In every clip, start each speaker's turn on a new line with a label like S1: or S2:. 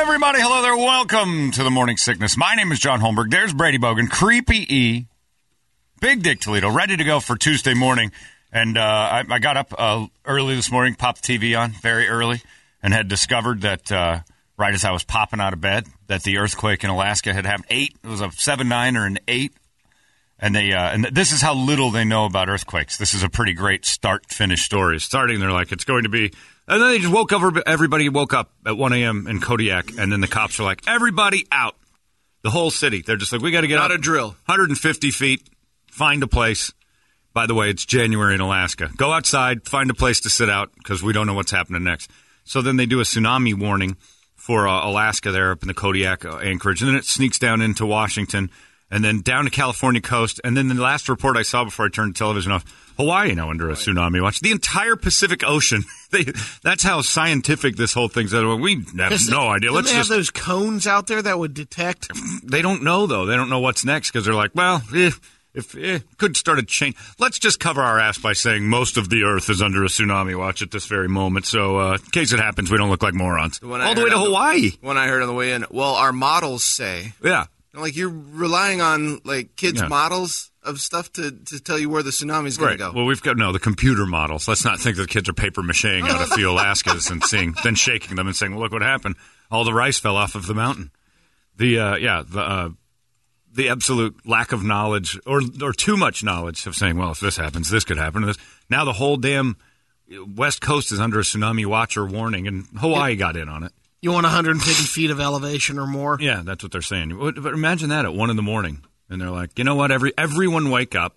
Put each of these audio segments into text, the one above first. S1: everybody. Hello there. Welcome to the Morning Sickness. My name is John Holmberg. There's Brady Bogan, Creepy E, Big Dick Toledo, ready to go for Tuesday morning. And uh, I, I got up uh, early this morning, popped the TV on very early, and had discovered that uh, right as I was popping out of bed, that the earthquake in Alaska had happened. Eight. It was a seven nine or an eight. And they uh, and this is how little they know about earthquakes. This is a pretty great start finish story. Starting, they're like, it's going to be, and then they just woke up. Everybody woke up at 1 a.m. in Kodiak, and then the cops are like, everybody out, the whole city. They're just like, we got to get
S2: Not
S1: out
S2: a drill.
S1: 150 feet, find a place. By the way, it's January in Alaska. Go outside, find a place to sit out because we don't know what's happening next. So then they do a tsunami warning for uh, Alaska there up in the Kodiak uh, anchorage, and then it sneaks down into Washington, and then down to California coast, and then the last report I saw before I turned the television off: Hawaii now under a tsunami watch. The entire Pacific Ocean. they, that's how scientific this whole thing's. We have no idea.
S2: Don't
S1: Let's
S2: they
S1: just
S2: have those cones out there that would detect.
S1: they don't know though. They don't know what's next because they're like, well, eh, if eh, could start a chain. Let's just cover our ass by saying most of the Earth is under a tsunami watch at this very moment. So uh, in case it happens, we don't look like morons.
S2: one I
S1: All the way to
S2: heard on the-
S1: Hawaii.
S2: One I heard on the way in. Well, our models say,
S1: yeah.
S2: And, like you're relying on like kids'
S1: Yeah.
S2: models of stuff to, to tell you where the tsunami's going
S1: Right.
S2: to go.
S1: Well, we've got no the computer models. Let's not think that the kids are paper macheing out a few Alaskas and seeing, then shaking them and saying, well, "Look what happened! All the rice fell off of the mountain." The uh, yeah, the uh, the absolute lack of knowledge or or too much knowledge of saying, "Well, if this happens, this could happen." and This now the whole damn West Coast is under a tsunami watch or warning, and Hawaii got in on it.
S3: You want 150 feet of elevation or more?
S1: Yeah, that's what they're saying. What- But imagine that at one in the morning, and they're like, you know what? Every everyone wake up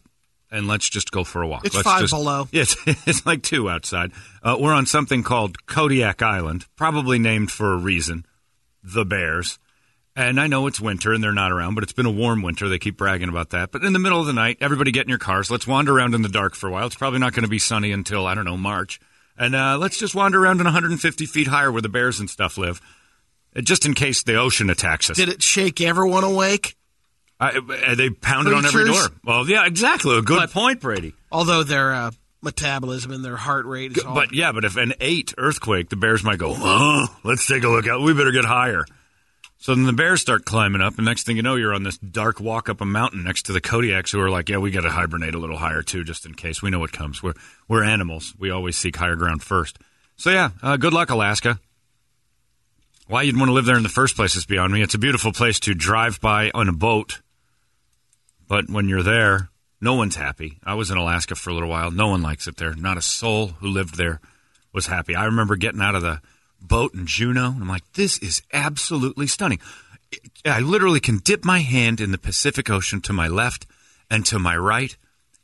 S1: and let's just go for a walk.
S3: It's
S1: Let's
S3: five
S1: just-
S3: below.
S1: Yeah, It's, it's like two outside. Uh, we're on something called Kodiak Island, probably named for a reason. The bears. And I know it's winter and they're not around, but it's been a warm winter. They keep bragging about that. But in the middle of the night, everybody get in your cars. Let's wander around in the dark for a while. It's probably not going to be sunny until, I don't know, March. And uh, let's just wander around in 150 feet higher where the bears and stuff live, uh, just in case the ocean attacks us.
S3: Did it shake everyone awake?
S1: I, uh, they pounded on every door.
S3: Preachers.
S1: Well, yeah, exactly. A good point, Brady.
S3: Although their uh, metabolism and their heart rate is all.
S1: But yeah, but if an eight earthquake, the bears might go. Oh, let's take a look out. We better get higher. So then the bears start climbing up, and next thing you know, you're on this dark walk up a mountain next to the Kodiaks, who are like, "Yeah, we got to hibernate a little higher too, just in case. We know what comes. We're we're animals. We always seek higher ground first. So yeah, uh, good luck, Alaska. Why you'd want to live there in the first place is beyond me. It's a beautiful place to drive by on a boat, but when you're there, no one's happy. I was in Alaska for a little while. No one likes it there. Not a soul who lived there was happy. I remember getting out of the boat in Juneau, and I'm like, this is absolutely stunning. I literally can dip my hand in the Pacific Ocean to my left and to my right,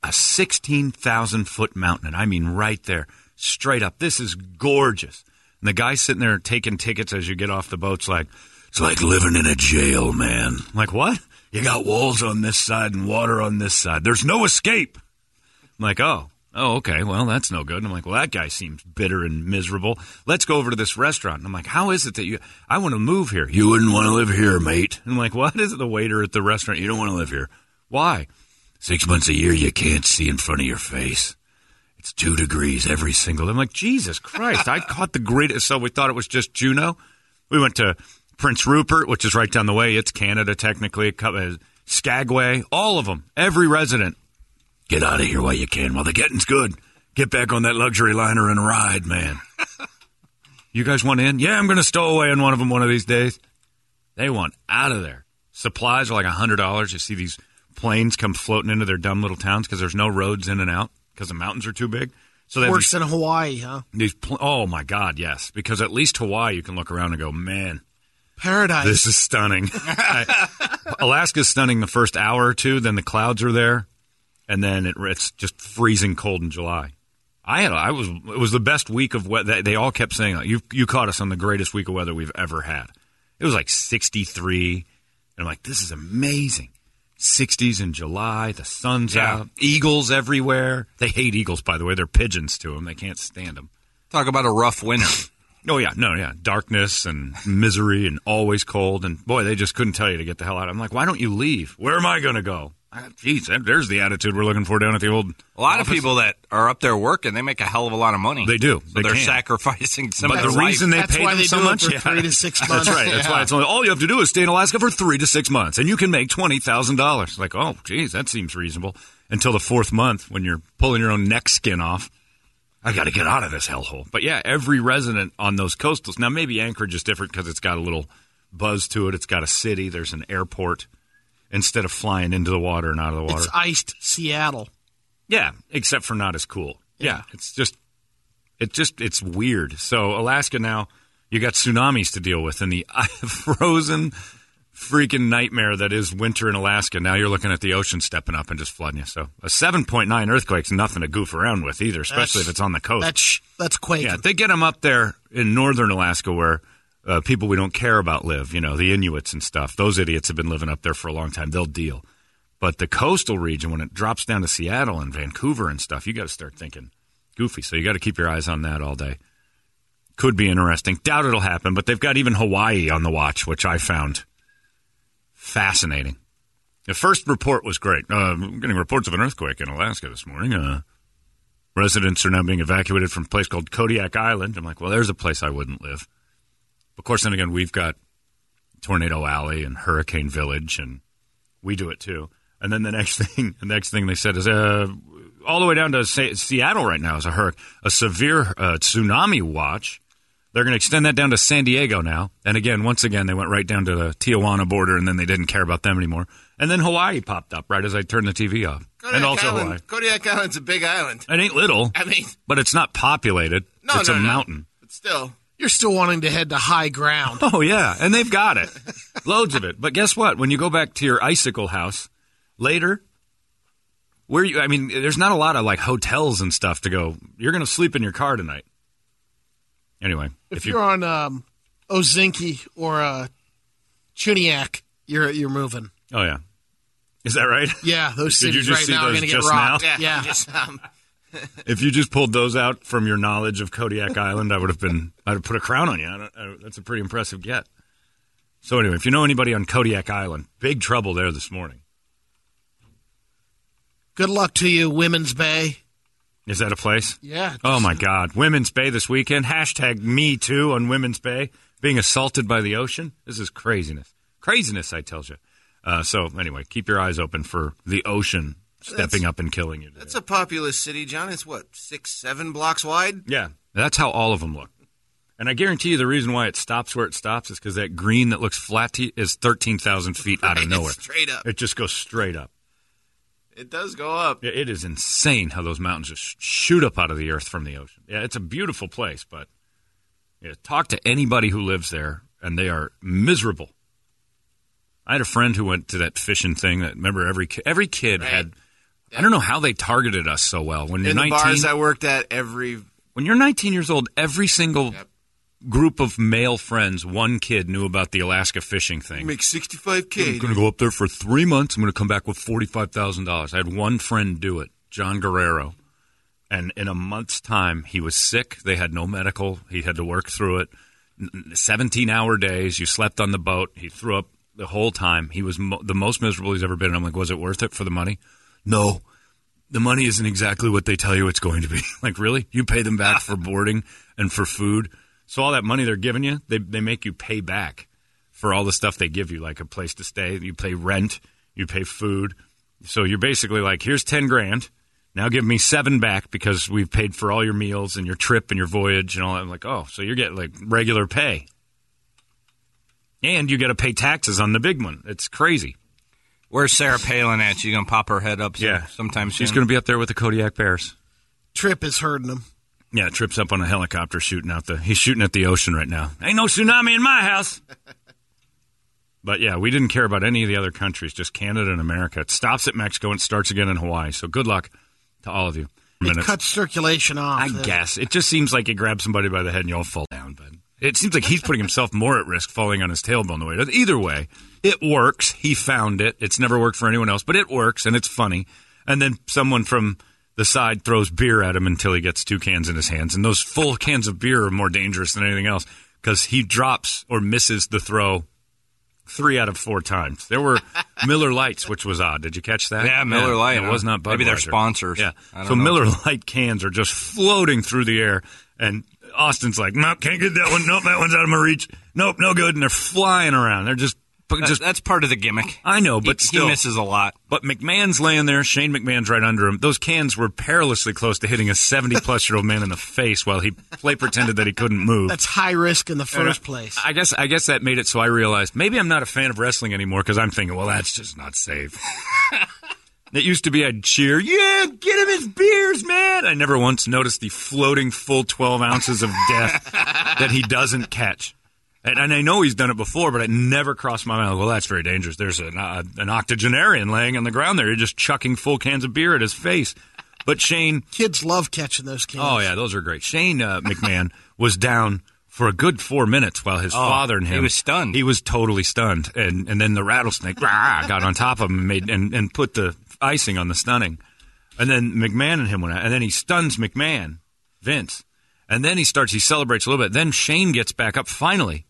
S1: a 16,000 foot mountain. And I mean, right there, straight up. This is gorgeous. And the guy sitting there taking tickets as you get off the boat's like, it's like living in a jail, man. I'm like, what? You got walls on this side and water on this side. There's no escape. I'm like, oh, oh, okay. Well, that's no good. And I'm like, well, that guy seems bitter and miserable. Let's go over to this restaurant. And I'm like, how is it that you? I want to move here. You wouldn't want to live here, mate. And I'm like, what is it? The waiter at the restaurant. You don't want to live here. Why? Six months a year, you can't see in front of your face. It's two degrees every single. I'm like, Jesus Christ! I caught the greatest. So we thought it was just Juneau. We went to Prince Rupert, which is right down the way. It's Canada technically. uh, Skagway, all of them, every resident. Get out of here while you can, while the getting's good. Get back on that luxury liner and ride, man. you guys want in? Yeah, I'm going to stow away on one of them one of these days. They want out of there. Supplies are like $100. You see these planes come floating into their dumb little towns because there's no roads in and out because the mountains are too big. So they have these
S3: Worse than Hawaii, huh?
S1: these pl- oh my god, yes, because at least Hawaii you can look around and go, man,
S3: Paradise.
S1: this is stunning. I- Alaska's stunning the first hour or two, then the clouds are there, and then it, it's just freezing cold in July. I had I was it was the best week of weather. They, they all kept saying like, you you caught us on the greatest week of weather we've ever had. It was like 63, and I'm like, this is amazing. 60s in July, the sun's out, eagles everywhere. They hate eagles, by the way. They're pigeons to them. They can't stand them.
S4: Talk about a rough winter.
S1: Oh yeah, no, yeah, darkness and misery and always cold and boy, they just couldn't tell you to get the hell out. I'm like, why don't you leave? Where am I going to go? I Ah, Jeez, that- there's the attitude we're looking for down at the old.
S4: A lot of people that are up there working, they make a hell of a lot of money.
S1: They do.
S4: So
S1: They
S4: they're
S1: can.
S4: sacrificing some
S1: But
S4: of
S1: the
S4: their life.
S1: reason they
S3: That's
S1: paid
S3: why
S1: them
S3: they
S1: so
S3: do it
S1: much,
S3: for
S1: yeah.
S3: three to six
S1: That's
S3: months.
S1: right. That's why it's only all you have to do is stay in Alaska for three to six months, and you can make twenty thousand dollars. Like, oh, geez, that seems reasonable. Until the fourth month, when you're pulling your own neck skin off, I got to get out of this hellhole. But yeah, every resident on those coastals. Now, maybe Anchorage is different because it's got a little buzz to it. It's got a city. There's an airport instead of flying into the water and out of the water.
S3: It's iced Seattle.
S1: Yeah, except for not as cool. Yeah, it's just it just it's weird. So Alaska now you got tsunamis to deal with and the frozen freaking nightmare that is winter in Alaska. Now you're looking at the ocean stepping up and just flooding you. So a 7.9 earthquake's nothing to goof around with either, especially if
S3: That's-
S1: it's on the coast.
S3: That's sh- that's quake.
S1: Yeah, they get them up there in northern Alaska where uh, people we don't care about live. You know, the Inuits and stuff. Those idiots have been living up there for a long time. They'll deal. But the coastal region, when it drops down to Seattle and Vancouver and stuff, you got to start thinking goofy. So you got to keep your eyes on that all day. Could be interesting. Doubt it'll happen, but they've got even Hawaii on the watch, which I found fascinating. The first report was great. Uh, I'm getting reports of an earthquake in Alaska this morning. Uh, Residents are now being evacuated from a place called Kodiak Island. I'm like, well, there's a place I wouldn't live. Of course, then again, we've got Tornado Alley and Hurricane Village, and we do it too. And then the next thing, the next thing they said is, uh, all the way down to Se- Seattle right now is a hur- a severe uh, tsunami watch. They're going to extend that down to San Diego now. And again, once again, they went right down to the Tijuana border, and then they didn't care about them anymore. And then Hawaii popped up right as I turned the TV off,
S2: Kodiak
S1: and also
S2: Island,
S1: Hawaii.
S2: Kodiak Island's a big island.
S1: It ain't little.
S2: I mean,
S1: But it's not populated.
S2: no,
S1: it's
S2: no,
S1: a
S2: no.
S1: mountain.
S2: But still,
S3: You're still wanting to head to high ground.
S1: Oh yeah, and they've got it, loads of it. But guess what? When you go back to your icicle house later, where you? I mean, there's not a lot of like hotels and stuff to go. You're going to sleep in your car tonight. Anyway,
S3: if, you're on um, Ozinki or uh, Chuniac, you're you're moving.
S1: oh yeah, is that right?
S3: Yeah, those
S1: Did you
S3: cities
S1: just
S3: right
S1: see
S3: now are
S1: those
S3: going to get
S1: just
S3: rocked.
S1: now?
S2: yeah,
S3: Yeah.
S2: just, um,
S1: if you just pulled those out from your knowledge of Kodiak Island, I would have been, I'd have put a crown on you. I don't, I, that's a pretty impressive get. So anyway, if you know anybody on Kodiak Island, big trouble there this morning.
S3: Good luck to you, Women's Bay.
S1: Is that a place?
S3: Yeah.
S1: Oh my God! Women's Bay this weekend. Hashtag Me Too on Women's Bay being assaulted by the ocean. This is craziness. Craziness, I tells you. Uh, so anyway, keep your eyes open for the ocean stepping up and killing you. today.
S2: it's a populous city, John. It's what six, seven blocks wide.
S1: yeah, that's how all of them look. And I guarantee you, the reason why it stops where it stops is because that green that looks flat to you is thirteen thousand feet out of
S2: It's
S1: nowhere.
S2: straight up.
S1: It just goes straight up.
S2: It does go up.
S1: Yeah, It is insane how those mountains just shoot up out of the earth from the ocean. Yeah, it's a beautiful place, but yeah, talk to anybody who lives there, and they are miserable. I had a friend who went to that fishing thing. That remember every ki- every kid
S2: Right.
S1: had. I don't know how they targeted us so well. When you're
S2: In the
S1: 19,
S2: bars I worked at, every
S1: when you're 19 years old, every single group of male friends, one kid knew about the Alaska fishing thing.
S2: make sixty-five
S1: I'm
S2: k.
S1: going to go up there for three months. I'm going to come back with forty-five thousand dollars. I had one friend do it, John Guerrero, and in a month's time, he was sick. They had no medical. He had to work through it. Seventeen-hour days. You slept on the boat. He threw up the whole time. He was mo- the most miserable he's ever been. I'm like, was it worth it for the money? No. The money isn't exactly what they tell you it's going to be. Like, really? You pay them back for boarding and for food. So all that money they're giving you, they they make you pay back for all the stuff they give you, like a place to stay. You pay rent, you pay food. So you're basically like, here's 10 grand. Now give me seven back because we've paid for all your meals and your trip and your voyage and all that. I'm like, oh, so you're getting like regular pay. And you got to pay taxes on the big one. It's crazy.
S4: Where's Sarah Palin at? She gonna pop her head up some,
S1: Yeah.
S4: sometime soon.
S1: She's going to be up there with the Kodiak Bears.
S3: Trip is hurting them.
S1: Yeah, trips up on a helicopter shooting out the. He's shooting at the ocean right now. Ain't no tsunami in my house. but yeah, we didn't care about any of the other countries, just Canada and America. It stops at Mexico and starts again in Hawaii. So good luck to all of you.
S3: It
S1: Minutes.
S3: cuts circulation off. Uh,
S1: I guess it just seems like you grab somebody by the head and you all fall down. But it seems like he's putting himself more at risk falling on his tailbone the way. Either way, it works. He found it. It's never worked for anyone else, but it works and it's funny. And then someone from the side throws beer at him until he gets two cans in his hands, and those full cans of beer are more dangerous than anything else because he drops or misses the throw three out of four times. There were Miller Lights, which was odd. Did you catch that?
S4: Yeah, Miller Lite,
S1: It was
S4: huh?
S1: not Budweiser.
S4: Maybe they're sponsors.
S1: Yeah.
S4: I don't
S1: So
S4: know.
S1: Miller Light cans are just floating through the air, and Austin's like, "Nope, can't get that one. Nope, that one's out of my reach. Nope, no good." And they're flying around. They're just, but
S4: That-
S1: just.
S4: that's part of the gimmick.
S1: I know,
S4: He-
S1: but
S4: he,
S1: still,
S4: misses a lot.
S1: but McMahon's laying there. Shane McMahon's right under him. Those cans were perilously close to hitting a 70 plus year old man in the face while he play pretended that he couldn't move.
S3: That's high risk in the first place.
S1: I guess I guess that made it so I realized maybe I'm not a fan of wrestling anymore because I'm thinking, well, that's just not safe. it used to be I'd cheer, yeah, get him his beers, man. I never once noticed the floating full 12 ounces of death that he doesn't catch. And, and I know he's done it before, but it never crossed my mind. Well, that's very dangerous. There's an, uh, an octogenarian laying on the ground there. You're just chucking full cans of beer at his face. But Shane,
S3: Kids love catching those cans.
S1: Oh yeah, those are great. Shane uh, McMahon was down for a good four minutes while
S3: Oh,
S1: his father and
S4: he
S1: him.
S4: was stunned.
S1: He was totally stunned, and and then the rattlesnake rah, got on top of him and made and, and put the icing on the stunning. And then McMahon and him went out, and then he stuns McMahon, Vince, and then he starts. He celebrates a little bit. Then Shane gets back up finally.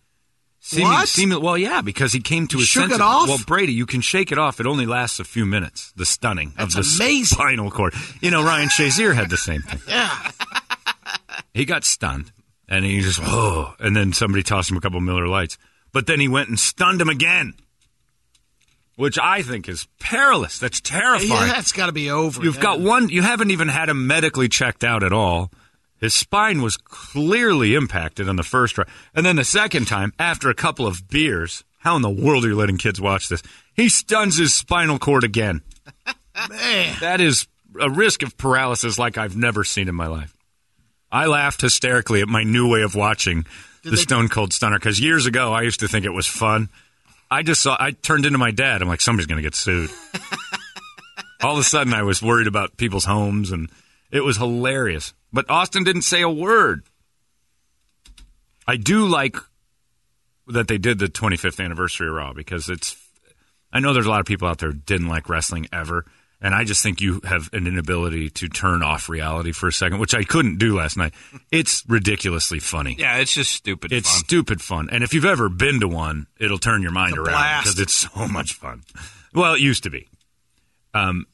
S1: Seeming-
S3: What?
S1: seeming- well, yeah, because he came to his
S3: shook it
S1: senses.
S3: off?
S1: Well, Brady, you can shake it off. It only lasts a few minutes. The stunning
S3: That's
S1: of the
S3: amazing.
S1: spinal cord. You know, Ryan Shazier had the same thing.
S3: Yeah.
S1: He got stunned, and he just oh, and then somebody tossed him a couple Miller Lights. But then he went and stunned him again, which I think is perilous. That's terrifying.
S3: Yeah, that's got to be over.
S1: You've
S3: yeah.
S1: got one. You haven't even had him medically checked out at all. His spine was clearly impacted on the first try, and then the second time, after a couple of beers, how in the world are you letting kids watch this? He stuns his spinal cord again.
S3: Man.
S1: That is a risk of paralysis like I've never seen in my life. I laughed hysterically at my new way of watching the
S3: they-
S1: Stone Cold Stunner because years ago I used to think it was fun. I just saw, I turned into my dad. I'm like, somebody's going to get sued. All of a sudden, I was worried about people's homes, and it was hilarious. But Austin didn't say a word. I do like that they did the 25th anniversary of Raw because it's. I know there's a lot of people out there who didn't like wrestling ever, and I just think you have an inability to turn off reality for a second, which I couldn't do last night. It's ridiculously funny.
S4: Yeah, it's just stupid.
S1: It's
S4: fun.
S1: stupid fun. And if you've ever been to one, it'll turn your mind
S3: It's a
S1: around
S3: blast.
S1: because it's so much fun. Well, it used to be. Um,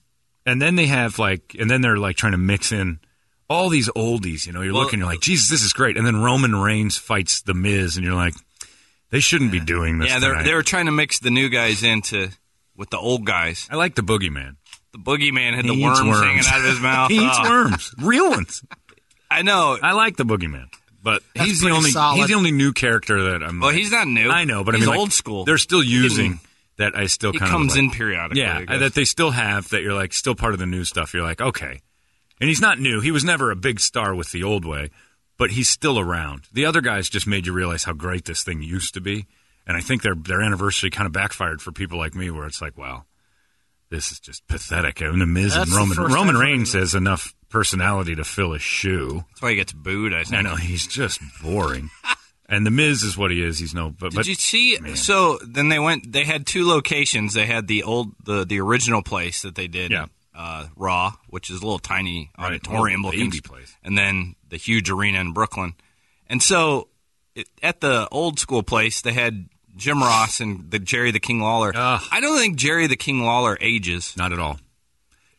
S1: and then they have like, and then they're like trying to mix in all these oldies. You know, you're
S4: Well-
S1: looking, you're like, Jesus, this is great. And then Roman Reigns fights The Miz, and you're like, they shouldn't be doing this.
S4: yeah, they're
S1: tonight.
S4: they're trying to mix the new guys into with the old guys.
S1: I like the Boogeyman.
S4: The boogeyman had
S1: He
S4: the
S1: eats
S4: worms,
S1: worms.
S4: hanging out of his mouth.
S1: He eats
S4: Oh,
S1: worms, real ones.
S4: I know.
S1: I like the Boogeyman, but
S3: That's
S1: he's the
S3: pretty
S1: only he's
S3: solid.
S1: the only new character that I'm.
S4: Well,
S1: like-
S4: he's not new.
S1: I know, but
S4: he's
S1: I mean, like,
S4: old school.
S1: They're still using
S4: didn't-
S1: that. I still
S4: he
S1: kind
S4: comes
S1: of like.
S4: in periodically. I
S1: Yeah, uh,
S4: guess.
S1: that they still have that you're like still part of the new stuff. You're like, okay. And he's not new. He was never a big star with the old way, but he's still around. The other guys just made you realize how great this thing used to be. And I think their their anniversary kind of backfired for people like me where it's like, wow, this is just pathetic. And the Miz
S3: That's
S1: and
S3: the
S1: Roman
S3: first
S1: Roman
S3: I've heard
S1: Reigns has enough personality to fill a shoe.
S4: That's why he gets booed. I think.
S1: I know he's just boring. and the Miz is what he is. He's no but
S4: Did
S1: but
S4: you see? So then they went. They had two locations. They had the old, the the original place that they did.
S1: Yeah.
S4: Uh, Raw, which is a little tiny
S1: Right,
S4: auditorium
S1: little
S4: looking
S1: baby place.
S4: and then the huge arena in Brooklyn. And so it, at the old school place, they had Jim Ross and the Jerry the King Lawler.
S1: Ugh.
S4: I don't think Jerry the King Lawler ages.
S1: Not at all.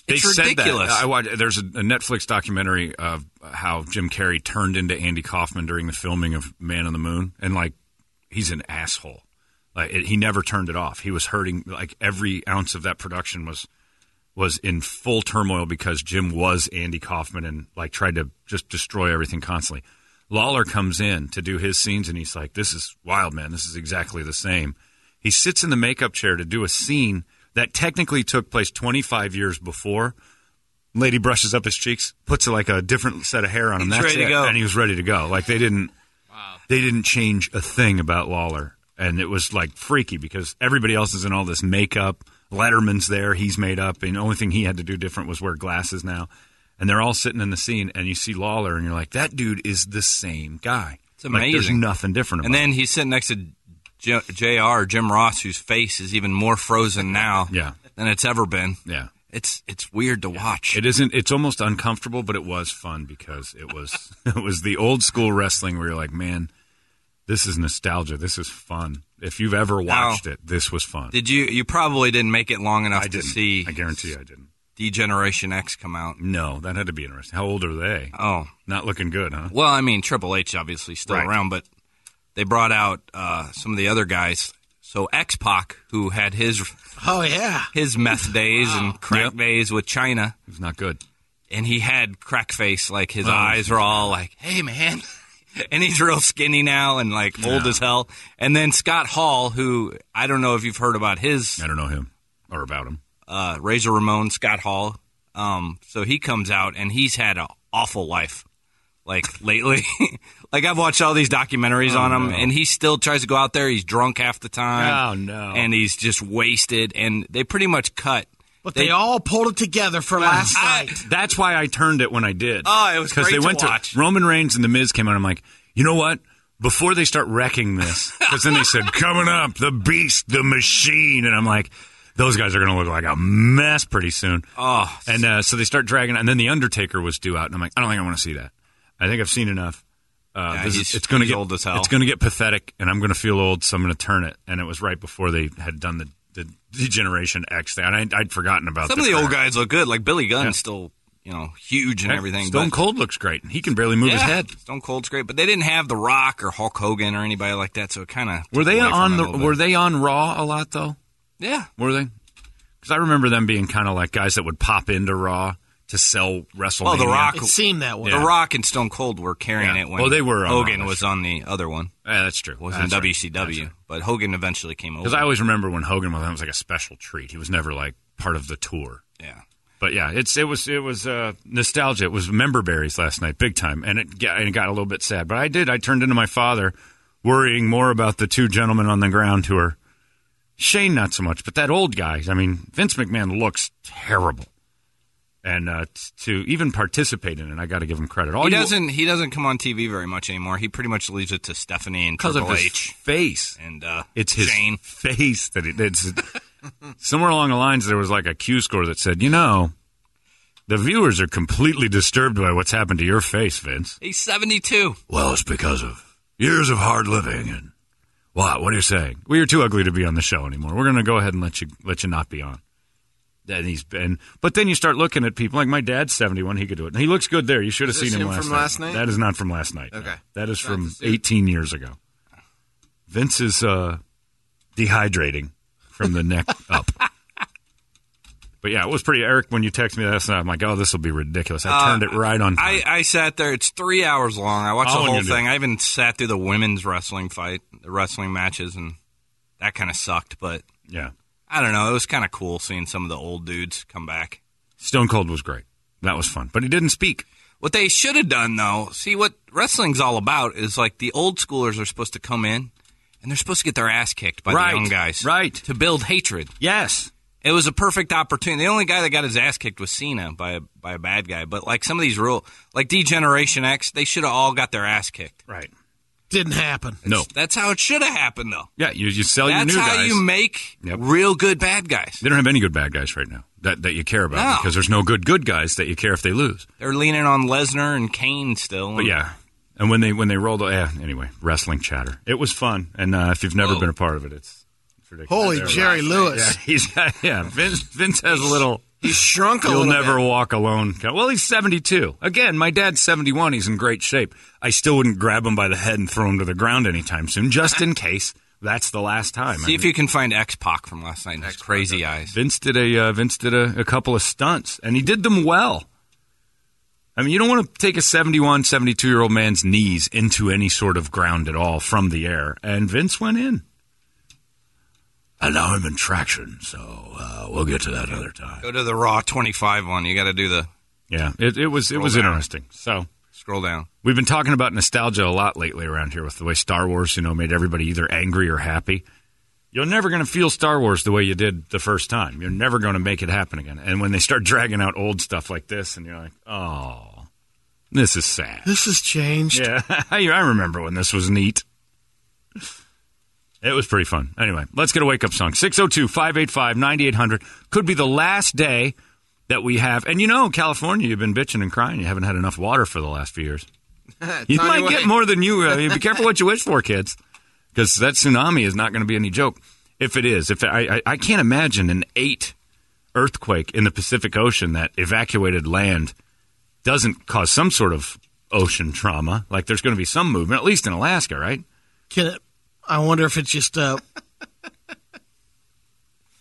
S4: It's ridiculous.
S1: That. I watched, there's a, a Netflix documentary of how Jim Carrey turned into Andy Kaufman during the filming of Man on the Moon, and like he's an asshole. Like it, he never turned it off. He was hurting. Like every ounce of that production was was in full turmoil because Jim was Andy Kaufman and like tried to just destroy everything constantly. Lawler comes in to do his scenes and he's like, "This is wild, man. This is exactly the same." He sits in the makeup chair to do a scene that technically took place 25 years before. Lady brushes up his cheeks, puts like a different set of hair on him.
S4: He's
S1: That's
S4: ready to
S1: it.
S4: go.
S1: and he was ready to go. Like they didn't they didn't change a thing about Lawler. And it was like freaky because everybody else is in all this makeup. Letterman's there, he's made up, and the only thing he had to do different was wear glasses now. And they're all sitting in the scene, and you see Lawler, and you're like, that dude is the same guy.
S4: It's
S1: Like, there's
S4: amazing.
S1: nothing different about
S4: And then he's sitting next to J- Jr. Jim Ross, whose face is even more frozen now
S1: Yeah.
S4: than it's ever been.
S1: him. Yeah.
S4: It's it's weird to watch.
S1: It isn't. It's almost uncomfortable, but it was fun because it was it was the old school wrestling where you're like, man, This is nostalgia. This is fun. If you've ever watched it, this was fun.
S5: Did you? You probably didn't make it long enough
S1: I
S5: to
S1: didn't.
S5: see
S1: I guarantee you I didn't.
S5: Degeneration X come out.
S1: No, that had to be interesting. How old are they?
S5: Oh,
S1: Not looking good, huh?
S5: well, I mean Triple H obviously still
S1: Right.
S5: around, but they brought out uh, some of the other guys. So X Pac, who had his
S3: Oh yeah.
S5: his meth days and crack
S1: Yep.
S5: days with China,
S1: It's not good.
S5: and he had crack face. Like
S1: Oh,
S5: his eyes were all like, "Hey, man," and he's real skinny now and like old as hell. And then Scott Hall, who I don't know if you've heard about his
S1: I don't know him or about him.
S5: uh, Razor Ramon, Scott Hall. Um, so he comes out and he's had an awful life, like lately. like I've watched all these
S1: Oh,
S5: documentaries on him, and he still tries to go out there. He's drunk half the time.
S1: Oh, no.
S5: And he's just wasted. And they pretty much cut.
S3: But they, all pulled it together for last
S5: I-
S3: night.
S1: That's why I turned it when I did.
S5: Oh, it was
S1: because
S5: great
S1: they
S5: to
S1: went
S5: watch.
S1: to Roman Reigns and the Miz came out. I'm like, you know what? Before they start wrecking this, because then they said, "Coming up, the Beast, the Machine," and I'm like, those guys are going to look like a mess pretty soon.
S5: Oh,
S1: And uh, so they start dragging, and then the Undertaker was due out, and I'm like, I don't think I want to see that. I think I've seen enough. Uh,
S5: Yeah,
S1: this is-
S5: he's-
S1: it's going to
S5: he's
S1: get
S5: old as hell.
S1: It's going to get pathetic, and I'm going to feel old, so I'm going to turn it. And it was right before they had done the the Degeneration X thing, and I, I'd forgotten about
S5: some
S1: the
S5: of the old
S1: crap.
S5: guys look good. Like Billy Gunn's still, you know, huge and
S1: Yeah,
S5: everything.
S1: Stone
S5: but-
S1: Cold looks great, and he can barely move his
S5: Yeah,
S1: head.
S5: Stone Cold's great, but they didn't have The Rock or Hulk Hogan or anybody like that, so it kind of
S1: Were they on the Were they on Raw a lot though?
S5: yeah
S1: Were they? Because I remember them being kind of like guys that would pop into Raw to sell WrestleMania.
S5: Well, Oh, The Rock,
S3: It seemed that way.
S5: The Rock and Stone Cold were carrying
S1: Yeah.
S5: it when
S1: Oh, they were on
S5: Hogan
S1: Raw,
S5: was on the other one.
S1: Yeah, that's true.
S5: was
S1: That's
S5: in
S1: right.
S5: WCW, but Hogan eventually came over.
S1: Because I always remember when Hogan was on, it was like a special treat. He was never like part of the tour.
S5: yeah.
S1: But yeah, it's it was it was uh, nostalgia. It was member berries last night, big time, and it got, and it got a little bit sad. But I did. I turned into my father, worrying more about the two gentlemen on the ground who are Shane, not so much, but that old guy. I mean, Vince McMahon looks terrible, and uh, t- to even participate in it, I got to give him credit. All
S5: He
S1: Oh, you-
S5: doesn't. He doesn't come on TV very much anymore. He pretty much leaves it to Stephanie and
S1: because of
S5: Triple
S1: his
S5: H
S1: face.
S5: and uh,
S1: It's his
S5: Shane.
S1: face that it, it's somewhere along the lines there was like a Q score that said, you know, the viewers are completely disturbed by what's happened to your face, Vince.
S5: He's seventy-two.
S1: Well, it's because of years of hard living and what? What are you saying? Well, you're too ugly to be on the show anymore. We're going to go ahead and let you let you not be on. And he's been, but then you start looking at people like my dad's 71. He could do it. And he looks good there. You should have
S2: Is this
S1: seen him,
S2: him
S1: last,
S2: from
S1: night.
S2: last night?
S1: That is not from last night. no.
S2: Okay.
S1: that is
S2: Not
S1: from
S2: the suit.
S1: 18 years ago. Vince is uh, dehydrating from the neck up. But yeah, it was pretty. Eric, when you texted me last night, I'm like, oh, this will be ridiculous. I
S2: Uh,
S1: turned it right on. time.
S5: I, I sat there. It's three hours long. I watched
S1: Oh,
S5: the
S1: and
S5: whole
S1: you did.
S5: thing. I even sat through the women's wrestling fight, the wrestling matches, and that kind of sucked. But
S1: yeah.
S5: I don't know. It was kind of cool seeing some of the old dudes come back.
S1: Stone Cold was great. That was fun. But he didn't speak.
S5: What they should have done, though, see what wrestling's all about is like the old schoolers are supposed to come in and they're supposed to get their ass kicked by
S1: Right,
S5: the young guys.
S1: right.
S5: To build hatred.
S1: Yes.
S5: It was a perfect opportunity. The only guy that got his ass kicked was Cena by a, by a bad guy. But like some of these real, like D Generation X, they should have all got their ass kicked.
S1: Right.
S3: Didn't happen.
S1: No.
S5: That's how it should have happened, though.
S1: Yeah, you, you sell your
S5: That's
S1: new
S5: how
S1: guys.
S5: you make
S1: Yep.
S5: real good bad guys.
S1: they don't have any good bad guys right now that, that you care about
S5: No.
S1: because there's no good good guys that you care if they lose.
S5: They're leaning on Lesnar and Kane still.
S1: But yeah. And when they when they rolled, yeah. Anyway, wrestling chatter. It was fun, and uh, if you've never
S5: Whoa.
S1: been a part of it, it's, it's ridiculous.
S3: Holy
S1: They're
S3: Jerry
S1: right. Yeah,
S3: Lewis.
S1: he's got, yeah. Vince Vince has a little.
S2: He shrunk a
S1: You'll
S2: little
S1: never
S2: bit.
S1: walk alone. Well, he's 72. Again, my dad's 71. He's in great shape. I still wouldn't grab him by the head and throw him to the ground anytime soon, just in case that's the last time. I
S5: See if you can find X Pac from last night. and His crazy eyes.
S1: Vince did a uh, Vince did a, a couple of stunts, and he did them well. I mean, you don't want to take a 71, 72 year old man's knees into any sort of ground at all from the air, and Vince went in. And now I'm in traction, so uh, we'll get to that another time.
S5: Go to the Raw 25 one. You got to do the
S1: Yeah, it, it was it was
S5: down.
S1: interesting. So
S5: scroll down.
S1: We've been talking about nostalgia a lot lately around here with the way Star Wars, you know, made everybody either angry or happy. You're never going to feel Star Wars the way you did the first time. You're never going to make it happen again. And when they start dragging out old stuff like this, and you're like, oh, this is sad.
S3: This has changed.
S1: Yeah, I I remember when this was neat. It was pretty fun. Anyway, let's get a wake up song 602 585 9800. Could be the last day that we have. And you know, California, you've been bitching and crying. You haven't had enough water for the last few years. You
S2: Tiny
S1: might get
S2: way.
S1: more than you. I mean, be careful what you wish for, kids, because that tsunami is not going to be any joke. If it is, if I, I, I can't imagine an eight earthquake in the Pacific Ocean that evacuated land doesn't cause some sort of ocean trauma. Like there's going to be some movement, at least in Alaska, right?
S3: Can it, I wonder if it's just uh,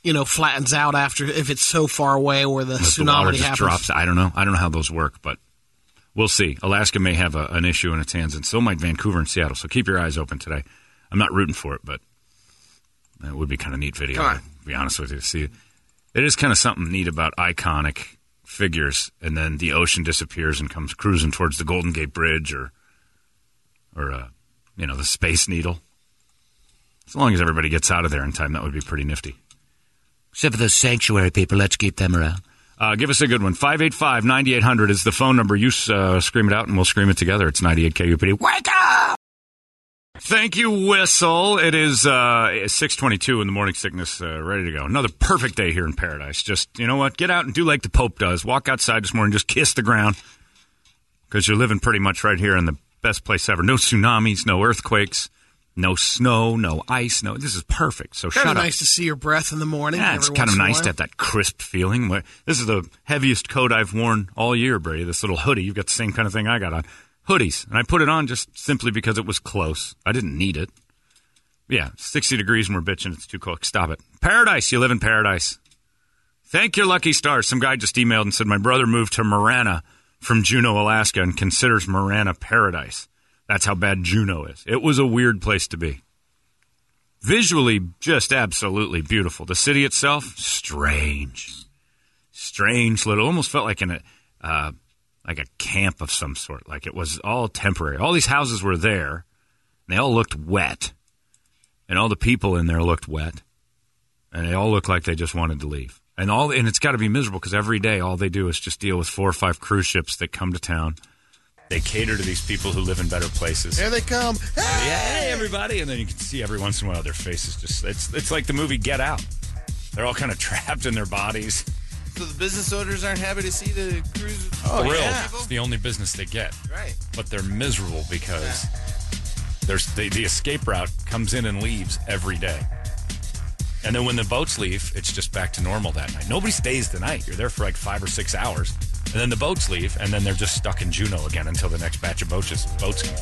S3: you know flattens out after if it's so far away where the
S1: If the
S3: tsunami
S1: water just
S3: happens.
S1: drops. I don't know. I don't know how those work, but we'll see. Alaska may have a, an issue in its hands, and so might Vancouver and Seattle. So keep your eyes open today. I'm not rooting for it, but that would be kind of neat video.
S2: Come on.
S1: To be honest with you, see, it is kind of something neat about iconic figures, and then the ocean disappears and comes cruising towards the Golden Gate Bridge or, or uh, you know, the Space Needle. As long as everybody gets out of there in time, that would be pretty nifty.
S6: Except for those sanctuary people, let's keep them around.
S1: Uh, give us a good one. 585 9800 is the phone number. You uh, scream it out and we'll scream it together. It's 98 KUPD. Wake up! Thank you, Whistle. It is uh, 622 in the morning sickness, uh, ready to go. Another perfect day here in paradise. Just, you know what? Get out and do like the Pope does. Walk outside this morning, just kiss the ground because you're living pretty much right here in the best place ever. No tsunamis, no earthquakes, no snow, no ice. No, This is perfect. So
S3: Kind
S1: shut
S3: of
S1: up.
S3: nice to see your breath in the morning.
S1: Yeah,
S3: every
S1: it's
S3: once
S1: kind of
S3: in a
S1: nice
S3: while.
S1: to have that crisp feeling. Where- This is the heaviest coat I've worn all year, Brady. This little hoodie. You've got the same kind of thing I got on. Hoodies. And I put it on just simply because it was close. I didn't need it. Yeah, 60 degrees and we're bitching. It's too cold. Stop it. Paradise. You live in paradise. Thank your lucky stars. Some guy just emailed and said, My brother moved to Marana from Juneau, Alaska, and considers Marana paradise. That's how bad Juneau is. It was a weird place to be visually just absolutely beautiful. The city itself, strange, strange little. Almost felt like in a uh, like a camp of some sort. Like it was all temporary. All these houses were there. And they all looked wet, and all the people in there looked wet, and they all looked like they just wanted to leave. And all and it's got to be miserable because every day all they do is just deal with four or five cruise ships that come to town. They cater to these people who live in better places.
S3: Here they come.
S1: Yeah, hey everybody, and then you can see every once in a while their faces just it's it's like the movie Get Out. They're all kind of trapped in their bodies.
S2: So the business owners aren't happy to see the cruise.
S1: Thrilled.
S2: yeah.
S1: Oh, It's the only business they get.
S2: Right.
S1: But they're miserable because there's they, the escape route comes in and leaves every day. And then when the boats leave, it's just back to normal that night. Nobody stays the night. You're there for like five or six hours. And then the boats leave, and then they're just stuck in Juneau again until the next batch of boats boats come.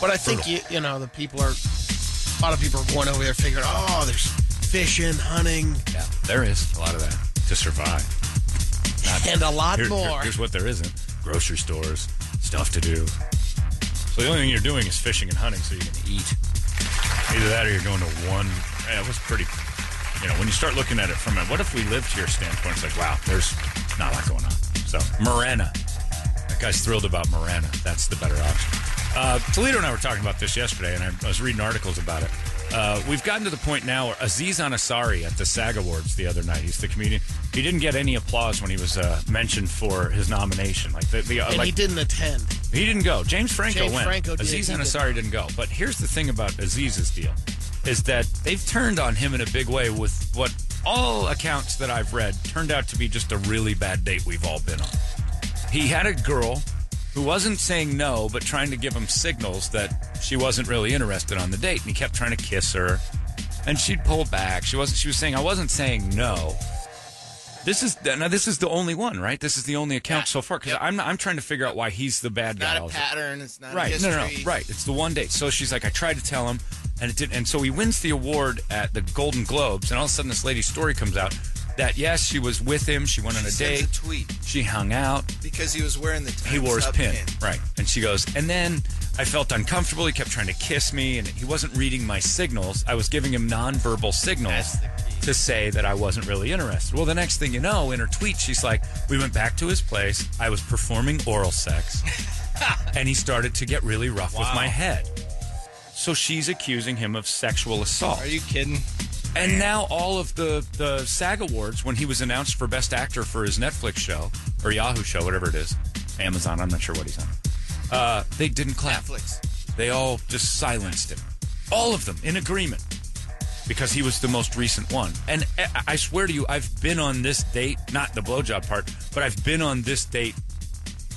S3: But I think you, you know the people are. A lot of people are going over there figuring, oh, there's fishing, hunting,
S1: Yeah, there is a lot of that to survive.
S3: and a lot
S1: Here- here-
S3: more.
S1: here's what there isn't: grocery stores, stuff to do. So the only thing you're doing is fishing and hunting, so you can eat. Either that, or you're going to one. Yeah, it was pretty. You know, when you start looking at it from a what if we lived here standpoint, it's like wow, there's not a lot going on. So Marana, that guy's thrilled about Marana. That's the better option. Uh, Toledo and I were talking about this yesterday, and I, I was reading articles about it. Uh, we've gotten to the point now where Aziz Ansari at the SAG Awards the other night, he's the comedian. He didn't get any applause when he was uh, mentioned for his nomination. Like the, the uh,
S3: and
S1: like
S3: he didn't attend.
S1: he didn't go. James Franco
S3: James
S1: went.
S3: Franco did.
S1: Aziz
S3: He did.
S1: Ansari didn't go. But here's the thing about Aziz's deal is that they've turned on him in a big way with what all accounts that I've read turned out to be just a really bad date we've all been on. He had a girl who wasn't saying no, but trying to give him signals that she wasn't really interested on the date, and he kept trying to kiss her, and she'd pull back. She wasn't. She was saying, "I wasn't saying no." This is now. This is the only one, right? This is the only account so far because I'm not, I'm trying to figure out why he's the bad guy.
S2: Not
S1: all
S2: a
S1: the-
S2: pattern. It's not A
S1: right? No,
S2: history.
S1: no, no, right. It's the one date. So she's like, I tried to tell him, and it didn't. And so he wins the award at the Golden Globes, and all of a sudden this lady's story comes out that yes, she was with him. She went on
S2: She
S1: a
S2: sends
S1: date.
S2: a tweet
S1: She hung out
S2: because he was wearing the.
S1: he
S2: Time's
S1: wore his
S2: Up
S1: pin. Right. And she goes, and then I felt uncomfortable. He kept trying to kiss me, and he wasn't reading my signals. I was giving him nonverbal signals to say that I wasn't really interested. Well, the next thing you know, in her tweet, she's like, We went back to his place. I was performing oral sex, and he started to get really rough with my head. So she's accusing him of sexual assault.
S2: Are you kidding?
S1: And now all of the the SAG awards, when he was announced for Best Actor for his Netflix show or Yahoo show, whatever it is, Amazon, I'm not sure what he's on. Uh, they didn't clap.
S2: Netflix.
S1: They all just silenced him. All of them in agreement because he was the most recent one. And I- I swear to you, I've been on this date, not the blowjob part, but I've been on this date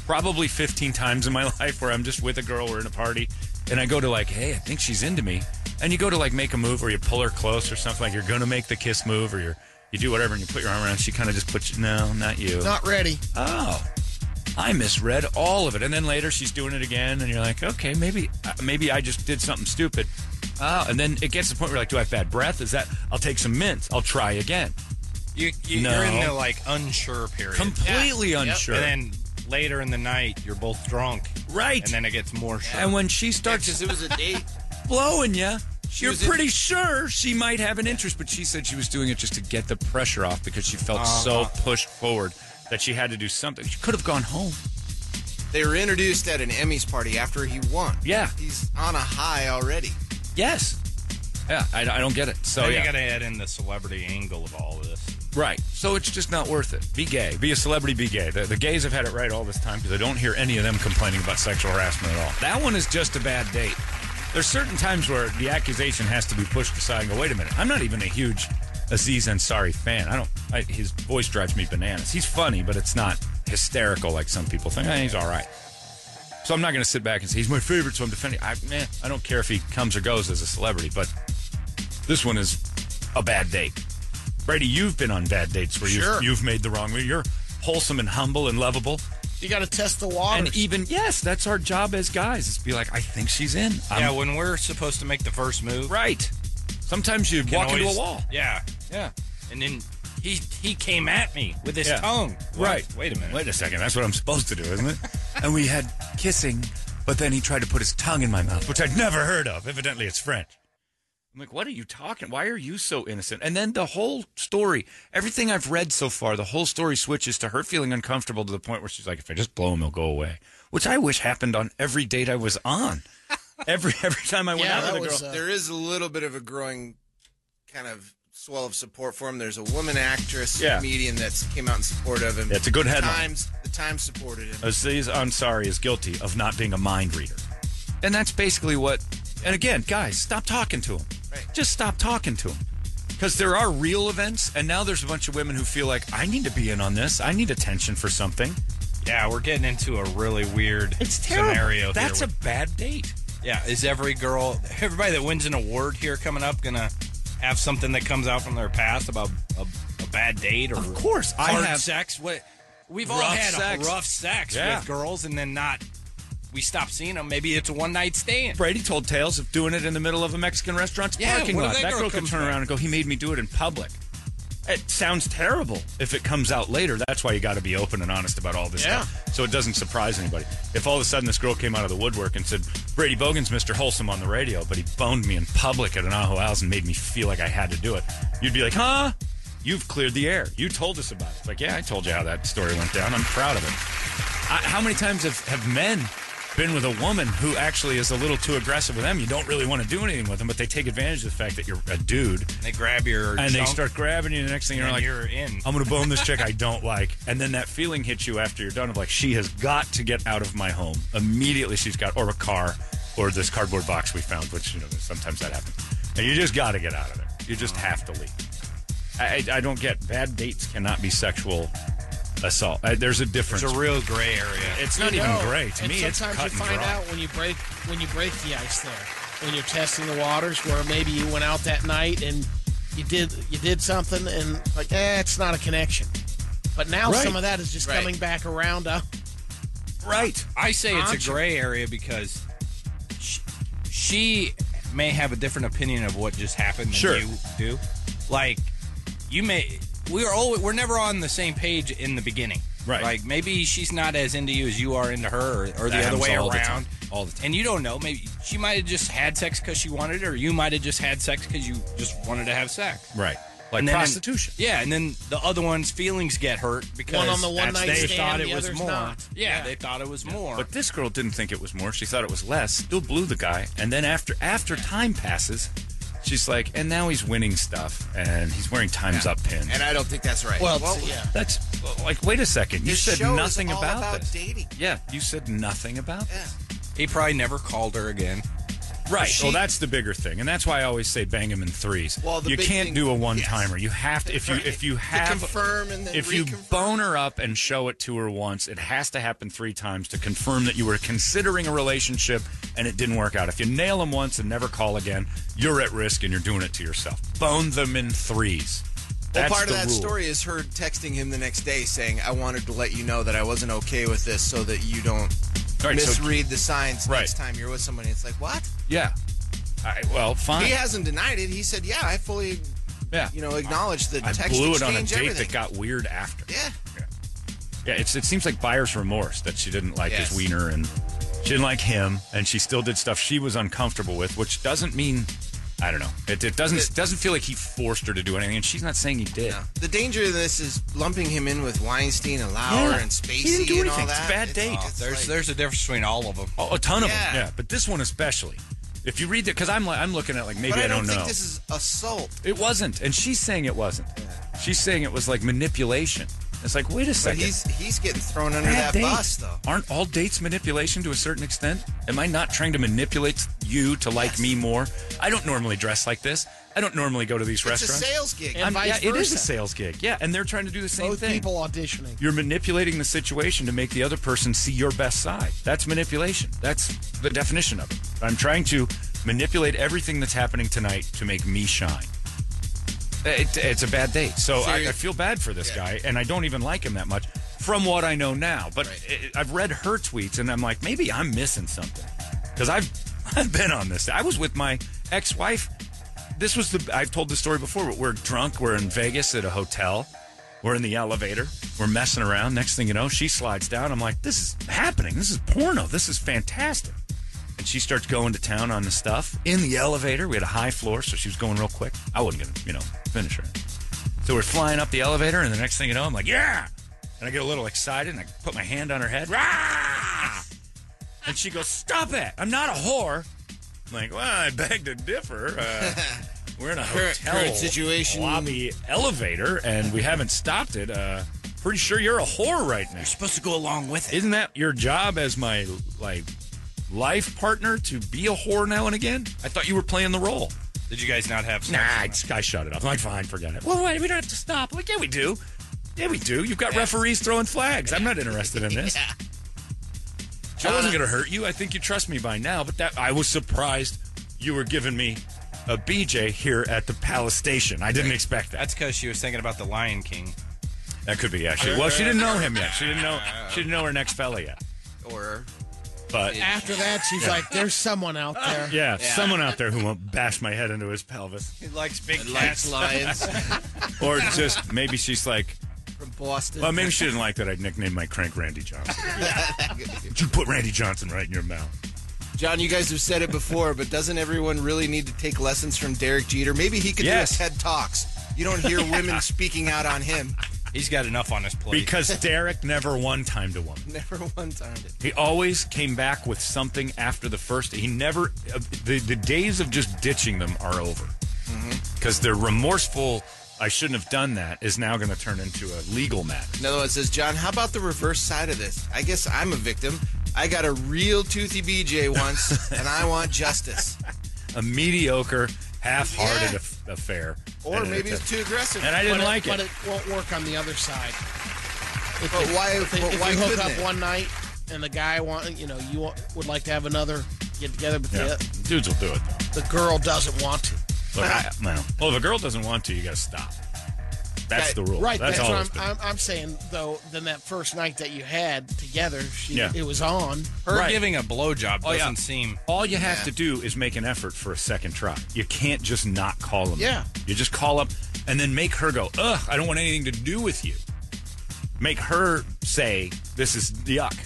S1: probably 15 times in my life where I'm just with a girl, we're in a party, and I go to like, hey, I think she's into me. And you go to like make a move or you pull her close or something, like you're going to make the kiss move or you're, you do whatever and you put your arm around. She kind of just puts you, no, not you.
S3: Not ready.
S1: Oh, I misread all of it. And then later she's doing it again, and you're like, okay, maybe uh, maybe I just did something stupid. Oh, and then it gets to the point where you're like, do I have bad breath? Is that, I'll take some mints. I'll try again.
S5: You, you,
S1: No.
S5: You're in the like unsure period.
S1: Completely unsure.
S5: And then later in the night, you're both drunk.
S1: Right.
S5: And then it gets more sure.
S1: And when she starts
S2: Because it was a date.
S1: blowing you, you're
S2: was in-
S1: pretty sure she might have an interest, but she said she was doing it just to get the pressure off because she felt so pushed forward that she had to do something. She could have gone home.
S2: They were introduced at an Emmys party after he won.
S1: Yeah.
S2: He's on a high already.
S1: Yes. Yeah, I, I don't get it. So,
S5: Then
S1: yeah.
S5: you got to add in the celebrity angle of all of this.
S1: right. So it's just not worth it. Be gay. Be a celebrity, be gay. The, the gays have had it right all this time because I don't hear any of them complaining about sexual harassment at all. That one is just a bad date. There's certain times where the accusation has to be pushed aside and go, wait a minute, I'm not even a huge Aziz Ansari fan. I don't, I, his voice drives me bananas. He's funny, but it's not hysterical like some people think. Eh, he's all right. So I'm not going to sit back and say he's my favorite, so I'm defending. I, meh, I don't care if he comes or goes as a celebrity, but this one is a bad date. Brady, you've been on bad dates where
S3: Sure.
S1: you've, you've made the wrong move. You're wholesome and humble and lovable.
S3: You got to test the water.
S1: And even, yes, that's our job as guys is be like, I think she's in. I'm
S5: yeah, when we're supposed to make the first move,
S1: right. Sometimes you
S5: can
S1: walk into
S5: always-
S1: a wall.
S5: Yeah,
S1: Yeah.
S5: and then he he came at me with his
S1: Yeah.
S5: tongue.
S1: Right.
S5: Wait a minute.
S1: Wait a second. That's what I'm supposed to do, isn't it? and we had kissing, but then he tried to put his tongue in my mouth, which I'd never heard of. Evidently, it's French. I'm like, what are you talking? Why are you so innocent? And then the whole story, everything I've read so far, the whole story switches to her feeling uncomfortable to the point where she's like, if I just blow him, he'll go away, which I wish happened on every date I was on. Every every time I went
S3: Yeah,
S1: out
S3: that
S1: with a girl,
S3: was, uh,
S2: there is a little bit of a growing kind of swell of support for him. There's a woman actress,
S1: Yeah.
S2: comedian that's came out in support of him.
S1: Yeah, it's a good
S2: The
S1: headline.
S2: Times, the Times supported him.
S1: Aziz Ansari is guilty of not being a mind reader. And that's basically what. And again, guys, stop talking to him.
S2: Right.
S1: Just stop talking to him. Because there are real events, and now there's a bunch of women who feel like, I need to be in on this. I need attention for something.
S5: Yeah, we're getting into a really weird
S1: It's terrible.
S5: scenario.
S1: That's
S5: here
S1: a bad date.
S5: with- yeah. Is every girl, everybody that wins an award here coming up, gonna have something that comes out from their past about a, a bad date or
S1: Of course, I
S5: hard
S1: have-
S5: sex? What we've all
S1: Rough
S5: had
S1: sex.
S5: rough sex
S1: Yeah.
S5: with girls, and then not. We stop seeing them. Maybe it's a one night stand.
S1: Brady told tales of doing it in the middle of a Mexican restaurant's
S5: Yeah,
S1: parking
S5: what if
S1: lot.
S5: that
S1: That
S5: girl
S1: girl could
S5: comes
S1: turn
S5: back?
S1: around and go, He made me do it in public. It sounds terrible if it comes out later. That's why you got to be open and honest about all this
S3: Yeah.
S1: stuff. So it doesn't surprise anybody. If all of a sudden this girl came out of the woodwork and said, Brady Bogan's Mr. Wholesome on the radio, but he boned me in public at an Aho House and made me feel like I had to do it, you'd be like, Huh? You've cleared the air. You told us about it. It's like, yeah, I told you how that story went down. I'm proud of it. I, how many times have, have men been with a woman who actually is a little too aggressive with them? You don't really want to do anything with them, but they take advantage of the fact that you're a dude
S5: They grab your
S1: and they
S5: junk,
S1: start grabbing you. The next thing
S5: and
S1: you're like,
S5: you're in.
S1: I'm going to bone this chick I don't like. And then that feeling hits you after you're done of like, she has got to get out of my home. Immediately she's got, or a car, or this cardboard box we found, which, you know, sometimes that happens. And you just got to get out of there. You just have to leave. I, I, I don't get bad dates cannot be sexual assault. I, there's a difference.
S5: It's a real gray area.
S1: It's not
S3: You
S1: even
S3: know,
S1: great. To
S3: and
S1: me, it's
S3: sometimes
S1: cut
S3: you
S1: and
S3: find
S1: dry.
S3: out when you break when you break the ice there, when you're testing the waters, where maybe you went out that night and you did you did something and like, eh, it's not a connection. But now
S1: Right.
S3: some of that is just
S2: Right.
S3: coming back around. Up,
S1: Right.
S5: I say it's
S3: Contra-
S5: a gray area because sh- she may have a different opinion of what just happened than
S1: Sure.
S5: you do. Like you may we're always we're never on the same page in the beginning.
S1: Right.
S5: Like maybe she's not as into you as you are into her or, or the
S1: That
S5: other way
S1: happens all the
S5: around.
S1: time. All the time.
S5: And you don't know. Maybe she might have just had sex because she wanted it, or you might have just had sex because you just wanted to have sex.
S1: Right. Like
S5: And then-
S1: prostitution.
S5: yeah, and then the other one's feelings get hurt because
S3: One on the one
S5: that's-
S3: night
S5: they
S3: stand,
S5: thought it
S3: the
S5: was
S3: other's
S5: more.
S3: not.
S5: Yeah, they thought it was more.
S1: But this girl didn't think it was more. She thought it was less. Still blew the guy. And then after after time passes, she's like, and now he's winning stuff, and he's wearing times up pins.
S2: And I don't think that's right.
S3: well, yeah.
S1: That's like, wait a second. You
S2: This
S1: said
S2: show is
S1: nothing
S2: all
S1: about,
S2: about
S1: this.
S2: dating.
S1: Yeah, you said nothing about
S2: Yeah.
S1: this.
S5: He probably never called her again.
S1: Right.
S3: She-
S1: well, that's the bigger thing, and that's why I always say bang them in threes.
S2: Well, the
S1: you
S2: big
S1: can't
S2: thing-
S1: do a one timer.
S2: yes.
S1: You have to if you if you have
S2: confirm and then
S1: if you
S2: reconfirm.
S1: bone her up and show it to her once, it has to happen three times to confirm that you were considering a relationship and it didn't work out. If you nail them once and never call again, you're at risk and you're doing it to yourself. Bone them in threes.
S2: Well,
S1: That's
S2: part of
S1: the
S2: that
S1: rule.
S2: story is her texting him the next day saying, I wanted to let you know that I wasn't okay with this so that you don't
S1: Right, so-
S2: misread the signs
S1: Right.
S2: next time you're with somebody. It's like, what?
S1: Yeah. I, well, fine.
S2: He hasn't denied it. He said, yeah, I fully,
S1: yeah.
S2: you know, acknowledge the
S1: I
S2: text
S1: blew it
S2: exchange,
S1: on a date
S2: everything.
S1: that got weird after.
S2: yeah.
S1: Yeah, it's, it seems like buyer's remorse that she didn't like
S2: Yes.
S1: his wiener and she didn't like him, and she still did stuff she was uncomfortable with, which doesn't mean I don't know. It, it doesn't
S2: It-
S1: doesn't feel like he forced her to do anything, and she's not saying he did.
S2: No. The danger of this is lumping him in with Weinstein and Lauer
S1: Yeah.
S2: and Spacey
S1: He didn't do
S2: and all
S1: anything. It's
S2: that.
S1: a bad date.
S2: it's
S5: There's
S2: like-
S5: there's a difference between all of them.
S1: A, a ton of
S2: Yeah.
S1: them, yeah, but this one especially. If you read that, because I'm like I'm looking at like maybe
S2: but I don't,
S1: know.
S2: think this is assault.
S1: it wasn't, and she's saying it wasn't. She's saying it was like manipulation. It's like wait a
S2: But
S1: second.
S2: he's he's getting thrown under
S1: Bad
S2: that
S1: date.
S2: bus though.
S1: Aren't all dates manipulation to a certain extent? Am I not trying to manipulate you to like me more? I don't normally dress like this. I don't normally go to these
S2: It's a
S1: restaurants.
S2: sales gig.
S3: And-
S1: I'm- yeah,
S3: vice
S1: it is a
S3: versa.
S1: sales gig. Yeah, and they're trying to do the same
S3: Both
S1: thing.
S3: people auditioning.
S1: You're manipulating the situation to make the other person see your best side. That's manipulation. That's the definition of it. I'm trying to manipulate everything that's happening tonight to make me shine. It, it's a bad date. So I, I feel bad for this guy, and I don't even like him that much from what I know now. But i I've read her tweets, and I'm like, maybe I'm missing something because I've I've been on this. I was with my ex-wife. This was the I've told this story before, but we're drunk. We're in Vegas at a hotel. We're in the elevator. We're messing around. Next thing you know, she slides down. I'm like, this is happening. This is porno. This is fantastic. And she starts going to town on the stuff in the elevator. We had a high floor, so she was going real quick. I wasn't gonna, you know, finish her. So we're flying up the elevator, and the next thing you know, I'm like, yeah. And I get a little excited, and I put my hand on her head. Rah! And she goes, stop it. I'm not a whore. I'm like, well, I beg to differ. Uh, we're in a
S2: Current-
S1: hotel
S2: current situation-
S1: lobby elevator, and we haven't stopped it. Uh, pretty sure you're a whore right now.
S5: Supposed to go along with
S1: Isn't that your job as my like life partner to be a whore now and again? I thought you were playing the role.
S5: Did you guys not have? sex
S1: Nah,
S5: on
S1: I,
S5: that?
S1: just- I shut it off. I'm like, fine, forget it. Well, wait, we don't have to stop. Like, yeah, we do. Yeah, we do. You've got referees throwing flags. I'm not interested in this. I wasn't going to hurt you. I think you trust me by now. But that I was surprised you were giving me a BJ here at the Palace Station. I didn't expect that.
S5: That's because she was thinking about the Lion King.
S1: That could be actually. Well, she didn't know him yet. She didn't know. She didn't know her next fella yet.
S2: Or
S1: But
S3: After that, she's like, "There's someone out there."
S1: yeah, someone out there who won't bash my head into his pelvis,
S5: He likes big
S2: likes lions
S1: or just maybe she's like,
S2: from Boston.
S1: well, maybe she didn't like that I nicknamed my crank Randy Johnson. you put Randy Johnson right in your mouth.
S2: John, you guys have said it before, but doesn't everyone really need to take lessons from Derek Jeter? Maybe he could
S1: Yes.
S2: do a TED Talks. You don't hear women speaking out on him.
S5: He's got enough on his plate.
S1: Because Derek never one timed a woman.
S2: Never one time did.
S1: He always came back with something after the first. He never. Uh, the the days of just ditching them are over. Because their remorseful, I shouldn't have done that, is now going to turn into a legal matter.
S2: Another one says, John, how about the reverse side of this? I guess I'm a victim. I got a real toothy BJ once, and I want justice.
S1: A mediocre, half-hearted
S2: Yeah.
S1: aff- affair.
S2: Or
S1: And it-
S2: maybe it's too aggressive.
S1: And I didn't
S3: but
S1: like
S3: But
S1: it.
S3: it won't work on the other side. If
S2: But
S3: they-
S2: why-
S3: If they,
S2: but
S3: if
S2: why
S3: you hook
S2: couldn't
S3: up
S2: it?
S3: one night and the guy want, you know, you want, would like to have another get together, but
S1: Yeah. Dudes will do it. though.
S3: the, the girl doesn't want to.
S1: Look, I, no. Well, if a girl doesn't want to, you got to stop. That's
S2: That-
S1: the rule.
S3: Right.
S1: That's,
S3: That's,
S1: all.
S3: what
S1: it's been.
S3: I'm, I'm, I'm saying though. Then that first night that you had together, she,
S1: Yeah.
S3: it was on.
S5: Her
S1: Right.
S5: giving a blowjob
S1: Oh,
S5: doesn't
S1: yeah.
S5: seem.
S1: All you have to do is make an effort for a second try. You can't just not call him.
S3: Yeah.
S1: You just call up and then make her go, ugh, I don't want anything to do with you. Make her say, this is yuck.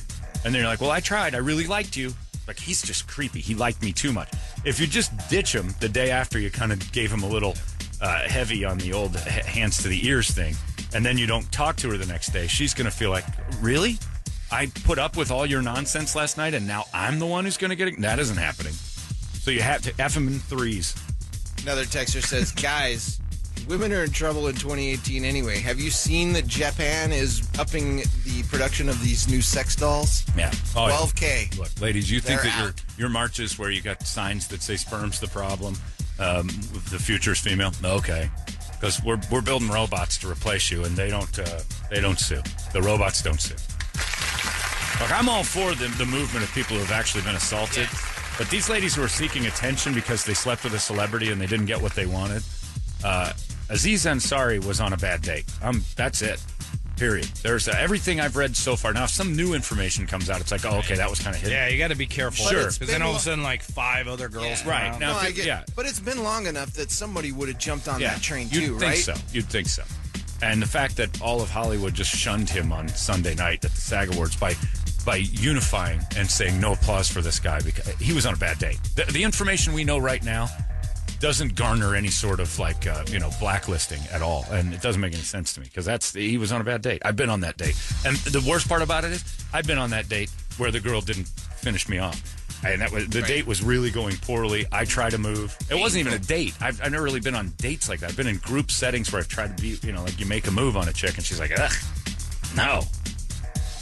S1: And then you're like, well, I tried. I really liked you. Like, he's just creepy. He liked me too much. If you just ditch him the day after you kind of gave him a little uh, heavy on the old h- hands to the ears thing, and then you don't talk to her the next day, she's going to feel like, really? I put up with all your nonsense last night, and now I'm the one who's going to get it? That isn't happening. So you have to F him in threes.
S2: Another texter says, guys, Women are in trouble in 2018 anyway. Have you seen that Japan is upping the production of these new sex dolls?
S1: Yeah. Oh, yeah.
S2: 12K.
S1: Look, ladies, you think
S2: They're
S1: that your
S2: out.
S1: your marches where you got signs that say sperm's the problem, um, the future's female. No, Okay, because we're we're building robots to replace you, and they don't uh, they don't sue. The robots don't sue. Look, I'm all for the, the movement of people who have actually been assaulted, but these ladies who are seeking attention because they slept with a celebrity and they didn't get what they wanted. Uh, Aziz Ansari was on a bad date. Um, that's it. Period. There's uh, everything I've read so far. Now, if some new information comes out, it's like, oh, okay, that was kind of hidden.
S5: Yeah, you got to be careful.
S1: Sure.
S5: Because then all of a sudden, like five other girls.
S2: Yeah.
S5: come
S1: Right.
S5: out.
S1: Now,
S2: No,
S1: if
S2: I
S1: it-
S2: get,
S1: yeah.
S2: But it's been long enough that somebody would have jumped on that train
S1: You'd
S2: too,
S1: think
S2: right?
S1: so. You'd think so. And the fact that all of Hollywood just shunned him on Sunday night at the SAG Awards by by unifying and saying no applause for this guy because he was on a bad day. The, the information we know right now doesn't garner any sort of like uh, you know blacklisting at all, and it doesn't make any sense to me because that's he was on a bad date. I've been on that date, and the worst part about it is I've been on that date where the girl didn't finish me off, and that was the date was really going poorly. I tried to move. It wasn't even a date. I've, I've never really been on dates like that. I've been in group settings where I've tried to be you know like you make a move on a chick and she's like ugh, no.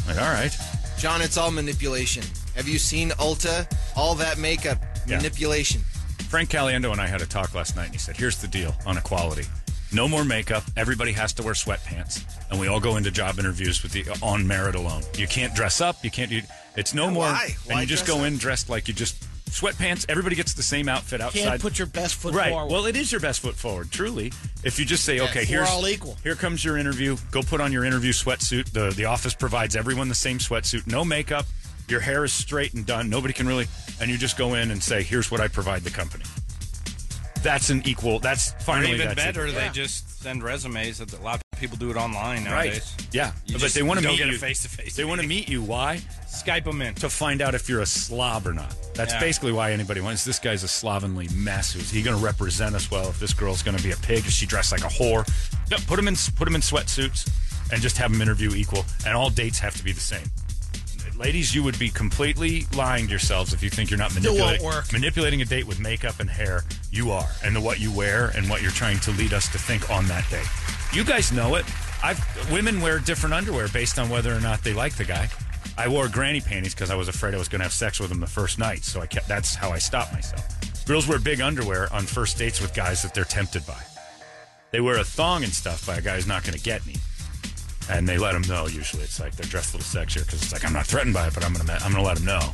S1: I'm like all right,
S2: John, it's all manipulation. Have you seen Ulta? All that makeup,
S1: Yeah.
S2: manipulation.
S1: Frank Caliendo and I had a talk last night, and he said, "Here's the deal on equality: no more makeup. Everybody has to wear sweatpants, and we all go into job interviews with the on merit alone. You can't dress up. You can't. You, it's no more.
S2: Why?
S1: and
S2: Why
S1: you just
S2: dress
S1: go
S2: up?
S1: in dressed like you just sweatpants. Everybody gets the same outfit outside.
S3: Can't put your best foot
S1: right.
S3: forward.
S1: Well, it is your best foot forward, truly. If you just say, okay,
S3: we're
S1: here's
S3: all equal.
S1: Here comes your interview. Go put on your interview sweatsuit. The the office provides everyone the same sweatsuit, no makeup. Your hair is straight and done. Nobody can really, and you just go in and say, here's what I provide the company. That's an equal. That's
S5: Or
S1: finally
S5: even
S1: that's
S5: better,
S1: equal.
S5: they just send resumes. That a lot of people do it online
S1: Right.
S5: nowadays.
S1: Yeah.
S5: You
S1: but
S5: just
S1: they want to
S5: don't
S1: meet
S5: get a
S1: you
S5: face-to-face
S1: They want to meet you. Why?
S5: Skype them in.
S1: to find out if you're a slob or not. That's
S5: Yeah.
S1: basically why anybody wants. This guy's a slovenly mess. Is he going to represent us well? If this girl's going to be a pig, is she dressed like a whore? No, put him in put him in sweatsuits and just have him interview equal, and all dates have to be the same. Ladies, you would be completely lying to yourselves if you think you're not
S3: Still won't
S1: manipulating
S3: work.
S1: manipulating a date with makeup and hair. You are, and the what you wear and what you're trying to lead us to think on that day. You guys know it. I've women wear different underwear based on whether or not they like the guy. I wore granny panties because I was afraid I was going to have sex with him the first night, so I kept. That's how I stopped myself. Girls wear big underwear on first dates with guys that they're tempted by. They wear a thong and stuff by a guy who's not going to get me and they let them know. Usually, it's like they're dressed a little sexier because it's like I'm not threatened by it, but I'm gonna I'm gonna let them know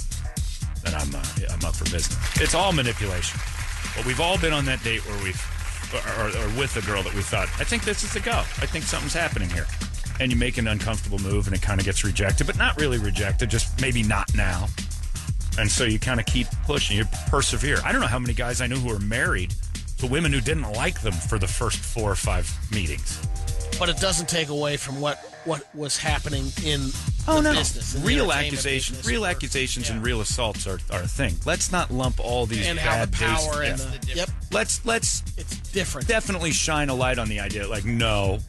S1: that I'm uh, I'm up for business. It's all manipulation. But we've all been on that date where we've or, or, or with a girl that we thought I think this is the go. I think something's happening here, and you make an uncomfortable move, and it kind of gets rejected, but not really rejected, just maybe not now. And so you kind of keep pushing, you persevere. I don't know how many guys I knew who were married to women who didn't like them for the first four or five meetings.
S3: but it doesn't take away from what what was happening in
S1: Oh
S3: the
S1: no!
S3: business, in the
S1: real
S3: entertainment
S1: accusations,
S3: business.
S1: real accusations,
S3: Yeah.
S1: and real assaults are, are a thing. Let's not lump all these
S3: and how
S1: bad
S3: the power
S1: days-
S3: and
S1: Yeah.
S3: the, yep,
S1: Let's let's
S3: it's different.
S1: definitely shine a light on the idea. Like, no,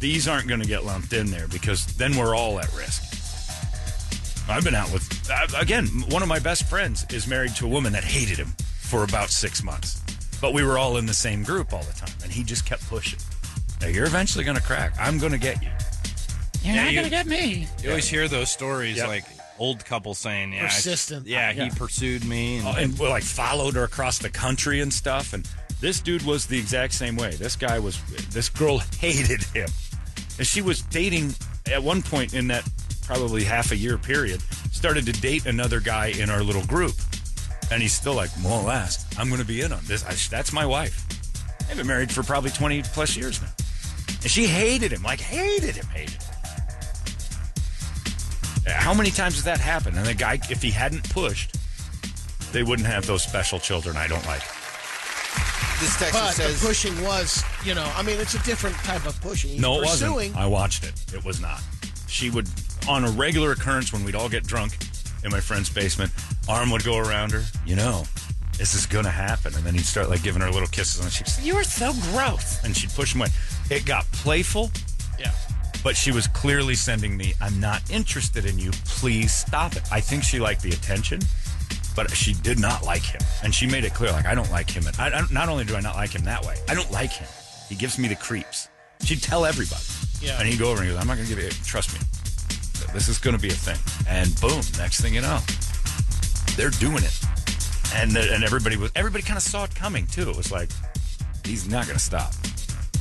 S1: these aren't going to get lumped in there because then we're all at risk. I've been out with I, again. One of my best friends is married to a woman that hated him for about six months, but we were all in the same group all the time, and he just kept pushing. Now you're eventually going to crack. I'm going to get you.
S5: You're not gonna
S6: get me.
S5: You always hear those stories
S1: Yep.
S5: like old couples saying, "Yeah, I-
S3: Persistent.
S5: yeah,
S1: Yeah.
S5: he pursued me." And,
S1: Oh, and well, like followed her across the country and stuff. And this dude was the exact same way. This guy was. This girl hated him, and she was dating at one point in that probably half a year period. Started to date another guy in our little group, and he's still like, "Won't last. I'm going to be in on this. I, that's my wife. They've been married for probably 20 plus years now, and she hated him. Like hated him. Hated." him. How many times has that happened? And the guy, if he hadn't pushed, they wouldn't have those special children I don't like.
S2: This text
S3: But
S2: says
S3: the pushing was, you know, I mean, it's a different type of pushing. He's
S1: No, it
S3: pursuing.
S1: wasn't. I watched it. It was not. She would, on a regular occurrence when we'd all get drunk in my friend's basement, arm would go around her. You know, this is going to happen. And then he'd start like giving her little kisses and she'd say, You are so gross. And she'd push him away. It got playful,
S3: Yeah.
S1: but she was clearly sending me, I'm not interested in you. Please stop it. I think she liked the attention, but she did not like him. And she made it clear, like, I don't like him. And I, I, don't- not only do I not like him that way, I don't like him. He gives me the creeps. She'd tell everybody.
S3: Yeah.
S1: And he'd go over and he goes, I'm not going to give you, trust me, this is going to be a thing. And boom, next thing you know, they're doing it. And, the- and everybody was, everybody kind of saw it coming too. It was like, he's not going to stop.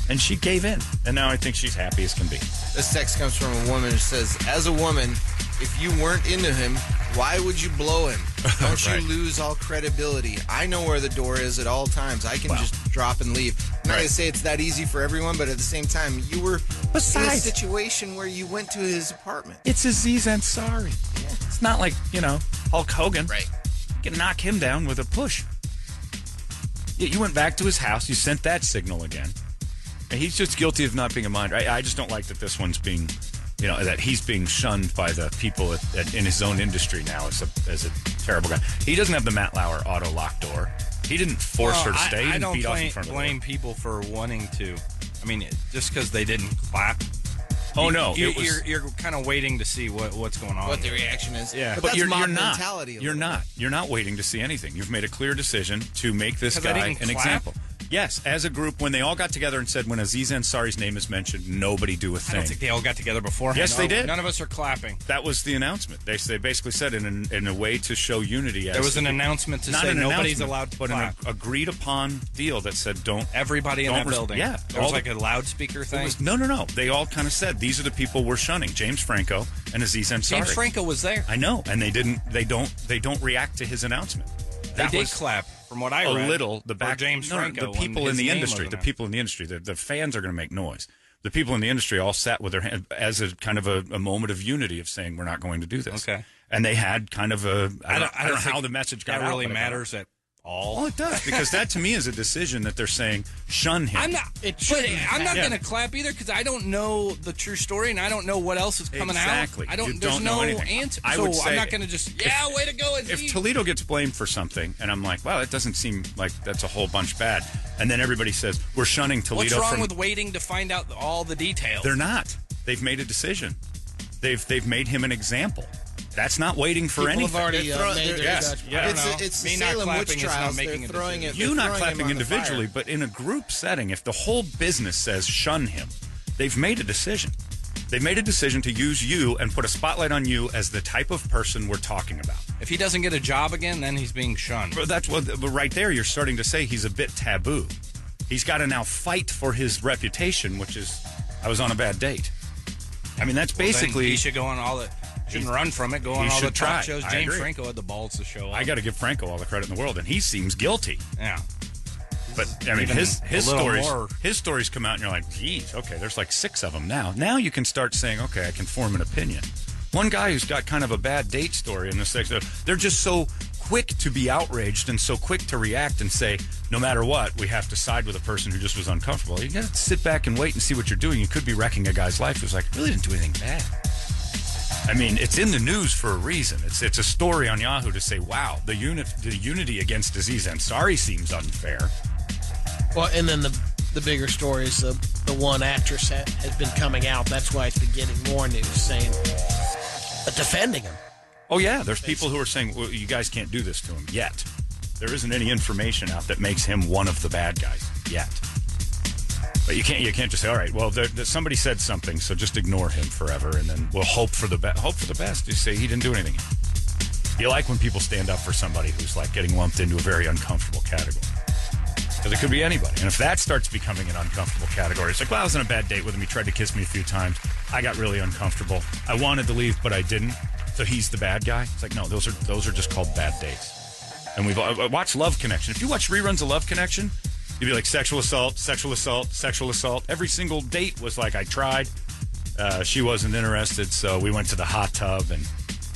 S1: And she gave in. And now I think she's happy as can be.
S2: This text comes from a woman who says, As a woman, if you weren't into him, why would you blow him? Don't
S1: Right.
S2: you lose all credibility? I know where the door is at all times. I can just drop and leave. I'm not
S1: Right.
S2: going to say it's that easy for everyone, but at the same time, you were in a
S1: Besides-
S2: situation where you went to his apartment.
S1: It's Aziz Ansari. It's not like, you know, Hulk Hogan. You can knock him down with a push. You, you went back to his house. You sent that signal again. And he's just guilty of not being a mind. I, I just don't like that this one's being, you know, that he's being shunned by the people at, at, in his own industry now as a, as a terrible guy. He doesn't have the Matt Lauer auto lock door. He didn't force her to
S5: Well, I-
S1: stay. He
S5: I,
S1: didn't
S5: don't
S1: beat off in
S5: blame-
S1: front of her.
S5: blame people for wanting to. I mean, it- just because they didn't clap.
S1: Oh,
S5: you-
S1: no.
S5: You,
S1: it was,
S5: are you're kind of waiting to see what, what's going on.
S2: What the reaction is.
S5: Yeah.
S2: But,
S5: But
S2: that's
S1: you're,
S2: mob
S1: you're not.
S2: mentality. a
S1: You're
S2: little
S1: not. You're not waiting to see anything. You've made a clear decision to make this
S5: 'Cause I
S1: guy an
S5: didn't clap?
S1: example. Yes, as a group, when they all got together and said, "When Aziz Ansari's name is mentioned, nobody do a
S5: I
S1: thing."
S5: don't think they all got together beforehand.
S1: Yes, they
S5: No,
S1: did.
S5: None of us are clapping.
S1: that was the announcement. They, they basically said in, an, in a way to show unity. As
S5: There was an announcement to
S1: not
S5: say
S1: an
S5: nobody's
S1: announcement,
S5: allowed to
S1: but
S5: clap.
S1: an agreed upon deal that said, "Don't."
S5: Everybody in
S1: Don't
S5: that
S1: res-
S5: building.
S1: yeah,
S5: There
S1: all
S5: was
S1: the-
S5: like a loudspeaker
S1: It
S5: thing.
S1: was- no, no, no. They all kind of said, "These are the people we're shunning: James Franco and Aziz Ansari."
S5: James Franco was there.
S1: I know, and they didn't. They don't. They don't react to his announcement.
S5: They
S1: That
S5: did
S1: was-
S5: clap, from what I
S1: a
S5: read.
S1: little the
S5: for
S1: back
S5: James
S1: no, no,
S5: Franco.
S1: the
S5: when
S1: people in
S5: his
S1: the
S5: name
S1: industry,
S5: wasn't
S1: the
S5: out.
S1: people in the industry, the, the fans are going to make noise. The people in the industry all sat with their hand as a kind of a, a moment of unity of saying we're not going to do this.
S5: Okay.
S1: and they had kind of a I don't, I don't, know
S5: think
S1: how the message got
S5: that
S1: out,
S5: really
S1: but it got out.
S5: matters at all.
S1: Well, it does because that to me is a decision that they're saying shun him.
S5: I'm not.
S3: It
S5: but
S3: shouldn't
S5: I'm not
S1: matter.
S5: going to clap either because I don't know the true story and I don't know what else is coming
S1: Exactly.
S5: out. I
S1: You
S5: don't. There's
S1: don't know
S5: no
S1: anything.
S5: answer.
S1: I
S5: so
S1: would say
S5: I'm not going to just. Yeah, way to go. Aziz.
S1: if Toledo gets blamed for something, and I'm like, wow, that doesn't seem like that's a whole bunch bad, and then everybody says we're shunning Toledo
S5: What's wrong
S1: from
S5: with waiting to find out all the details?
S1: They're not. They've made a decision. They've they've made him an example. That's not waiting for
S3: People have
S1: anything.
S3: already uh,
S2: Throw-
S3: made
S2: they're-
S3: their
S1: yes,
S3: judgment.
S1: yeah.
S2: bit.
S1: I
S2: It's,
S5: don't
S2: a-
S5: know.
S2: it's the
S5: Me not
S2: Salem
S5: clapping
S2: witch
S5: is not
S2: trials. They're
S5: making a
S2: throwing it.
S5: decision.
S2: they're
S1: you not
S2: throwing him
S1: clapping
S2: on the fire.
S1: individually, but in a group setting, if the whole business says shun him, they've made a decision. They've made a decision to use you and put a spotlight on you as the type of person we're talking about.
S5: if he doesn't get a job again, then he's being shunned.
S1: But that's what. But right there, you're starting to say he's a bit taboo. He's got to now fight for his reputation, which is, I was on a bad date. I mean, that's
S5: Well, then
S1: basically.
S5: he should go on all the. Shouldn't run from it. Go on
S1: he
S5: all the
S1: should
S5: top
S1: try.
S5: shows.
S1: I
S5: James
S1: agree.
S5: Franco had the balls to show up.
S1: I got to give Franco all the credit in the world, and he seems guilty.
S5: yeah.
S1: But I mean,
S5: Even
S1: his
S5: a
S1: his
S5: little
S1: stories
S5: more.
S1: his stories come out, and you're like, geez, okay, there's like six of them now. Now you can start saying, okay, I can form an opinion. One guy who's got kind of a bad date story in this thing, they're- they're just so quick to be outraged and so quick to react and say, no matter what, we have to side with a person who just was uncomfortable. You got to sit back and wait and see what you're doing. You could be wrecking a guy's life who's like, really didn't do anything bad. I mean, it's in the news for a reason. It's it's a story on Yahoo to say, wow, the unit the unity against disease Ansari seems unfair.
S3: Well, and then the the bigger story is the the one actress ha, has been coming out. That's why it's been getting more news, saying uh, defending him.
S1: Oh yeah, there's people who are saying well, you guys can't do this to him yet. There isn't any information out that makes him one of the bad guys yet. But you can't you can't just say all right. Well, there, there, somebody said something, so just ignore him forever, and then we'll hope for the best. Hope for the best. You say he didn't do anything. You like when people stand up for somebody who's like getting lumped into a very uncomfortable category. Because it could be anybody. And if that starts becoming an uncomfortable category, it's like, well, I was on a bad date with him. He tried to kiss me a few times. I got really uncomfortable. I wanted to leave, but I didn't. So he's the bad guy. It's like, no, those are those are just called bad dates. And we've uh, watched Love Connection. If you watch reruns of Love Connection, you'd be like sexual assault, sexual assault, sexual assault. Every single date was like, I tried. Uh, she wasn't interested, so we went to the hot tub and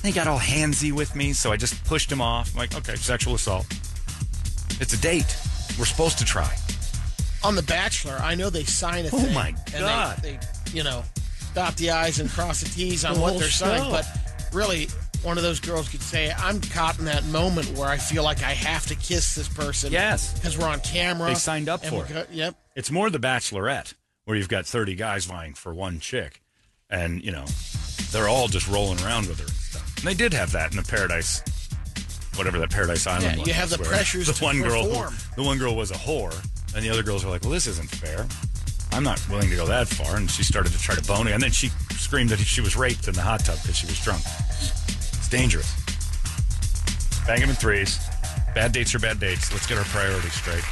S1: he got all handsy with me. So I just pushed him off. I'm like, okay, sexual assault. It's a date. We're supposed to try.
S3: On The Bachelor, I know they sign a
S1: Oh,
S3: thing.
S1: my
S3: and they-
S1: God.
S3: they, you know, dot the I's and cross the T's on
S1: The
S3: what
S1: whole
S3: they're signing.
S1: show.
S3: But really, one of those girls could say, I'm caught in that moment where I feel like I have to kiss this person.
S1: Yes.
S3: Because we're on camera.
S1: They signed up
S3: and
S1: for
S3: we
S1: it.
S3: go- Yep.
S1: It's more the Bachelorette, where you've got 30 guys vying for one chick, and, you know, they're all just rolling around with her and stuff. And they did have that in the Paradise, whatever that Paradise Island
S3: Yeah,
S1: one
S3: you have
S1: is,
S3: the
S1: where
S3: pressures
S1: the
S3: to
S1: one girl,
S3: perform.
S1: The one girl was a whore, and the other girls were like, well, this isn't fair. I'm not willing to go that far. And she started to try to bone him. And then she screamed that she was raped in the hot tub because she was drunk. It's dangerous. Bang him in threes. Bad dates are bad dates. Let's get our priorities straight.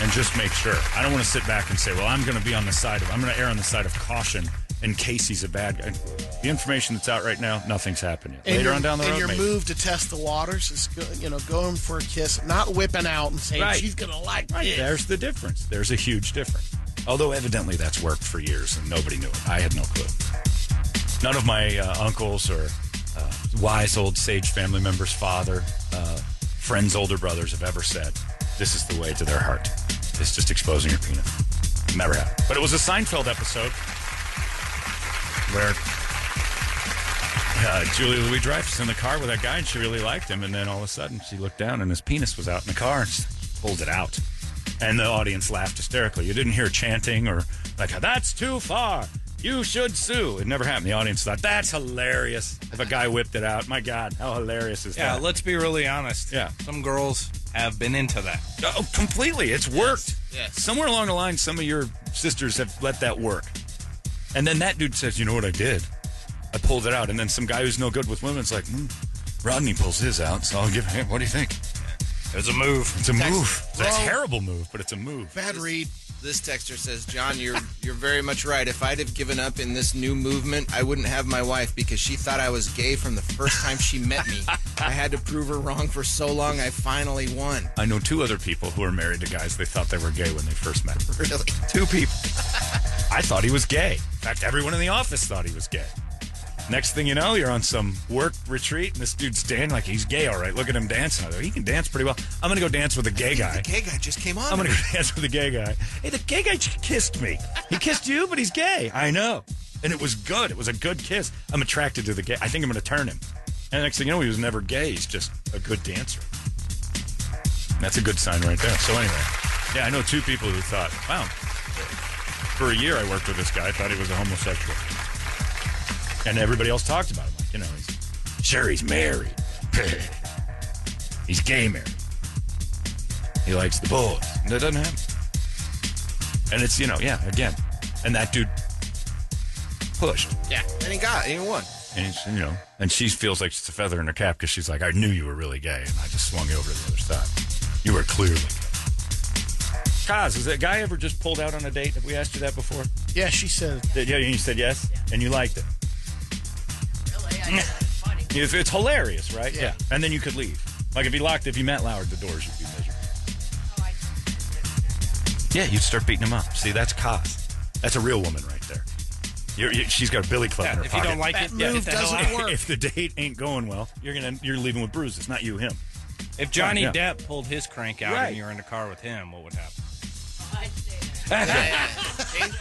S1: And just make sure. I don't want to sit back and say, well, I'm going to be on the side of, I'm going to err on the side of caution in case he's a bad guy. The information that's out right now, nothing's happened yet.
S3: And
S1: Later
S3: your-
S1: on down the
S3: and
S1: road,
S3: your
S1: maybe.
S3: move to test the waters is, go, you know, going for a kiss, not whipping out and saying
S1: Right.
S3: she's gonna like
S1: Right.
S3: this.
S1: There's the difference. There's a huge difference. Although evidently that's worked for years and nobody knew it. I had no clue. None of my uh, uncles or uh, wise old sage family members, father, uh, friends, older brothers have ever said this is the way to their heart. It's just exposing your penis. Never happened. But it was a Seinfeld episode where uh, Julie Louis Dreyfus in the car with that guy, and she really liked him. And then all of a sudden, she looked down, and his penis was out in the car, and she pulled it out. And the audience laughed hysterically. You didn't hear chanting or like, "That's too far. You should sue." It never happened. The audience thought, "That's hilarious." If a guy whipped it out, my God, how hilarious is
S5: Yeah,
S1: that?
S5: Uh, let's be really honest.
S1: Yeah.
S5: Some girls have been into that.
S1: Oh, completely. It's worked.
S2: Yes.
S1: Somewhere along the line, some of your sisters have let that work. And then that dude says, You know what I did? I pulled it out. And then some guy who's no good with women's like, hmm, Rodney pulls his out, so I'll give him. What do you think?
S5: It's a move.
S1: It's a move. It's
S2: Well-
S1: a terrible move, but it's a move.
S3: Bad read.
S2: This texter says, John, you're you're very much right. If I'd have given up in this new movement, I wouldn't have my wife because she thought I was gay from the first time she met me. I had to prove her wrong for so long. I finally won.
S1: I know two other people who are married to guys they thought they were gay when they first met.
S2: Really?
S1: Two people. I thought he was gay. In fact, everyone in the office thought he was gay. Next thing you know, you're on some work retreat, and this dude's dancing like he's gay. All right, look at him dancing. I thought, he can dance pretty well. I'm gonna go dance with a gay guy.
S2: Gay guy just came on.
S1: I'm gonna go dance with a gay guy. Hey, the gay guy ch- kissed me. He kissed you, but he's gay. I know, and it was good. It was a good kiss. I'm attracted to the gay. I think I'm gonna turn him. And next thing you know, he was never gay. He's just a good dancer. That's a good sign right there. So anyway, yeah, I know two people who thought, wow, for a year I worked with this guy. I thought he was a homosexual, and everybody else talked about him. Like, you know, he's sure he's married. he's gay married. He likes the boys. And that doesn't happen. And it's you know, yeah, again, and that dude pushed,
S3: Yeah.
S2: And he got it. He won.
S1: and he's, you know, and she feels like she's a feather in her cap because she's like, I knew you were really gay, and I just swung you over to the other side. You were clearly. gay. Kaz, has that guy ever just pulled out on a date? Have we asked you that before?
S3: Yeah, she said.
S1: That- Yeah, you said yes, and you liked it. If it's hilarious, right? Yeah. And then you could leave. Like if he locked, if he met Loward, the doors would be miserable. Oh, Yeah, you'd start beating him up. See, that's Kaz. That's a real woman right there. You're, you, she's got a billy club in her
S5: if you
S1: pocket.
S5: don't like it,
S3: That
S5: yeah,
S3: move
S5: get the hell
S3: doesn't
S5: out.
S3: work.
S1: if the date ain't going well, you're gonna you're leaving with bruises. Not you, him.
S5: If Johnny
S1: Right,
S5: Depp pulled his crank out
S1: Right.
S5: and you were in the car with him, what would happen?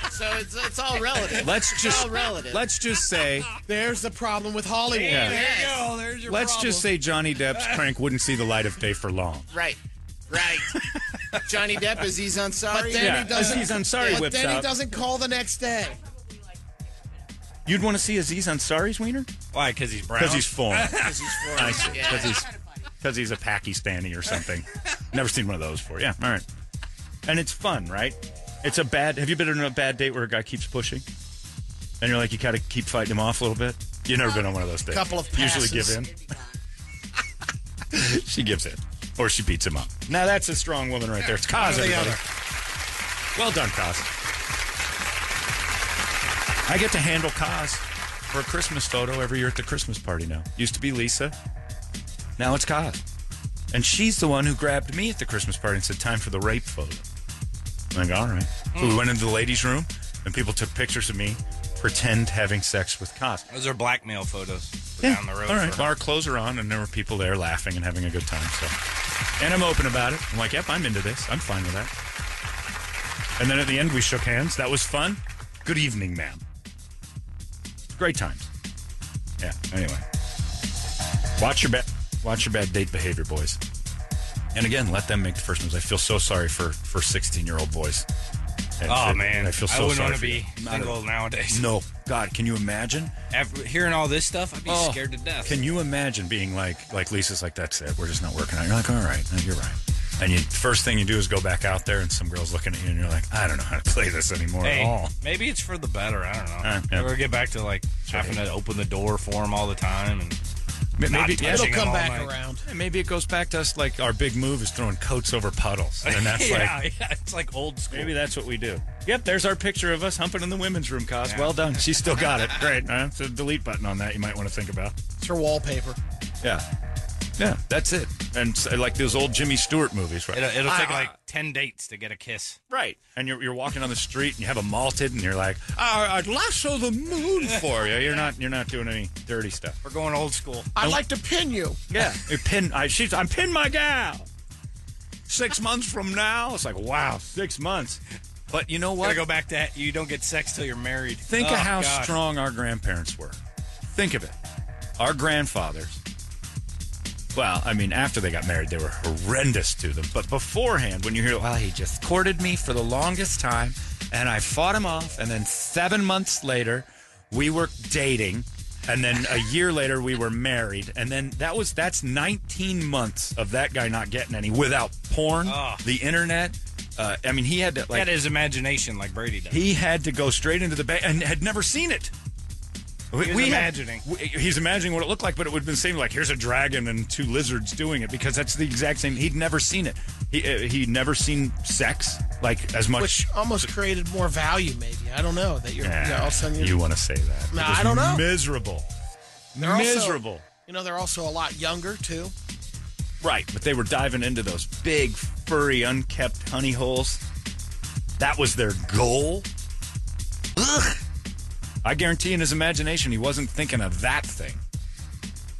S3: so it's, it's all relative.
S1: Oh,
S7: Let's
S3: it's
S7: just
S3: all relative.
S7: let's just say
S3: There's the problem with Hollywood.
S5: you go. There's your
S1: Let's just say Johnny Depp's crank wouldn't see the light of day for long.
S3: Right. Right.
S2: Johnny Depp is he's
S3: But
S2: unsarry.
S3: then
S1: Yeah,
S3: he doesn't.
S1: Aziz Ansari
S3: but
S1: whips
S3: then he
S1: out.
S3: doesn't call the next day.
S1: You'd want to see Aziz Ansari's wiener
S5: Why? Because he's brown.
S1: because he's foreign.
S2: Because he's foreign.
S1: I see. Because he's because he's a Pakistani or something. Never seen one of those before. Yeah. All right. And it's fun, right? It's a bad. Have you been on a bad date where a guy keeps pushing, and you're like, you gotta keep fighting him off a little bit? You've never been on one of those dates.
S3: Couple of
S1: usually give
S3: passes.
S1: in. she gives in, or she beats him up. Now that's a strong woman right there. It's Kaz, everybody. Well done, Kaz. I get to handle Kaz for a Christmas photo every year at the Christmas party now. Used to be Lisa. Now it's Kaz. And she's the one who grabbed me at the Christmas party and said, time for the rape photo. I'm like, all right. So we went into the ladies' room, and people took pictures of me, pretend having sex with Kaz.
S5: Those are blackmail photos for down the road.
S1: All right.
S5: for her.
S1: Our clothes are on, and there were people there laughing and having a good time. So, and I'm open about it. I'm like, yep, I'm into this. I'm fine with that. And then at the end, we shook hands. That was fun. Good evening, ma'am. Great times. Yeah. Anyway, watch your bad, watch your bad date behavior, boys. And again, let them make the first moves. I feel so sorry for for 16 year old boys. And
S5: Oh
S1: it-
S5: man,
S1: I feel so
S5: wouldn't
S1: sorry
S5: want to
S1: for you.
S5: be single nowadays.
S1: No, God, can you imagine?
S5: After hearing all this stuff, I'd be
S1: Oh.
S5: scared to death.
S1: Can you imagine being like like Lisa's like that's it, we're just not working out. You're like, all right, no, you're right. And you, first thing you do is go back out there, and some girl's looking at you, and you're like, I don't know how to play this anymore
S5: Hey,
S1: at all.
S5: maybe it's for the better. I don't know.
S1: right, yeah.
S5: Maybe We'll get back to like having to open the door for him all the time, and
S1: Maybe,
S5: not touching
S3: It'll
S5: them
S3: come
S5: all
S3: back
S5: night.
S3: around.
S1: Yeah, maybe it goes back to us like our big move is throwing coats over puddles, and that's
S5: yeah,
S1: like
S5: yeah, it's like old school.
S1: maybe that's what we do. Yep, there's our picture of us humping in the women's room, Cos. Well done. She's still got it. Great. Uh, it's a delete button on that. You might want to think about.
S3: It's her wallpaper.
S1: Yeah, yeah, that's it. And s like those old Jimmy Stewart movies, right?
S5: It'll, it'll take
S1: Ah,
S5: like ten dates to get a kiss.
S1: Right. And you're, you're walking on the street and you have a malted and you're like, oh, I'd lasso the moon for you. You're not you're not doing any dirty stuff.
S5: We're going old school.
S3: I'd like to pin you.
S1: Yeah. You pin I she's I'm pin my gal. Six months from now. It's like, wow, six months. But you know
S5: Gotta
S1: what?
S5: go back to you don't get sex till you're married.
S1: Think
S5: Oh,
S1: of how
S5: God.
S1: strong our grandparents were. Think of it. Our grandfathers. Well, I mean, after they got married, they were horrendous to them. But beforehand, when you hear, well, he just courted me for the longest time, and I fought him off, and then seven months later, we were dating, and then a year later, we were married, and then that was that's 19 months of that guy not getting any without porn,
S5: Ugh.
S1: the internet. Uh, I mean, he had to like
S5: Ah. He had his imagination like Brady does.
S1: he had to go straight into the bank and had never seen it. We,
S5: was
S1: had-
S5: imagining.
S1: we- he's imagining what it looked like, but it would have been seem like here's a dragon and two lizards doing it because that's the exact same. He'd never seen it. He uh, he'd never seen sex like as much.
S3: Which almost created more value, maybe. I don't know. That you're,
S1: Nah,
S3: yeah, all of a sudden you're,
S1: you want to say that?
S3: Nah,
S1: It was
S3: I don't know.
S1: Miserable,
S3: They're also-
S1: miserable.
S3: you know, they're also a lot younger, too.
S1: Right, but they were diving into those big, furry, unkept honey holes. That was their goal. Ugh. I guarantee in his imagination he wasn't thinking of that thing.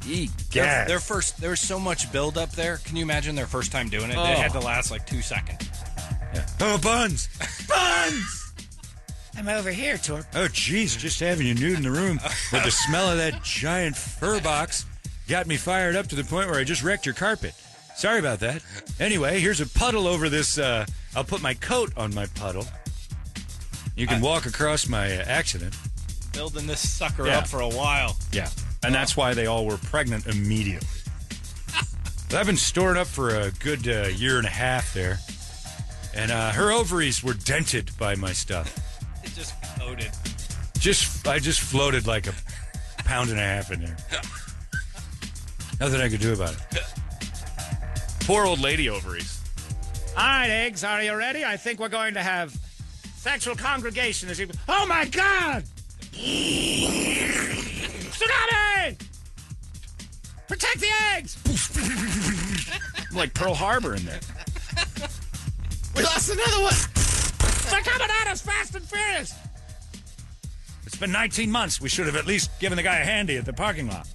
S5: Their-
S1: Yes.
S5: Their first, there was so much build up there. Can you imagine their first time doing it? It had to last like two seconds.
S1: Oh, buns! Buns! I'm over here, Torp. Oh, jeez, just having you nude in the room with the smell of that giant fur box got me fired up to the point where I just wrecked your carpet. Sorry about that. Anyway, here's a puddle over this. Uh, I'll put my coat on my puddle. You can walk across my uh, accident.
S5: Building this sucker
S1: Yeah.
S5: up for a while.
S1: Yeah. And that's why they all were pregnant immediately. But I've been stored up for a good uh, year and a half there. And uh, her ovaries were dented by my stuff.
S5: It just coated.
S1: Just I just floated like a pound and a half in there. Nothing I could do about it. Poor old lady ovaries. All right, eggs, are you ready? I think we're going to have sexual congregation this evening. Oh my God! Tsunami! Protect the eggs! I'm like Pearl Harbor in there.
S2: We lost another one.
S1: They're coming at us fast and furious. It's been 19 months. We should have at least given the guy a handy at the parking lot.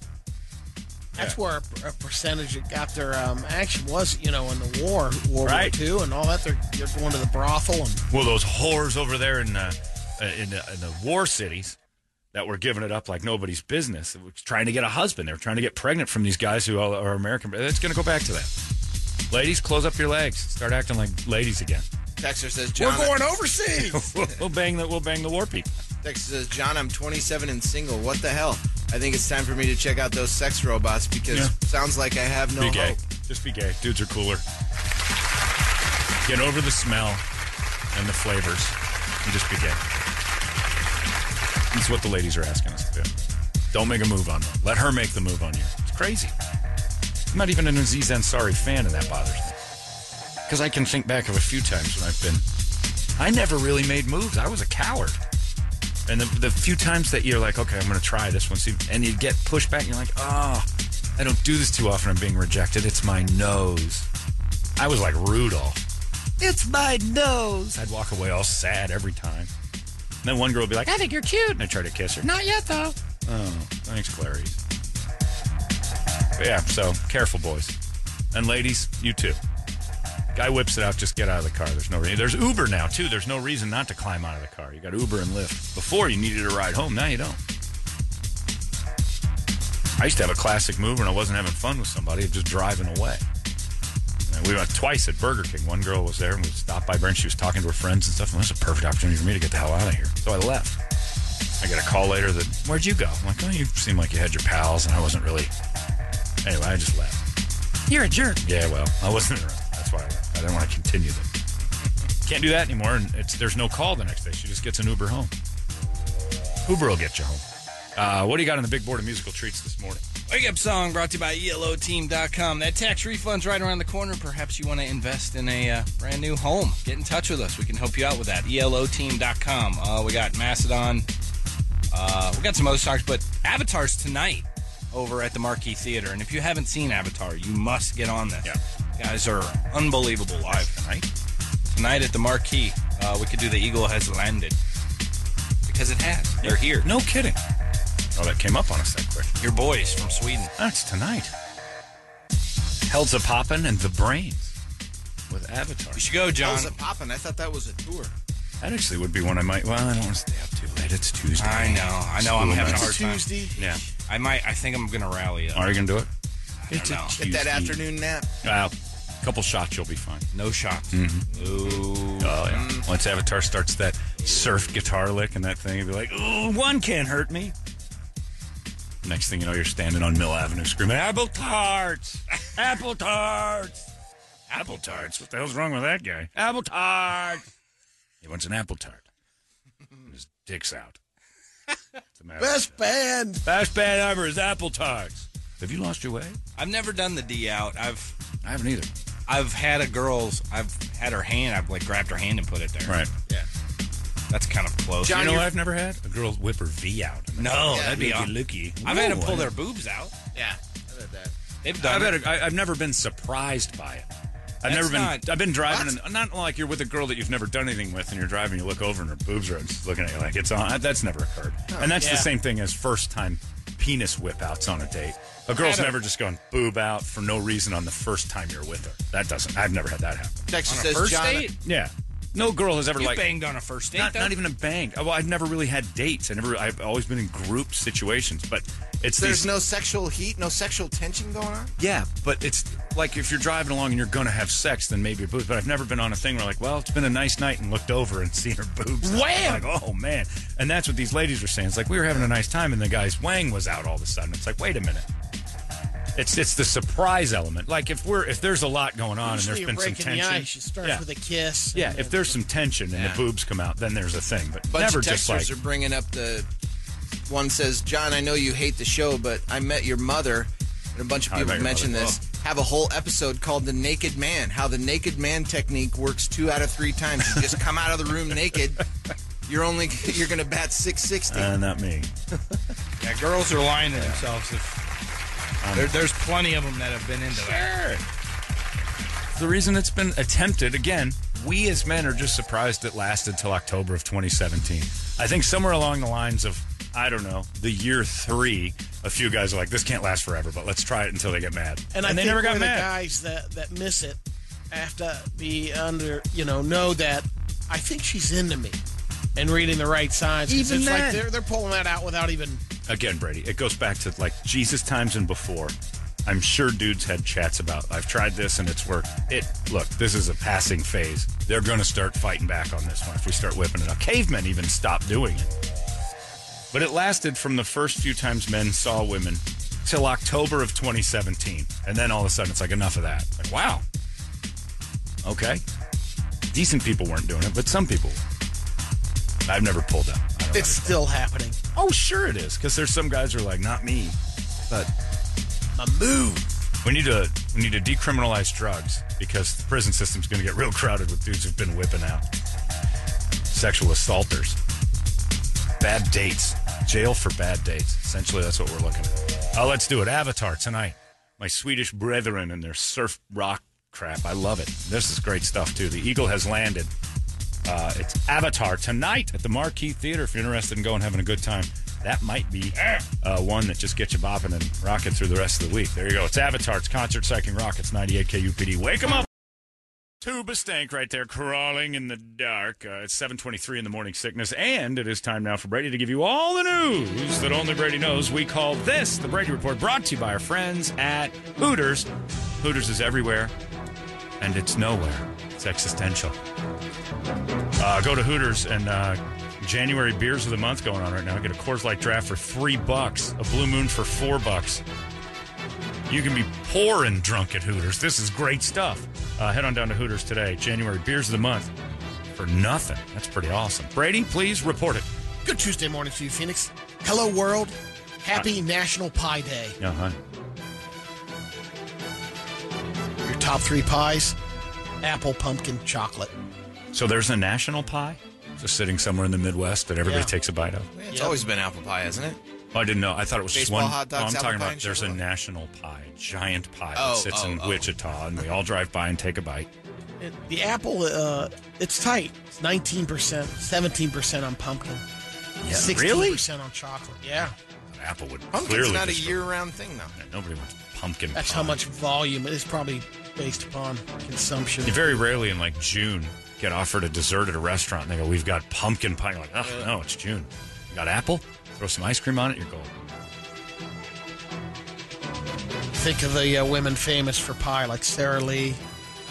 S3: That's where a, a percentage that got their um, action was, you know, in the war, World
S1: Right.
S3: War II and all that. They're, they're going to the brothel and
S1: Well, those whores over there in uh, uh, in, uh, in the war cities that were giving it up like nobody's business, that was trying to get a husband. They were trying to get pregnant from these guys who all are American. It's going to go back to that. Ladies, close up your legs. Start acting like ladies again.
S2: Dexter says, John.
S3: overseas.
S1: We'll, we'll bang the we'll bang the war people.
S2: Dexter says, John, I'm 27 and single. What the hell? I think it's time for me to check out those sex robots because
S1: Yeah.
S2: sounds like I have no
S1: Be gay.
S2: hope.
S1: Just be gay. Dudes are cooler. Get over the smell and the flavors, and just be gay. That's what the ladies are asking us to do. Don't make a move on them. Let her make the move on you. It's crazy. I'm not even an Aziz Ansari fan, and that bothers me. Because I can think back of a few times when I've been. I never really made moves. I was a coward. And the, the few times that you're like, okay, I'm going to try this one, see, and you get pushed back, and you're like, oh, I don't do this too often. I'm being rejected. It's my nose. I was like Rudolph. It's my nose. I'd walk away all sad every time. And then one girl would be like, I think you're cute. And I try to kiss her. Not yet, though. Oh, thanks, Clarice. But yeah, so careful, boys. And ladies, you too. Guy whips it out, just get out of the car. There's no reason. There's Uber now, too. There's no reason not to climb out of the car. You got Uber and Lyft. Before, you needed a ride home. Now you don't. I used to have a classic move when I wasn't having fun with somebody, of just driving away. And we went twice at Burger King. One girl was there and we stopped by her and she was talking to her friends and stuff. And that's a perfect opportunity for me to get the hell out of here. So I left. I got a call later that, where'd you go? I'm like, oh, you seem like you had your pals and I wasn't really. Anyway, I just left. You're a jerk. Yeah, well, I wasn't around. That's That's why I left. I didn't want to continue them. Can't do that anymore, and it's there's no call the next day. She just gets an Uber home. Uber will get you home. Uh, what do you got on the big board of musical treats this morning?
S5: Wake up song brought to you by E ELOteam.com. That tax refund's right around the corner. Perhaps you want to invest in a uh, brand new home. Get in touch with us. We can help you out with that. E ELOteam.com. Uh, we got Macedon. Uh, we got some other songs, but Avatar's tonight over at the Marquee Theater. And if you haven't seen Avatar, you must get on this.
S1: Yeah.
S5: Guys are unbelievable live tonight. Tonight at the Marquee, uh, we could do The Eagle Has Landed. Because it has. They're here.
S1: No kidding. Oh, that came up on us that quick.
S5: Your boys from Sweden.
S1: That's tonight. Hell's a poppin' and the brains with Avatar.
S5: You should go,
S2: That
S5: John.
S2: was a poppin'. I thought that was a tour.
S1: That actually would be one I might. Well, I don't want to stay up too late. It's Tuesday.
S5: I know. I know. I'm
S1: School
S5: having a hard
S1: nights.
S5: time.
S1: Yeah.
S5: I might. I think I'm gonna rally up.
S1: Are you gonna do it?
S5: It's a know.
S2: Get that afternoon nap.
S1: Well, a couple shots, you'll be fine.
S5: No shots. Ooh.
S1: Oh Mm-hmm. yeah. Once Avatar starts that surf guitar lick and that thing, you'll be like, "Ooh, one can't hurt me." Next thing you know, you're standing on Mill Avenue screaming, "Apple tarts! Apple tarts! Apple tarts! What the hell's wrong with that guy? Apple tart! He wants an apple tart. And his dick's out. It's a matter of-
S3: Best band.
S1: Best band ever is apple tarts. Have you lost your way?
S5: I've never done the D out. I've
S1: I haven't either.
S5: I've had a girl's. I've had her hand. I've like grabbed her hand and put it there.
S1: Right.
S5: That's kind of close.
S2: John,
S1: you know
S2: you're-
S1: what I've never had? A girl whip her V out.
S5: No, that'd be awesome.
S1: looky.
S5: I've had them pull their boobs out.
S2: Yeah. I did that.
S5: They've done
S1: I've,
S5: it.
S1: had a, I, I've never been surprised by it. I've
S5: That's
S1: never been.
S5: not-
S1: I've been driving, and not like you're with a girl that you've never done anything with, and you're driving. You look over, and her boobs are just looking at you like it's on. That's never occurred,
S5: Oh,
S1: and that's the
S3: Yeah.
S1: same thing as first time penis whip outs on a date. A girl's
S5: had a-
S1: never just going boob out for no reason on the first time you're with her. That doesn't. I've never had that happen.
S2: Texas
S5: on a
S2: says,
S5: first
S2: John,
S5: date.
S1: Yeah, no girl has ever
S5: You
S1: like
S5: banged on a first date.
S1: not,
S5: though?
S1: not even a bang. Well, I've never really had dates. I never. I've always been in group situations, but it's
S2: there's
S1: these-
S2: no sexual heat, no sexual tension going on.
S1: Yeah, but it's like if you're driving along and you're gonna have sex, then maybe your boobs. But I've never been on a thing where like, well, it's been a nice night and looked over and seen her boobs. out.
S3: Wham!
S1: Like, oh man! And that's what these ladies were saying. It's like we were having a nice time and the guy's wang was out all of a sudden. It's like, wait a minute. It's it's the surprise element. Like if we're if there's a lot going on
S3: Usually
S1: and there's
S3: you're
S1: been some
S3: breaking the
S1: tension.
S3: ice. It starts
S1: yeah.
S3: with a kiss.
S1: yeah,
S3: and
S1: if
S3: then-
S1: there's some tension and the boobs come out, then there's a thing. But
S2: bunch
S1: never
S2: of
S1: just
S2: texters
S1: like
S2: are bringing up the one says, John, I know you hate the show, but I met your mother, and a bunch of
S1: How I Met
S2: people
S1: Your
S2: mentioned
S1: Mother.
S2: this. Have a whole episode called "The Naked Man," how the naked man technique works two out of three times. You just come out of the room naked. You're only you're gonna bat 660.
S1: uh, not me.
S5: Yeah, girls are lying to themselves. If there, there's plenty of them that have been into that.
S1: Um, Sure. The reason it's been attempted, again, we as men are just surprised it lasted till October of 2017. I think somewhere along the lines of, I don't know, the year three, a few guys are like, this can't last forever, but let's try it until they get mad.
S3: and I
S1: they
S3: think
S1: never
S3: we're
S1: got
S3: the
S1: mad.
S3: guys that that miss it have to be under you know know that I think she's into me and reading the right signs. 'cause
S1: Even
S3: it's
S1: then.
S3: like they're they're pulling that out without even
S1: Again, Brady, it goes back to like Jesus times and before. I'm sure dudes had chats about, I've tried this and it's worked. It, look, this is a passing phase. They're going to start fighting back on this one if we start whipping it up. Cavemen even stopped doing it. But it lasted from the first few times men saw women till October of 2017. And then all of a sudden it's like enough of that. Like, wow. Okay. Decent people weren't doing it, but some people were. I've never pulled up. I don't
S3: it's still happening.
S1: Oh, sure it is, because there's some guys who are like, not me. But
S3: My move.
S1: we need to we need to decriminalize drugs because the prison system's going to get real crowded with dudes who've been whipping out sexual assaulters, bad dates, jail for bad dates. Essentially, that's what we're looking at. Oh, let's do it. Avatar tonight. My Swedish brethren and their surf rock crap. I love it. This is great stuff too. The Eagle has landed. Uh, it's Avatar tonight at the Marquee Theater. If you're interested in going having a good time, that might be uh, one that just gets you bopping and rocking through the rest of the week. There you go. It's Avatar. It's Concert Psyching Rockets, 98 KUPD. Wake 'em up. Tuba Stank right there, crawling in the dark. Uh, it's 7.23 in the morning sickness, and it is time now for Brady to give you all the news that only Brady knows. We call this the Brady Report, brought to you by our friends at Hooters. Hooters is everywhere, and it's nowhere. It's existential. Uh, go to Hooters and uh, January beers of the month going on right now. Get a Coors Light draft for three bucks, a Blue Moon for four bucks. You can be poor and drunk at Hooters. This is great stuff. Uh, head on down to Hooters today, January Beers of the Month, for nothing. That's pretty awesome. Brady, please report it.
S3: Good Tuesday morning to you, Phoenix. Hello, world. Happy National Pie Day.
S1: Uh huh.
S3: Your top three pies apple, pumpkin, chocolate.
S1: So there's a national pie just sitting somewhere in the Midwest that everybody
S3: Yeah.
S1: takes a bite of.
S2: It's
S3: Yep.
S2: always been apple pie, isn't it?
S1: Oh, I didn't know. I thought it was
S2: Baseball,
S1: just one.
S2: hot dogs,
S1: no, I'm
S2: apple
S1: talking
S2: pie,
S1: about
S2: and
S1: there's a
S2: chocolate.
S1: national pie, giant pie
S2: Oh,
S1: that sits
S2: oh,
S1: in
S2: oh.
S1: Wichita, and we all drive by and take a bite.
S3: It- the apple, uh, it's tight. It's 19%, 17% on pumpkin, 16% on chocolate. Yeah.
S1: An Apple would
S2: Pumpkin's
S1: clearly
S2: not a
S1: destroy-
S2: year-round thing, though.
S1: Yeah, Nobody wants pumpkin.
S3: That's
S1: pie.
S3: how much volume it is probably based upon consumption.
S1: You very rarely in like June get offered a dessert at a restaurant. And they go, "We've got pumpkin pie." You're like, "Oh no, it's June. You got apple? Throw some ice cream on it. You're golden."
S3: Think of the uh, women famous for pie, like Sarah Lee,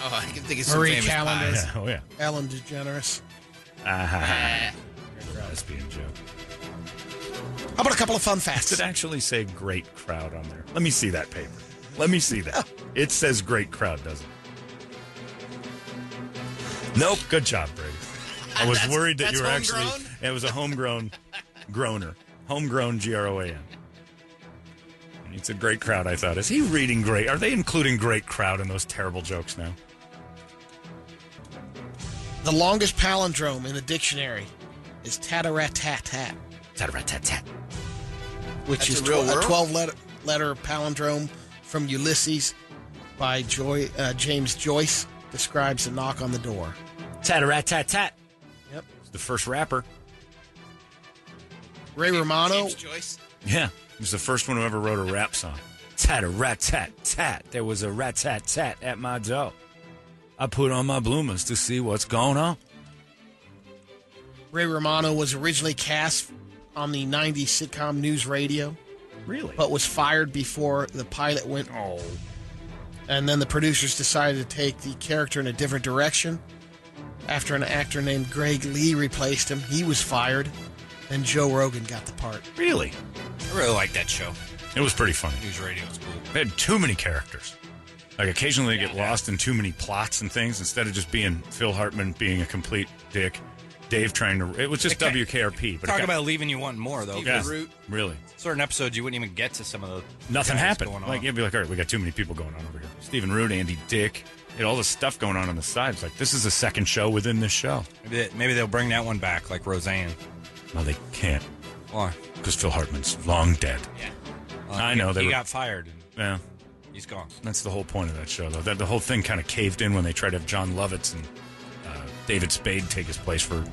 S2: Oh, I can think of some
S3: Marie
S2: famous
S3: Calendar,
S2: pies.
S1: Yeah, oh yeah.
S3: Ellen DeGeneres.
S1: Ah, being a joke.
S3: How about a couple of fun facts?
S1: Does it actually say "great crowd" on there? Let me see that paper. Let me see that. It says "great crowd," doesn't it? Nope. Good job, Brady. I was
S2: That's-
S1: worried that
S2: that's
S1: you were actually.
S2: homegrown?
S1: It was a homegrown groaner, homegrown G R O A N. And It's a great crowd. I thought. Is he reading great? Are they including great crowd in those terrible jokes now?
S3: The longest palindrome in the dictionary is tat-a-rat-tat-tat,
S6: Tat-rat-tat-tat.
S3: which
S2: That's
S3: is
S2: a real
S3: tw- a
S2: word?
S3: 12 letter, letter palindrome from Ulysses by Joy, uh, James Joyce describes a knock on the door.
S6: Tat-rat-tat-tat.
S3: Yep.
S1: It's the first rapper.
S3: Ray Romano
S2: James Joyce.
S1: Yeah, he was the first one who ever wrote a rap song.
S6: Tat a rat tat tat.
S1: There was a rat tat tat at my door. I put on my bloomers to see what's going on.
S3: Ray Romano was originally cast on the 90s sitcom News Radio,
S1: Really?
S3: but was fired before the pilot went
S2: Oh.
S3: on. And then the producers decided to take the character in a different direction. After an actor named Greg Lee replaced him, he was fired, and Joe Rogan got the part.
S1: really?
S5: I really like that show.
S1: It was pretty funny.
S5: News radio is cool.
S1: They had too many characters. Like occasionally they get lost in too many plots and things instead of just being Phil Hartman being a complete dick. Dave trying to. It was just
S5: Okay.
S1: WKRP. But it
S5: Talk
S1: got-
S5: about leaving you wanting more though.
S1: yeah,
S5: because
S2: root.
S1: Really,
S5: Certain episodes you wouldn't even get to some of the
S1: nothing
S5: guys
S1: happened.
S5: Going on.
S1: Like it'd be like, all right, we got too many people going on over here. Stephen Root, Andy Dick, and all this stuff going on on the side. It's like this is a second show within this show.
S5: maybe, they, maybe they'll bring that one back, like Roseanne.
S1: No, they can't
S5: Or
S1: because Phil Hartman's long dead.
S5: yeah,
S1: I know, they
S5: he
S1: were-
S5: got fired and
S1: Yeah.
S5: he's gone.
S1: That's the whole point of that show, though. That the whole thing kind of caved in when they tried to have John Lovitz and uh, David Spade take his place for.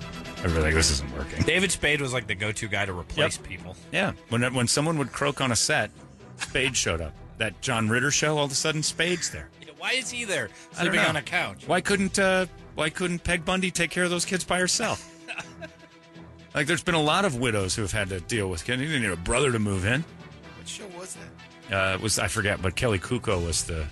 S1: Everybody like this isn't working.
S5: David Spade was like the go-to guy to replace people.
S1: Yeah, when when someone would croak on a set, Spade showed up. That John Ritter show, all of a sudden, Spade's there.
S5: Why is he there
S1: I don't
S5: sleeping
S1: know.
S5: on a couch?
S1: Why couldn't uh, Why couldn't Peg Bundy take care of those kids by herself? like, there's been a lot of widows who have had to deal with kids. You didn't need a brother to move in.
S2: What show was that?
S1: uh, it was I forget, but Kelly Kuko was the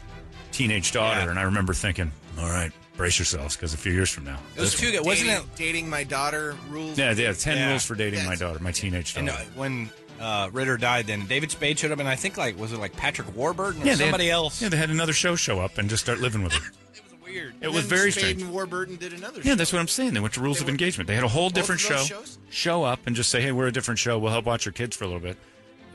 S1: teenage daughter,
S5: Yeah.
S1: and I remember thinking, "All right, brace yourselves, because a few years from now,
S5: Those two guys, wasn't
S2: Dating,
S5: it?
S2: dating my daughter rules?
S1: yeah, yeah, ten
S5: Yeah.
S1: rules for dating my
S2: Yes.
S1: daughter, my teenage daughter."
S5: And uh, when uh, Ritter died, then David Spade showed up, and I think like was it like Patrick Warburton or
S1: they had-
S5: somebody else?
S1: Yeah, they had another show show up and just start living with her.
S5: It was weird.
S1: It was very
S2: Spade
S1: strange.
S2: and Warburton did another.
S1: Yeah,
S2: show.
S1: that's what I'm saying. They went to Rules
S2: They
S1: of
S2: were-
S1: Engagement. They had a whole
S2: Both of
S1: different show.
S2: those shows?
S1: Show up and just say, "Hey, we're a different show. We'll help watch your kids for a little bit."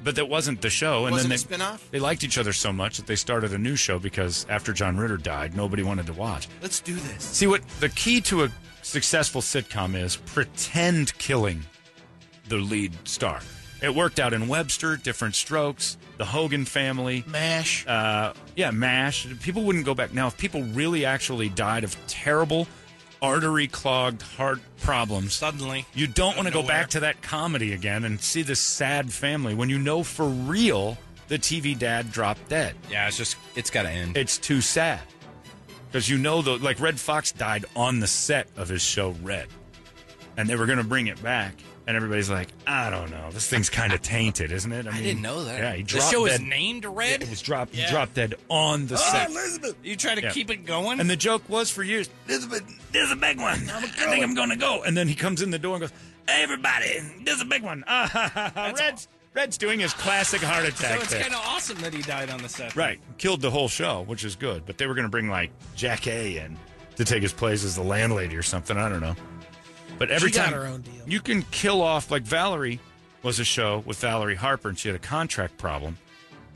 S1: But that wasn't the show, and
S2: Wasn't
S1: then
S2: a
S1: they
S2: spin-off?
S1: they liked each other so much that they started a new show because after John Ritter died, nobody wanted to watch.
S2: Let's do this.
S1: See what the key to a successful sitcom is pretend killing the lead star. It worked out in Webster, Different Strokes, The Hogan Family,
S3: MASH.
S1: uh, yeah, MASH. People wouldn't go back. Now, if people really actually died of terrible artery clogged heart problems,
S5: Suddenly,
S1: you don't
S5: out
S1: want to
S5: of
S1: go
S5: nowhere.
S1: back to that comedy again and see this sad family when you know for real the TV dad dropped dead
S5: Yeah, it's just it's got to end.
S1: it's too sad because you know the like Red Fox died on the set of his show Red, and they were going to bring it back, and everybody's like, I don't know, this thing's kind of tainted, isn't it? I, mean, Yeah, he
S5: the
S1: dropped
S5: show is
S1: dead.
S5: named
S1: yeah,
S5: Red.
S1: it was dropped. He
S5: Yeah.
S1: dropped dead on the
S5: Ah,
S1: set,
S5: Elizabeth, you try to
S1: Yeah.
S5: keep it going.
S1: and the joke was for years. This is a, this is a big one. I think I'm going to go, and then he comes in the door and goes, Everybody, this is a big one. Ah, ha, ha, ha,
S5: That's
S1: Red's Red's doing his classic heart
S5: So
S1: attack
S5: it's
S1: thing.
S5: kind of awesome that he died on the set.
S1: Right. Killed the whole show, which is good. But they were going to bring like Jack A in to take his place as the landlady or something. I don't know. But every
S3: She got
S1: time
S3: her own deal.
S1: you can kill off like Valerie was a show with Valerie Harper and she had a contract problem.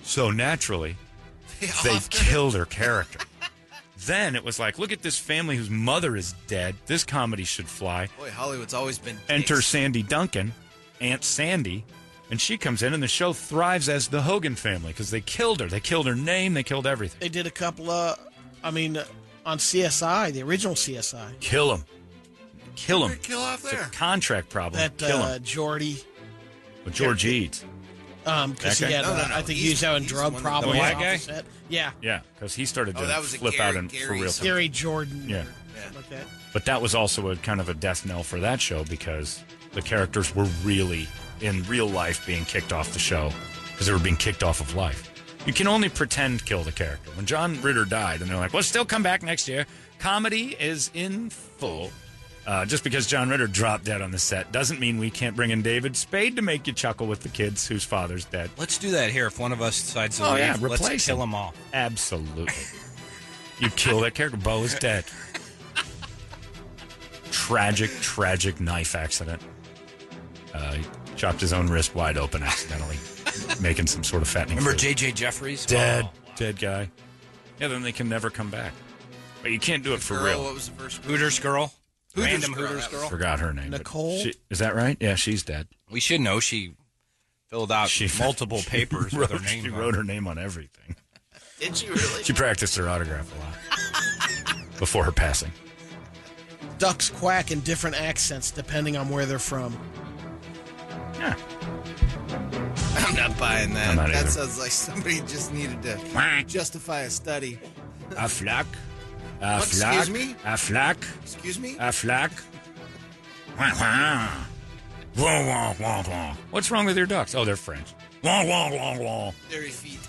S1: So naturally, they killed her character. then it was like, look at this family whose mother is dead. This comedy should fly.
S2: Boy, Hollywood's always been.
S1: Enter
S2: dicks.
S1: Sandy Duncan, Aunt Sandy, and she comes in, and the show thrives as the Hogan family because they killed her. They killed her name. They killed everything.
S3: They did a couple of, I mean, uh, on CSI, the original CSI,
S1: Kill him. Kill him.
S2: Kill off
S1: It's a
S2: there.
S1: contract problem.
S3: that
S1: Kill
S3: uh,
S1: him.
S3: Jordy,
S2: uh,
S1: With George Eads.
S3: um, because
S1: That
S3: he
S1: guy?
S3: had,
S2: No, no,
S3: uh,
S2: no,
S3: I think he
S2: he's-
S3: was having
S2: he's
S3: drug
S2: the one that-
S3: problems.
S1: The
S3: off
S1: black guy?
S3: set. Yeah,
S1: Yeah, because he started to
S2: Oh, that was a
S1: flip
S2: Gary-
S1: out and for
S2: Gary
S1: real.
S2: something.
S3: Gary Jordan.
S1: Yeah.
S3: or something like that.
S1: But that was also a kind of a death knell for that show because the characters were really in real life being kicked off the show because they were being kicked off of life. You can only pretend kill the character. When John Ritter died, and they're like, "Well, still come back next year." Comedy is in full. Uh, just because John Ritter dropped dead on the set doesn't mean we can't bring in David Spade to make you chuckle with the kids whose father's dead.
S5: Let's do that here. If one of us decides to
S1: Oh,
S5: leave,
S1: yeah,
S5: let's
S1: replace
S5: kill
S1: him.
S5: them all.
S1: Absolutely. you kill that character. Bo is dead. tragic, tragic knife accident. Uh, he chopped his own wrist wide open accidentally, making some sort of fattening.
S5: Remember
S1: food.
S5: J.J. Jeffries?
S1: Dead,
S5: Oh.
S1: dead guy. Yeah, then they can never come back. But you can't do it for
S2: Girl,
S1: real.
S2: What was the first
S5: Hooters girl.
S2: Hooters
S5: Random
S2: girl,
S5: Hooters
S2: that was-
S5: girl.
S1: Forgot her name. but
S3: Nicole?
S1: she- is that right? Yeah, she's dead.
S5: We should know she filled out
S1: She
S5: multiple
S1: she
S5: papers
S1: Wrote,
S5: with her name.
S1: she
S5: on
S1: wrote
S5: it.
S1: her name on everything.
S2: Did she really?
S1: She practiced her autograph a lot before her passing.
S3: Ducks quack in different accents depending on where they're from.
S1: Yeah.
S2: I'm not buying that.
S1: I'm not
S2: that
S1: either.
S2: sounds like somebody just needed to justify a study.
S1: A flock. A
S2: What,
S1: flock.
S2: Oh, excuse me?
S1: A flock.
S2: Excuse me?
S1: A flock. Wah, wah. Wah, wah, wah, wah. What's wrong with your ducks? Oh, they're French. Wah, wah, wah, wah.
S2: Dairy feet.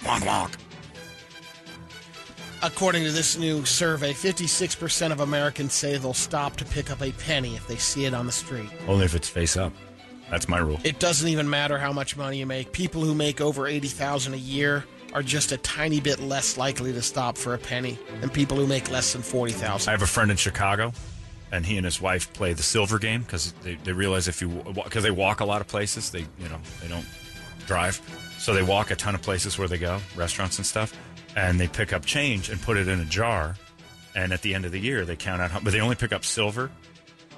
S1: Wonk, wonk.
S3: According to this new survey, 56% of Americans say they'll stop to pick up a penny if they see it on the street.
S1: Only if it's face up. That's my rule.
S3: It doesn't even matter how much money you make. People who make over 80,000 a year are just a tiny bit less likely to stop for a penny than people who make less than
S1: I
S3: 40,000.
S1: have a friend in Chicago, and he and his wife play the silver game because they, they realize if you because they walk a lot of places, they you know they don't drive, so they walk a ton of places where they go, restaurants and stuff, and they pick up change and put it in a jar, and at the end of the year they count out, how, but they only pick up silver.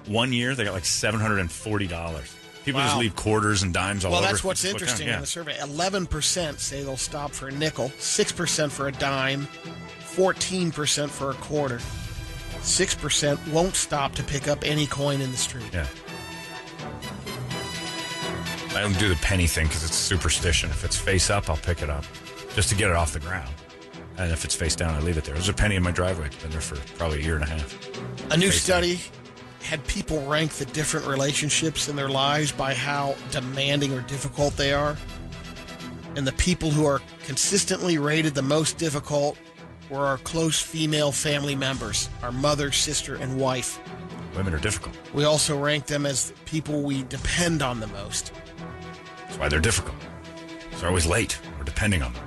S1: One year they got like seven hundred and forty dollars. People just
S3: Wow.
S1: leave quarters and dimes all
S3: Well,
S1: over.
S3: that's what's
S1: Just look down,
S3: interesting
S1: yeah.
S3: in the survey. 11% say they'll stop for a nickel, 6% for a dime, 14% for a quarter. 6% won't stop to pick up any coin in the street.
S1: Yeah. I don't do the penny thing because it's superstition. If it's face up, I'll pick it up just to get it off the ground. And if it's face down, I leave it there. There's a penny in my driveway. It's been there for probably a year and a half.
S3: A new
S1: Basically.
S3: study had people rank the different relationships in their lives by how demanding or difficult they are. And the people who are consistently rated the most difficult were our close female family members, our mother, sister, and wife.
S1: Women are difficult.
S3: We also ranked them as people we depend on the most.
S1: That's why they're difficult. So they're always late or depending on them.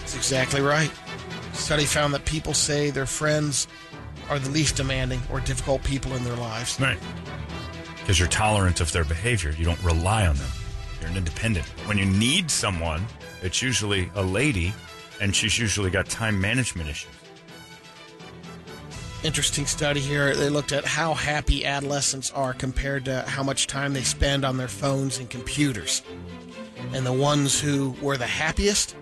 S3: That's exactly right. Study found that people say their friends are the least demanding or difficult people in their lives.
S1: Right. Because you're tolerant of their behavior. You don't rely on them. You're an independent. But when you need someone, it's usually a lady, and she's usually got time management issues.
S3: interesting study here. They looked at how happy adolescents are compared to how much time they spend on their phones and computers. And the ones who were the happiest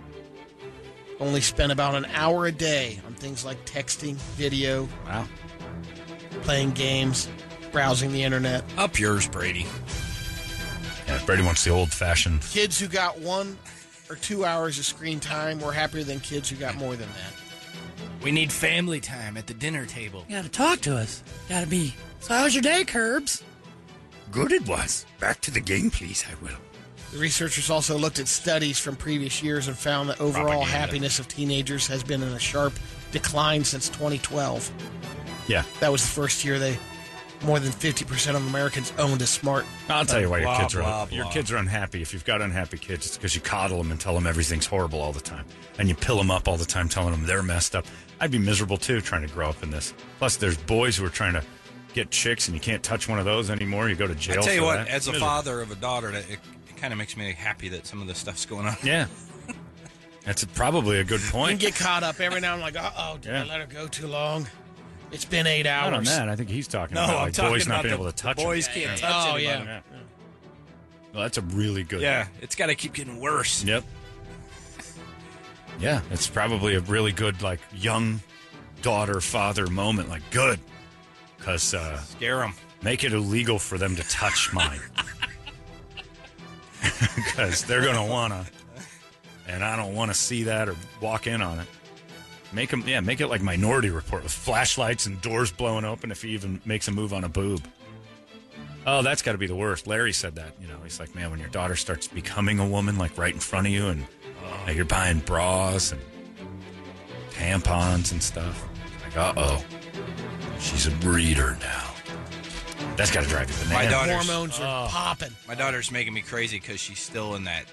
S3: only spent about an hour a day on things like texting, video,
S1: Wow.
S3: playing games, browsing the internet.
S5: Up yours, Brady.
S1: Yeah, Brady wants the old fashioned
S3: Kids who got one or two hours of screen time were happier than kids who got more than that.
S5: We need family time at the dinner table.
S8: You gotta talk to us. Gotta be. So, how's your day, Curbs?
S1: Good it was. Back to the game, please. I will.
S3: The researchers also looked at studies from previous years and found that overall
S1: Propaganda.
S3: happiness of teenagers has been in a sharp decline since 2012.
S1: Yeah.
S3: That was the first year they more than 50% of Americans owned a smart.
S1: I'll tell you why your
S5: Blah,
S1: kids are
S5: blah, blah.
S1: your kids are unhappy. If you've got unhappy kids, it's because you coddle them and tell them everything's horrible all the time, and you pill them up all the time, telling them they're messed up. I'd be miserable too trying to grow up in this. Plus, there's boys who are trying to get chicks, and you can't touch one of those anymore. You go to jail.
S5: I tell you
S1: for
S5: what,
S1: that.
S5: as a
S1: Miserable.
S5: father of a daughter, that it, it kind of makes me happy that some of this stuff's going on.
S1: yeah, that's a- probably a good
S3: You
S1: point.
S3: get caught up every now and like, uh oh, did
S1: Yeah.
S3: I let her go too long? It's been eight hours.
S1: Not on that. I think he's talking
S5: No,
S1: about
S5: I'm
S1: like,
S5: talking
S1: boys
S5: about
S1: not being
S5: the-
S1: able to
S5: the
S1: touch.
S5: boys
S1: them.
S5: can't
S1: Yeah.
S5: touch
S3: Oh, yeah.
S5: anybody.
S1: Yeah. Well, that's a really good.
S5: Yeah, it's got to keep getting worse.
S1: Yep. Yeah, it's probably a really good like young daughter father moment. Like good, because uh,
S5: Scare them.
S1: make it illegal for them to touch mine, because they're gonna wanna, and I don't want to see that or walk in on it. Make them, yeah, make it like Minority Report with flashlights and doors blowing open if he even makes a move on a boob. Oh, that's got to be the worst. Larry said that. You know, he's like, man, when your daughter starts becoming a woman, like right in front of you, and like, you're buying bras and tampons and stuff. Like, uh oh, she's a breeder now. That's got to drive you
S5: My
S1: bananas.
S5: daughter-
S3: Hormones are popping.
S5: My daughter's making me crazy because she's still in that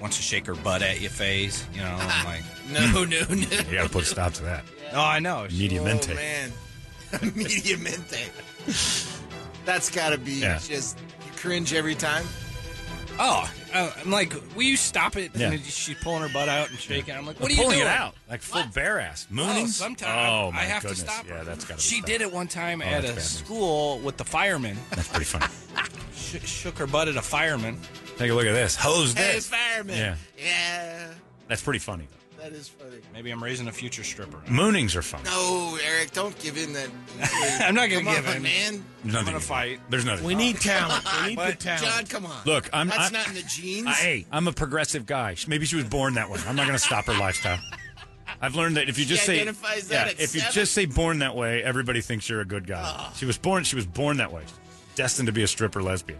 S5: wants to shake her butt at you phase. You know, I'm like,
S2: No, no, no.
S1: You got to put a stop to that.
S5: no, I know. She-
S1: Mediamente.
S2: Oh, man. Mediamente. That's got to be
S1: Yeah.
S2: just you cringe every time.
S5: Oh, uh, I'm like, will you stop it?
S1: Yeah.
S5: And then she's pulling her butt out and shaking. I'm like, what
S1: But
S5: are you
S1: pulling
S5: doing?
S1: it out like full bare ass mooning.
S5: Oh, sometimes I
S1: my
S5: have
S1: goodness.
S5: to stop her.
S1: Yeah, that's got to.
S5: She did it one time at
S1: Oh, that's
S5: a
S1: bad news.
S5: school with the firemen.
S1: That's pretty funny.
S5: Sh- shook her butt at a fireman.
S1: Take a look at this. Hose
S2: Hey,
S1: this.
S2: fireman.
S1: Yeah.
S2: Yeah,
S1: That's pretty funny.
S2: That is funny.
S5: Maybe I'm raising a future stripper.
S1: Moonings are fun.
S2: No, Eric, don't give in that.
S5: I'm not gonna
S2: Come
S5: give
S2: on,
S5: in.
S2: man.
S1: There's nothing
S5: gonna
S1: you-
S5: fight.
S1: There's nothing.
S3: We need talent. We need good
S5: But,
S3: talent.
S2: John, come on.
S1: Look, I'm-
S2: That's
S1: I'm-
S2: not in the genes.
S1: Um, I- hey, I'm a progressive guy. Sh- Maybe she was born that way. I'm not going to stop her lifestyle. I've learned that if you just
S2: She
S1: say
S2: identifies that at
S1: if you
S2: seven? Ah.
S1: just say born that way, everybody thinks you're a good guy. She was born. She was born that way, destined to be a stripper lesbian.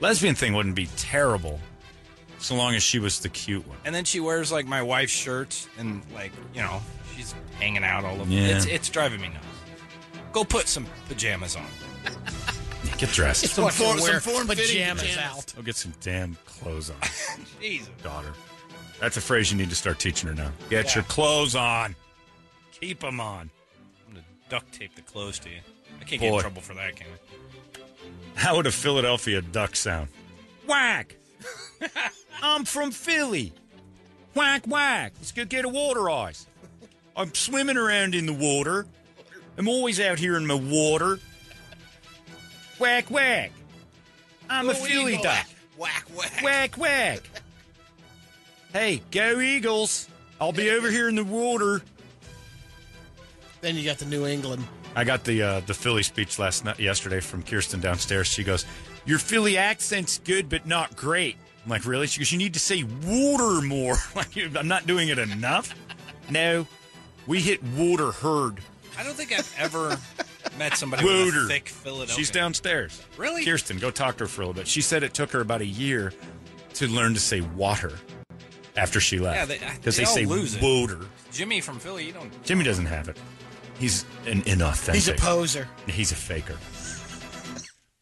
S1: Lesbian thing wouldn't be terrible, so long as she was the cute one.
S5: And then she wears like my wife's shirt and like you know she's hanging out all over.
S1: Yeah.
S5: It's it's driving me nuts. Go put some pajamas on.
S1: Get dressed.
S3: Fucking
S2: form- some
S3: wear
S2: form-fitting
S3: pajamas,
S2: pajamas.
S3: out.
S1: Go get some damn clothes on,
S5: Jesus.
S1: daughter. That's a phrase you need to start teaching her now. Get your clothes on. Keep them on.
S5: I'm gonna duct tape the clothes to you. I can't get
S1: Boy.
S5: in trouble for that, can I?
S1: How would a Philadelphia duck sound? Whack! I'm from Philly. Whack, whack. Let's go get a water ice. I'm swimming around in the water. I'm always out here in my water. Whack, whack. I'm a Philly duck.
S2: Whack, whack.
S1: Whack, whack. Hey, go Eagles. I'll be over here in the water.
S3: Then you got the New England.
S1: I got the uh, the Philly speech last night, yesterday from Kirsten downstairs. She goes, "Your Philly accent's good, but not great." I'm like, "Really?" She goes, "You need to say water more." like, you- I'm not doing it enough. no, we hit water herd.
S5: I don't think I've ever met somebody with
S1: Water.
S5: a thick Philadelphia.
S1: She's downstairs.
S5: Really?
S1: Kirsten, go talk to her for a little bit. She said it took her about a year to learn to say water after she
S5: Yeah,
S1: left
S5: they- I-
S1: because
S5: they all
S1: say
S5: lose it.
S1: water.
S5: Jimmy from Philly. You don't.
S1: Jimmy doesn't have it. He's an inauthentic.
S3: He's a poser.
S1: He's a faker.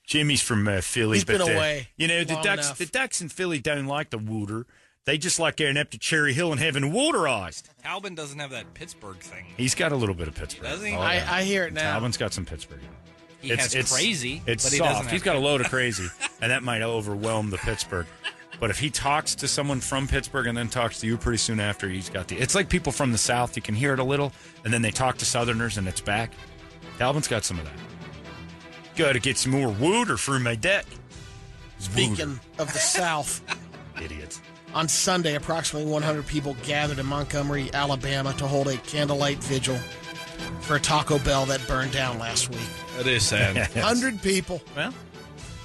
S1: Jimmy's from uh, Philly.
S3: He's
S1: but
S3: been
S1: uh,
S3: away
S1: You know the
S3: long
S1: ducks.
S3: enough.
S1: The ducks in Philly don't like the water. They just like going up to Cherry Hill and having waterized.
S5: Talbin doesn't have that Pittsburgh thing.
S1: He's got a little bit of Pittsburgh.
S5: Does he?
S1: Oh, yeah.
S3: I, I hear it now.
S1: Talbin's got some Pittsburgh.
S5: He has crazy,
S1: It's
S5: but he
S1: soft.
S5: doesn't
S1: He's
S5: have-
S1: got a load of crazy, and that might overwhelm the Pittsburgh. But if he talks to someone from Pittsburgh and then talks to you pretty soon after, he's got the. It's like people from the South. You can hear it a little, and then they talk to Southerners, and it's back. Talbin's got some of that. Got to get some more water for my deck.
S3: Speaking of the South,
S1: idiots.
S3: on Sunday, approximately 100 people gathered in Montgomery, Alabama to hold a candlelight vigil for a Taco Bell that burned down last week.
S5: It is sad.
S3: 100 people.
S1: Well,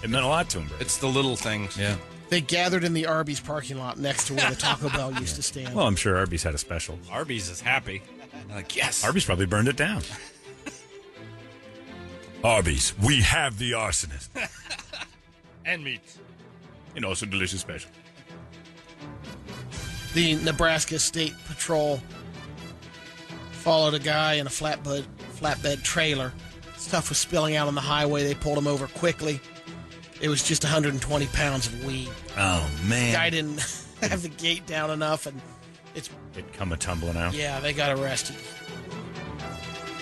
S1: it meant a lot to him, bro.
S5: it's the little things.
S1: Yeah.
S3: They gathered in the Arby's parking lot next to where the Taco Bell used to stand.
S1: Well, I'm sure Arby's had a special.
S5: Arby's is happy. They're like yes.
S1: Arby's probably burned it down. Arby's, we have the arsonist.
S5: and meat.
S1: And also delicious special.
S3: the Nebraska State Patrol followed a guy in a flatbed flatbed trailer Stuff was spilling out on the highway. They pulled him over quickly. It was just 120 pounds of weed.
S9: Oh man,
S3: Guy didn't have the gate down enough, and it's
S1: It come a tumbling out.
S3: yeah, they got arrested.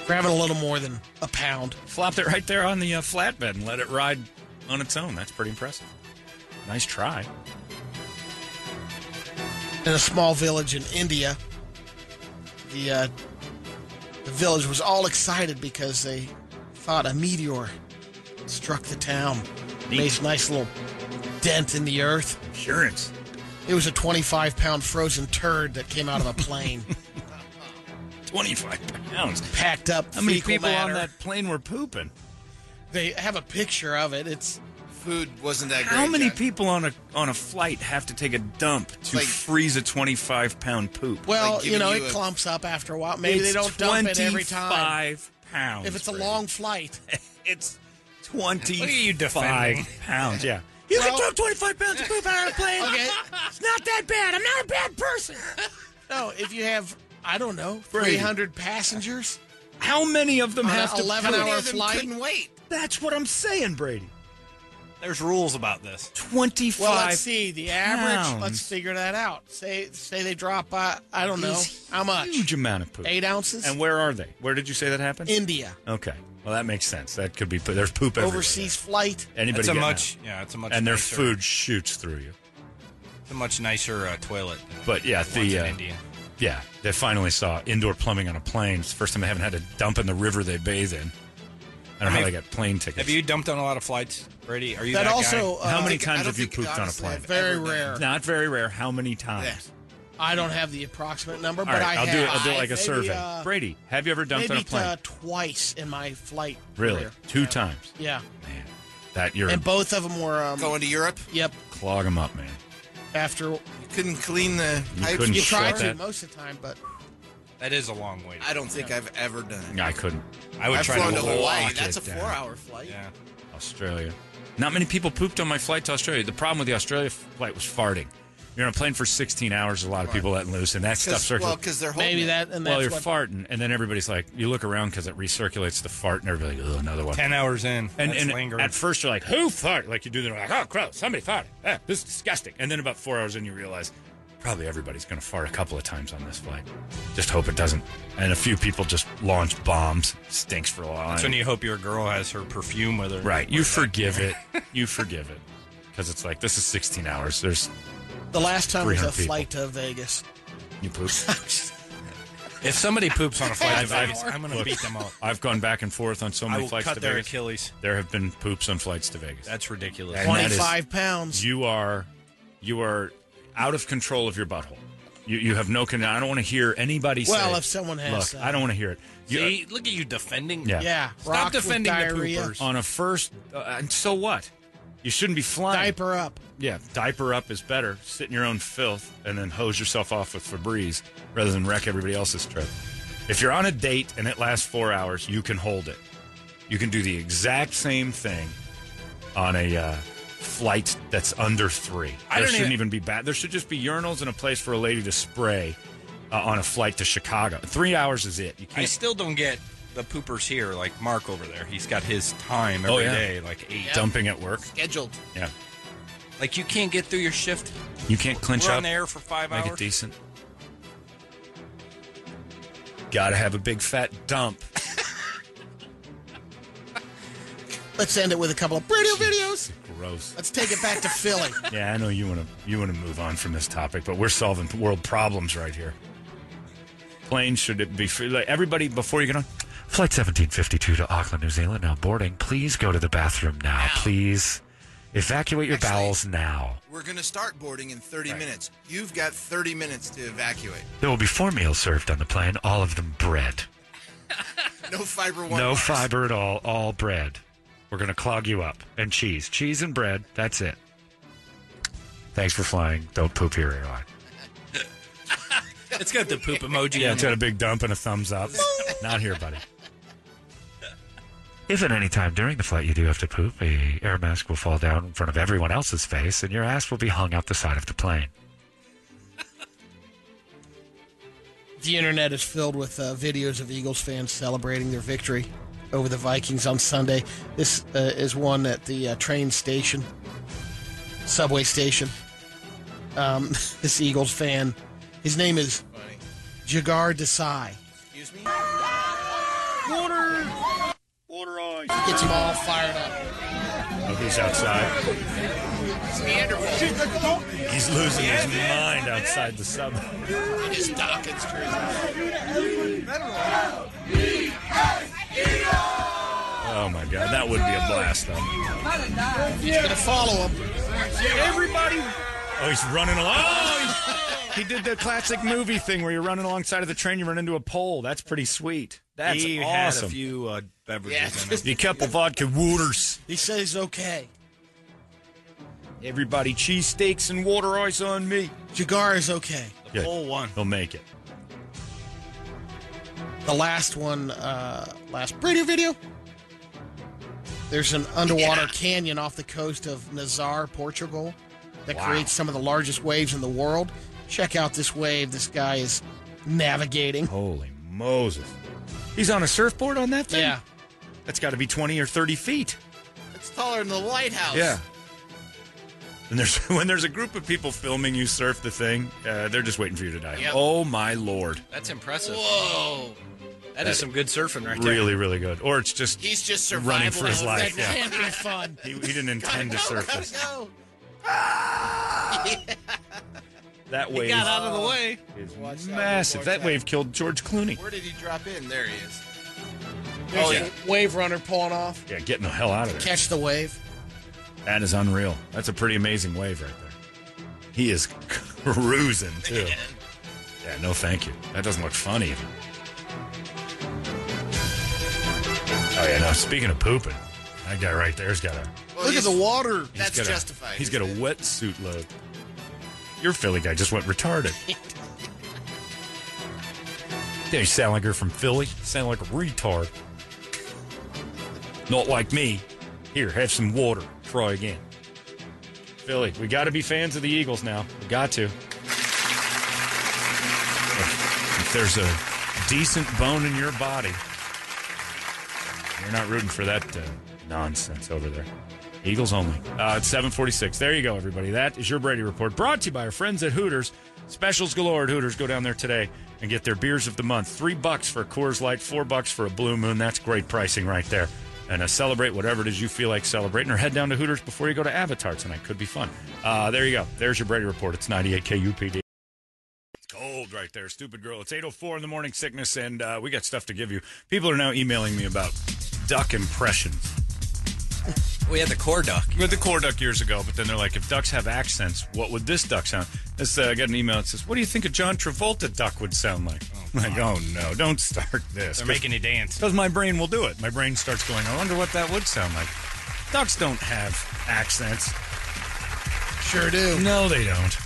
S3: Grabbing a little more than a pound.
S1: Flopped it right there on the uh, flatbed and let it ride on its own. That's pretty impressive. Nice try.
S3: in a small village in India. The uh, the village was all excited because they thought a meteor struck the town,
S9: Neat.
S3: made a nice little dent in the earth.
S9: insurance.
S3: It was a 25 pound frozen turd that came out of a plane,
S1: Twenty-five pounds.
S3: packed up.
S1: How many
S3: fecal
S1: people on
S3: matter.
S1: that plane were pooping?
S3: They have a picture of it. It's
S2: Food wasn't that great.
S1: How many
S2: John.
S1: people on a on a flight have to take a dump to
S2: Like-
S1: freeze a twenty-five pound poop?
S3: well,
S2: Like
S3: you know,
S2: giving
S3: it
S2: you a-
S3: clumps up after a while. Maybe they don't dump it every time.
S1: 25 pounds.
S3: If it's a
S1: Brady.
S3: long flight,
S1: it's twenty-five
S5: Look at you defending.
S1: pounds. Yeah, you
S3: Well-
S1: can throw twenty-five pounds of poop out of a plane.
S3: Okay.
S1: It's not that bad. I'm not a bad person.
S3: no. If you have, I don't know,
S1: Brady.
S3: 300 passengers,
S1: How many of them
S3: On an
S1: have to
S3: 11
S1: poop?
S3: hour
S2: Many of them
S3: flight?
S2: Couldn't wait.
S1: That's what I'm saying, Brady.
S5: There's rules about this.
S1: Twenty-five.
S3: Well, let's see the average.
S1: pounds.
S3: Let's figure that out. Say say they drop by I don't know
S1: Is
S3: how much
S1: Huge amount of poop.
S3: eight ounces.
S1: And where are they? Where did you say that happened?
S3: India
S1: Okay. Well, that makes sense. That could be. There's poop everywhere.
S3: overseas flight.
S1: Anybody
S5: It's a
S1: getting
S5: much,
S1: out.
S5: yeah, it's a much,
S1: and their
S5: nicer,
S1: food shoots through you.
S5: it's a much nicer uh, toilet. than
S1: But, yeah,
S5: the
S1: the,
S5: ones in
S1: uh,
S5: India.
S1: Yeah, they finally saw indoor plumbing on a plane. It's the first time they haven't had to dump in the river they bathe in. I don't know how they got plane tickets.
S5: Have you dumped on a lot of flights, Brady? Are you
S3: That
S5: that,
S3: also
S5: guy?
S1: how
S3: uh,
S1: many
S2: think- I
S1: times
S2: don't
S1: have you
S2: think,
S1: pooped on a
S2: honestly,
S1: plane?
S2: I've
S3: very
S2: ever done
S3: rare.
S1: Not very rare. How many times?
S2: Yeah.
S3: I don't have the approximate number,
S1: All
S3: but
S1: right,
S3: I
S1: I'll
S3: have
S1: do it. I'll do it like a
S3: maybe,
S1: survey.
S3: uh,
S1: Brady, have you ever dumped on
S3: maybe
S1: a plane?
S3: uh, twice in my flight.
S1: really,
S3: career.
S1: two times.
S3: Yeah,
S1: Man, that you're
S3: and both of them were. Um,
S2: Going to Europe,
S3: Yep.
S1: clog them up, man.
S3: After you
S2: you couldn't clean the
S1: You
S2: pipes.
S1: couldn't
S2: You
S1: shut
S3: try
S1: Shut
S3: to
S1: that.
S3: most of the time, but
S5: that is a long way.
S2: I don't think I've ever done it.
S1: I couldn't.
S5: I would
S2: I've
S5: try
S2: flown to
S5: to walk.
S2: Hawaii.
S1: lock
S2: That's a
S1: it down.
S2: four-hour flight.
S5: Yeah.
S1: Australia. Not many people pooped on my flight to Australia. The problem with the Australia flight was farting. You're on a plane for 16 hours. A lot of people letting loose, and that stuff
S2: Because
S1: circulates.
S2: well, because they're holding
S3: maybe
S2: it.
S3: that and
S1: Well,
S3: that's
S1: you're
S3: what.
S1: farting, and then everybody's like, you look around because it recirculates the fart, and everybody's like, oh, another one.
S5: Ten hours in,
S1: and
S5: that's
S1: and
S5: lingering.
S1: at first you're like, who farted? Like you do, they're like, oh, gross, somebody farted. Ah, this is disgusting. And then about four hours in, you realize probably everybody's going to fart a couple of times on this flight. Just hope it doesn't. And a few people just launch bombs. Stinks for a while.
S5: That's
S1: And-
S5: when you hope your girl has her perfume with her.
S1: right. You forgive it. You forgive it. Because it's like, this is 16 hours. There's,
S3: The last time was
S1: 300
S3: a
S1: people.
S3: flight to Vegas.
S1: you poop.
S5: If somebody poops on a flight to
S1: I've- I've-
S5: Vegas, I'm going to
S1: look,
S5: beat them up.
S1: I've gone back and forth on so
S5: I
S1: many
S5: will
S1: flights
S5: cut
S1: to
S5: their
S1: Vegas.
S5: Achilles.
S1: There have been poops on flights to Vegas.
S5: That's ridiculous.
S1: And that is-
S3: Twenty-five pounds.
S1: you are you are out of control of your butthole. You, you have no con- I don't want to hear anybody say.
S3: Well, if someone has
S1: look,
S3: some.
S1: I don't want to hear it. You-
S5: See, look at you defending.
S1: Yeah.
S3: yeah.
S5: Stop
S3: rocked with
S5: defending the
S3: diarrhea,
S5: poopers.
S1: on a first, uh, and so what? You shouldn't be flying.
S3: Diaper up.
S1: Yeah, diaper up is better. Sit in your own filth and then hose yourself off with Febreze rather than wreck everybody else's trip. If you're on a date and it lasts four hours, you can hold it. You can do the exact same thing on a uh, flight that's under three.
S5: I
S1: there
S5: don't
S1: shouldn't
S5: even-
S1: even be bad. There should just be urinals and a place for a lady to spray uh, on a flight to Chicago. Three hours is it. You
S5: I
S1: can't
S5: still don't get the poopers here. Like Mark over there, he's got his time every day.
S1: Oh, yeah.
S5: like eight.
S1: dumping at work.
S2: scheduled.
S1: Yeah,
S5: Like you can't get through your shift.
S1: you can't clinch
S5: We're
S1: up.
S5: on the air for five
S1: Make it
S5: hours.
S1: decent. Gotta have a big fat dump.
S3: Let's end it with a couple of radio videos.
S1: Gross.
S3: Let's take it back to Philly.
S1: Yeah, I know you want to you want to move on from this topic, but we're solving world problems right here. Planes should it be free? Like everybody before you get on.
S10: Flight 1752 to Auckland, New Zealand, now boarding. Please go to the bathroom now. Please evacuate your
S2: Actually-
S10: bowels now.
S2: We're going to start boarding in 30 minutes. You've got 30 minutes to evacuate.
S10: There will be four meals served on the plane, all of them bread.
S2: No fiber one.
S10: no
S2: bars.
S10: fiber at all, all bread. We're going to clog you up. And cheese. Cheese and bread. That's it. Thanks for flying. Don't poop your airline.
S5: It's got the poop emoji.
S1: Yeah,
S5: on
S1: it's got a big dump and a thumbs up. Not here, buddy.
S10: If at any time during the flight you do have to poop, a air mask will fall down in front of everyone else's face, and your ass will be hung out the side of the plane.
S3: the internet is filled with uh, videos of Eagles fans celebrating their victory. over the Vikings on Sunday. This uh, is one at the uh, train station, subway station. Um, this Eagles fan, his name is
S2: Funny.
S3: Jagar Desai.
S2: Excuse me?
S3: Gets them all fired up.
S7: Oh, he's outside. He's losing his mind outside the sub.
S2: His Dawkins jersey.
S7: Oh my god, that would be a blast though.
S3: Gonna follow him.
S7: Oh, he's running along. Oh, he, he did the classic movie thing where you're running alongside of the train, you run into a pole. That's pretty sweet. That's
S4: he had a
S7: awesome.
S4: few uh, beverages
S2: Yeah.
S4: in him.
S7: a couple vodka waters.
S3: He says okay.
S7: Everybody, cheesesteaks and water ice on me.
S3: Jagar is okay.
S7: Good.
S4: Full one.
S7: He'll make it.
S3: The last one, uh, last radio video. There's an underwater canyon off the coast of Nazar, Portugal, that creates some of the largest waves in the world. Check out this wave this guy is navigating.
S7: Holy Moses. He's on a surfboard on that thing?
S3: Yeah.
S7: That's got to be 20 or 30 feet.
S2: It's taller than the lighthouse.
S7: And there's when there's a group of people filming you surf the thing, uh, they're just waiting for you to die.
S5: Yep.
S7: Oh my lord.
S5: That's impressive.
S2: Whoa.
S5: that is some good surfing right there.
S7: Really, really good. Or it's just
S2: He's just survival.
S7: running for his life.
S3: That
S7: Yeah.
S3: can't be fun.
S7: He, he didn't intend to Oh, surf this.
S2: Go.
S7: That wave
S5: Got out of the way.
S7: is
S2: Watch that.
S7: massive.
S2: Watch
S7: That
S2: that.
S7: wave killed George Clooney.
S2: Where did he drop in? There he is.
S3: There's
S7: yeah.
S3: a wave runner pulling off.
S7: Yeah, getting the hell out of there.
S3: Catch the wave.
S7: That is unreal. That's a pretty amazing wave right there. He is cruising too. Yeah, no, thank you. That doesn't look fun even. Oh yeah, now speaking of pooping, that guy right there's got a
S2: Well,
S3: Look at
S2: he's-
S3: the water.
S7: he's
S2: That's
S7: got a-
S2: justified.
S7: He's got a
S2: isn't it?
S7: wetsuit load. Your Philly guy just went retarded. yeah, you sound like you're from Philly. You sound like a retard. Not like me. Here, have some water. Try again. Philly, we got to be fans of the Eagles now. We got to. If there's a decent bone in your body, you're not rooting for that uh, nonsense over there. Eagles only. Uh, it's 746. There you go, everybody. That is your Brady Report, brought to you by our friends at Hooters. Specials galore at Hooters. Go down there today and get their beers of the month. Three bucks for a Coors Light, four bucks for a Blue Moon. That's great pricing right there. And uh, celebrate whatever it is you feel like celebrating, or head down to Hooters before you go to Avatar tonight. Could be fun. Uh, there you go. There's your Brady Report. It's 98 KUPD. It's cold right there, stupid girl. It's 8.04 in the morning sickness, and uh, we got stuff to give you. People are now emailing me about duck impressions.
S4: We had the core duck.
S7: We had the core duck years ago, but then they're like, if ducks have accents, what would this duck sound? This, uh, I got an email that says, "What do you think a John Travolta duck would sound like?" I'm like, oh no, don't start this
S5: They're making you dance.
S7: because my brain will do it. My brain starts going, "I wonder what that would sound like." Ducks don't have accents.
S3: Sure do.
S7: No, they don't.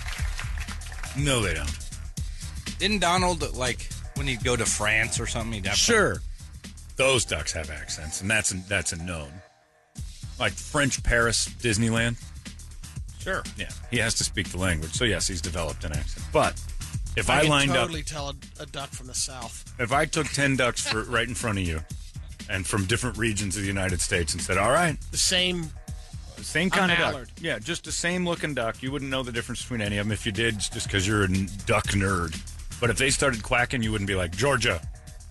S7: No, they don't.
S5: Didn't Donald like when he'd go to France or something? He'd have
S7: Sure, those ducks have accents, and that's a, that's a known. Like French Paris Disneyland. Sure. Yeah, he has to speak the language, so yes, he's developed an accent. But if I,
S3: can
S7: lined up,
S3: totally tell a, a duck from the south.
S7: if I took ten ducks for right in front of you, and from different regions of the United States, and said, "All right,
S3: The same.
S7: same kind
S3: A
S7: of duck,
S3: mallard.
S7: yeah, just the same looking duck," you wouldn't know the difference between any of them. If you did, it's just because you're a n- duck nerd. But if they started quacking, you wouldn't be like Georgia,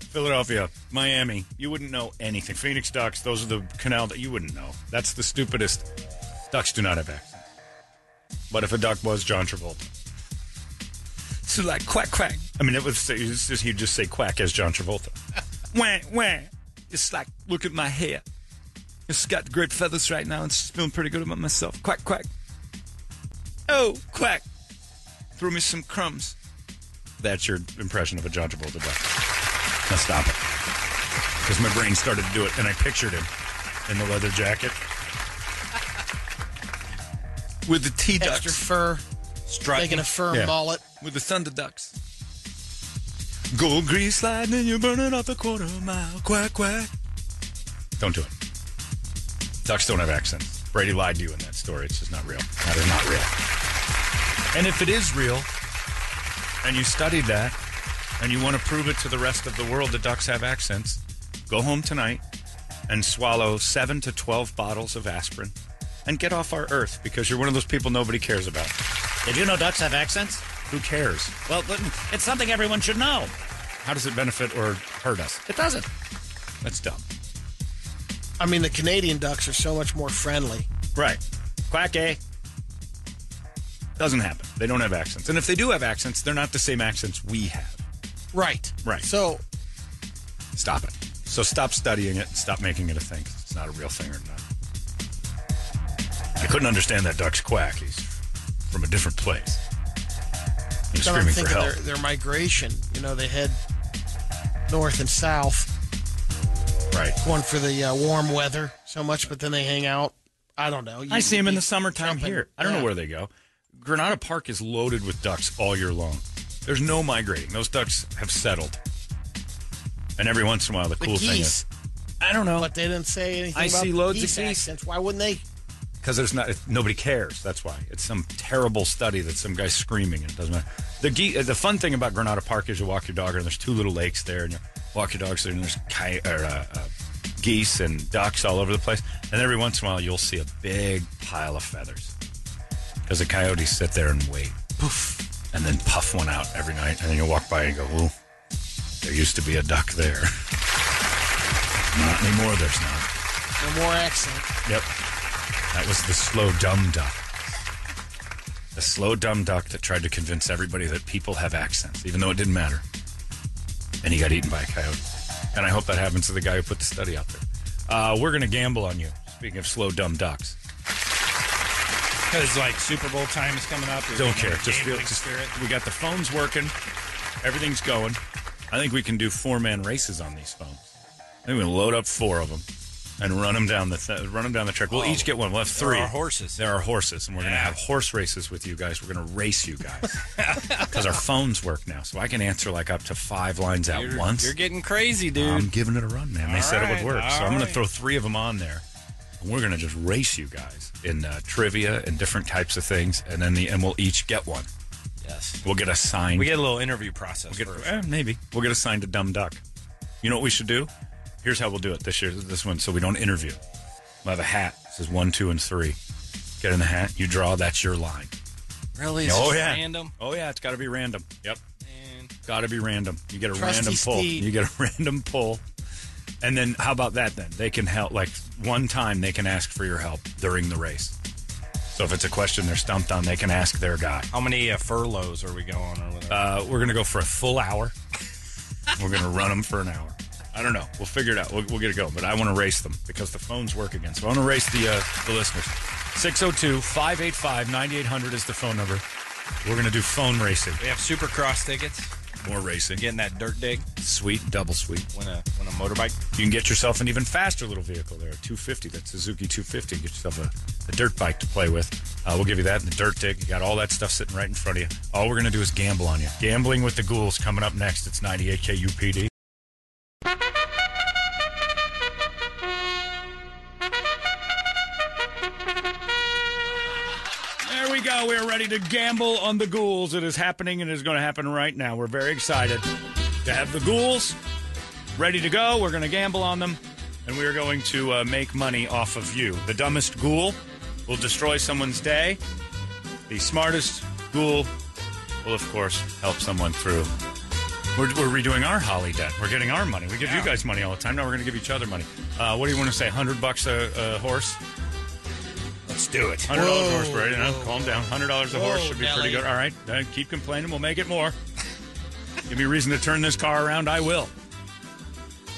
S7: Philadelphia, Miami. You wouldn't know anything. Phoenix ducks; those are the canal that you wouldn't know. That's the stupidest. Ducks do not have accents. But if a duck was John Travolta. So like quack quack. I mean, it was it's just, he'd just say quack as John Travolta. wah wah. It's like look at my hair. It's got great feathers right now. and It's feeling pretty good about myself. Quack quack. Oh quack. Threw me some crumbs. That's your impression of a John Travolta duck. Now stop it. Because my brain started to do it, and I pictured him in the leather jacket with the T
S3: Extra fur. Making a fur
S7: Yeah.
S3: mullet.
S7: with the Thunder Ducks. Gold grease sliding and you're burning up a quarter mile. Quack, quack. Don't do it. Ducks don't have accents. Brady lied to you in that story. It's just not real. That is not real. And if it is real, and you studied that, and you want to prove it to the rest of the world that ducks have accents, go home tonight, and swallow seven to 12 bottles of aspirin and get off our earth because you're one of those people nobody cares about.
S11: Did you know Dutch have accents?
S7: Who cares?
S11: Well, but it's something everyone should know.
S7: How does it benefit or hurt us?
S11: It doesn't.
S7: That's dumb.
S3: I mean, the Canadian ducks are so much more friendly.
S7: Right. Quack A. Doesn't happen. They don't have accents. And if they do have accents, they're not the same accents we have.
S3: Right.
S7: Right.
S3: So
S7: Stop it. So stop studying it. Stop making it a thing. 'cause It's not a real thing or not. I couldn't understand that duck's quack. He's from a different place. He's
S3: then I'm
S7: screaming for
S3: thinking
S7: help.
S3: their, their migration. You know, they head north and south,
S7: Right.
S3: one for the uh, warm weather so much, but then they hang out. I don't know. You-
S7: I see them in
S3: you-
S7: the summertime
S3: jumping.
S7: here. I don't
S3: Yeah.
S7: know where they go. Granada Park is loaded with ducks all year long. There's no migrating. Those ducks have settled. And every once in a while, the
S3: The
S7: cool thing
S3: geese,
S7: is I don't know
S3: but they didn't say anything.
S7: I
S3: about
S7: see loads of
S3: geese
S7: geese.
S3: accents. Why wouldn't they?
S7: because there's not nobody cares. That's why it's some terrible study that some guy's screaming. And it doesn't matter. The ge- uh, the fun thing about Granada Park is you walk your dog and there's two little lakes there, and you walk your dogs there, and there's ki- or, uh, uh, geese and ducks all over the place. And every once in a while, you'll see a big pile of feathers because the coyotes sit there and wait, poof, and then puff one out every night, and then you walk by and go, "Ooh, there used to be a duck there." not anymore. There's not.
S3: They're more accent.
S7: Yep. That was the slow dumb duck. The slow dumb duck that tried to convince everybody that people have accents, even though it didn't matter. And he got eaten by a coyote. And I hope that happens to the guy who put the study out there. Uh, we're going to gamble on you. Speaking of slow dumb ducks,
S5: Because like Super Bowl time is coming up. There's
S7: don't
S5: another
S7: care. Just feel
S5: gambling
S7: just,
S5: spirit.
S7: We got the phones working. Everything's going. I think we can do four man races on these phones. I think we can load up four of them and run them down the th- run them down the track. We'll each get one. We'll have three.
S5: Oh, are horses.
S7: There are horses, and we're going
S5: Yeah.
S7: to have horse races with you guys. We're going to race you guys because our phones work now, so I can answer like up to five lines at
S5: You're,
S7: once. Um,
S5: you're getting crazy, dude.
S7: I'm giving it a run, man. They
S5: All
S7: said it
S5: right,
S7: would work, so
S5: all
S7: I'm going
S5: right.
S7: to throw three of them on there, and we're going to just race you guys in uh, trivia and different types of things, and then the and we'll each get one.
S5: yes.
S7: We'll get a sign.
S5: We get a little interview process.
S7: We'll
S5: first.
S7: get, eh, maybe we'll get assigned a dumb duck. You know what we should do? Here's how we'll do it this year, this one, so we don't interview. We'll have a hat. This is one, two, and three. Get in the hat. You draw. That's your line.
S5: Really? It's
S7: oh
S5: just
S7: yeah.
S5: Random.
S7: Oh yeah. It's got to be random. Yep.
S5: Man.
S7: Got to be random. You get a
S3: Trusty
S7: random pull.
S3: Steve.
S7: You get a random pull. And then how about that then? They can help like one time they can ask for your help during the race. So if it's a question they're stumped on, they can ask their guy.
S5: How many uh, furloughs are we going or whatever?
S7: Uh, we're going to go for a full hour. we're going to run them for an hour. I don't know. We'll figure it out. We'll, we'll get it going. But I want to race them because the phones work again. So I want to race the, uh, the listeners. 602 585 9800 is the phone number. We're going to do phone racing.
S5: we have Supercross tickets.
S7: More racing.
S5: Getting that dirt dig.
S7: Sweet, double sweet.
S5: Win a win a motorbike.
S7: You can get yourself an even faster little vehicle there, a 250. That's Suzuki 250. Get yourself a, a dirt bike to play with. Uh, we'll give you that and the dirt dig. You got all that stuff sitting right in front of you. All we're going to do is gamble on you. Gambling with the ghouls coming up next. It's 98K UPD. There we go. We're ready to gamble on the ghouls. It is happening and it is going to happen right now. We're very excited to have the ghouls ready to go. We're going to gamble on them, and we are going to uh, make money off of you. The dumbest ghoul will destroy someone's day. The smartest ghoul will, of course, help someone through. We're, we're redoing our Holly debt. We're getting our money. We give you guys money all the time. Now we're going to give each other money. Uh, what do you want to say? Hundred bucks a, a horse. Let's do it. Hundred dollars a horse, Brady. No, calm down. Hundred dollars a horse should be pretty good. All right, Uh, keep complaining. We'll make it more. Give me a reason to turn this car around. I will.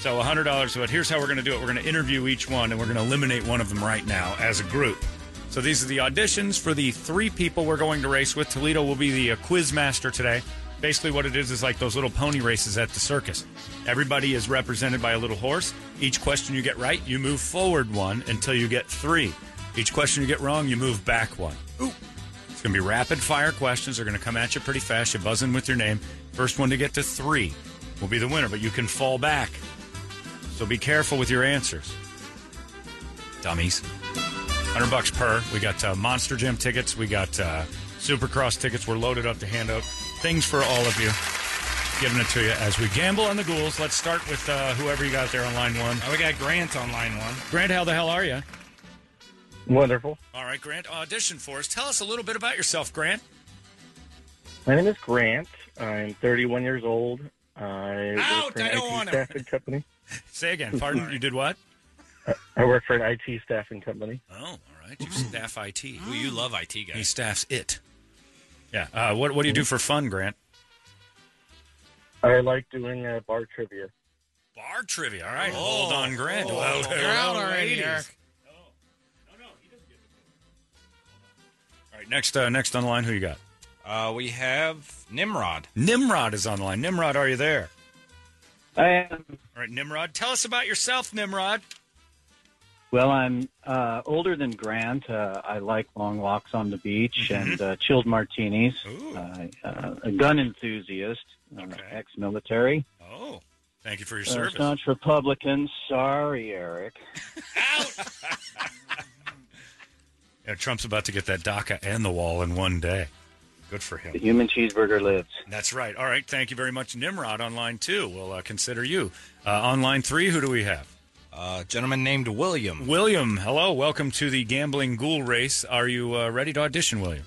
S7: So $100. But here's how we're going to do it we're going to interview each one and we're going to eliminate one of them right now as a group. So these are the auditions for the three people we're going to race with. Toledo will be the uh, quiz master today. Basically, what it is is like those little pony races at the circus. Everybody is represented by a little horse. Each question you get right, you move forward one until you get three. Each question you get wrong, you move back one. It's going to be rapid fire questions. They're going to come at you pretty fast. You buzz in with your name. First one to get to three will be the winner, but you can fall back. So be careful with your answers. Dummies. 100 bucks per. We got uh, Monster Jam tickets. We got uh, Supercross tickets. We're loaded up to hand out things for all of you. giving it to you as we gamble on the ghouls. Let's start with uh, whoever you got there on line one.
S5: Now we got Grant on line one.
S7: Oh, Grant, how the hell are you?
S12: Wonderful.
S7: All right, Grant, audition for us. Tell us a little bit about yourself, Grant.
S12: My name is Grant. I'm 31 years old. I
S5: Out!
S12: work for an
S5: I don't
S12: IT
S5: want him.
S12: staffing company.
S7: Say again. Pardon? You did what?
S12: I work for an IT staffing company.
S7: Oh, all right. You staff IT.
S5: Ooh, you love IT
S7: He
S5: guys.
S7: staffs it. Yeah. Uh, what What do you do for fun, Grant?
S12: I like doing uh, bar trivia.
S7: Bar trivia. All right. Hold on, Grant.
S3: You're out already, Eric.
S7: Oh. All right. Next, uh, next on the line, who you got?
S5: Uh, we have Nimrod.
S7: Nimrod is on the line. Nimrod, are you there?
S8: I am.
S7: All right, Nimrod. Tell us about yourself, Nimrod.
S8: Well, I'm uh, older than Grant. Uh, I like long walks on the beach
S5: Mm-hmm.
S8: and uh, chilled martinis.
S7: Ooh.
S8: I, uh, a gun enthusiast, uh, ex-military.
S7: Oh, thank you for your
S8: Uh,
S7: service.
S8: staunch Republican. Sorry, Eric.
S7: Yeah, Trump's about to get that DACA and the wall in one day. Good for
S8: The
S7: him.
S8: human cheeseburger lives.
S7: That's right. All right. Thank you very much, Nimrod. On line two, we'll uh, consider you. Uh, on line three, who do we have?
S5: Uh, gentleman named William.
S7: William, hello. Welcome to the Gambling Ghoul Race. Are you uh, ready to audition, William?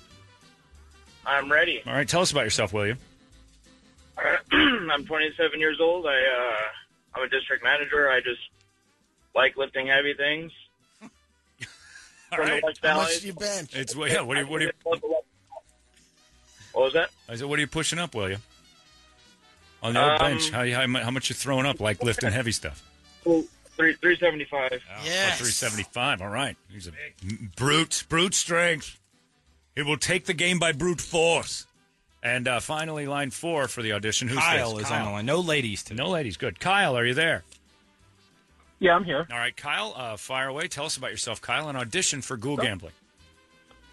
S12: I'm ready.
S7: All right. Tell us about yourself, William.
S12: I'm 27 years old. I uh, I'm a district manager. I just like lifting heavy things.
S7: All right.
S3: How much do you bench?
S7: It's yeah. What are you? What are you?
S12: What was that?
S7: I said, what are you pushing up, William? On the old
S12: Um,
S7: bench, how, how mu- how much you throwing up, like lifting heavy stuff? Oh,
S12: Three three seventy five.
S3: Yes.
S7: Three seventy five. All right, he's a brute, brute strength. He will take the game by brute force. And uh, finally, line four for the audition. Who's
S5: Kyle
S7: this?
S5: is on the line. No ladies today.
S7: No ladies, good. Kyle, are you there?
S12: Yeah, I'm here.
S7: All right, Kyle, uh, fire away. Tell us about yourself, Kyle. An audition for Ghoul Gambling.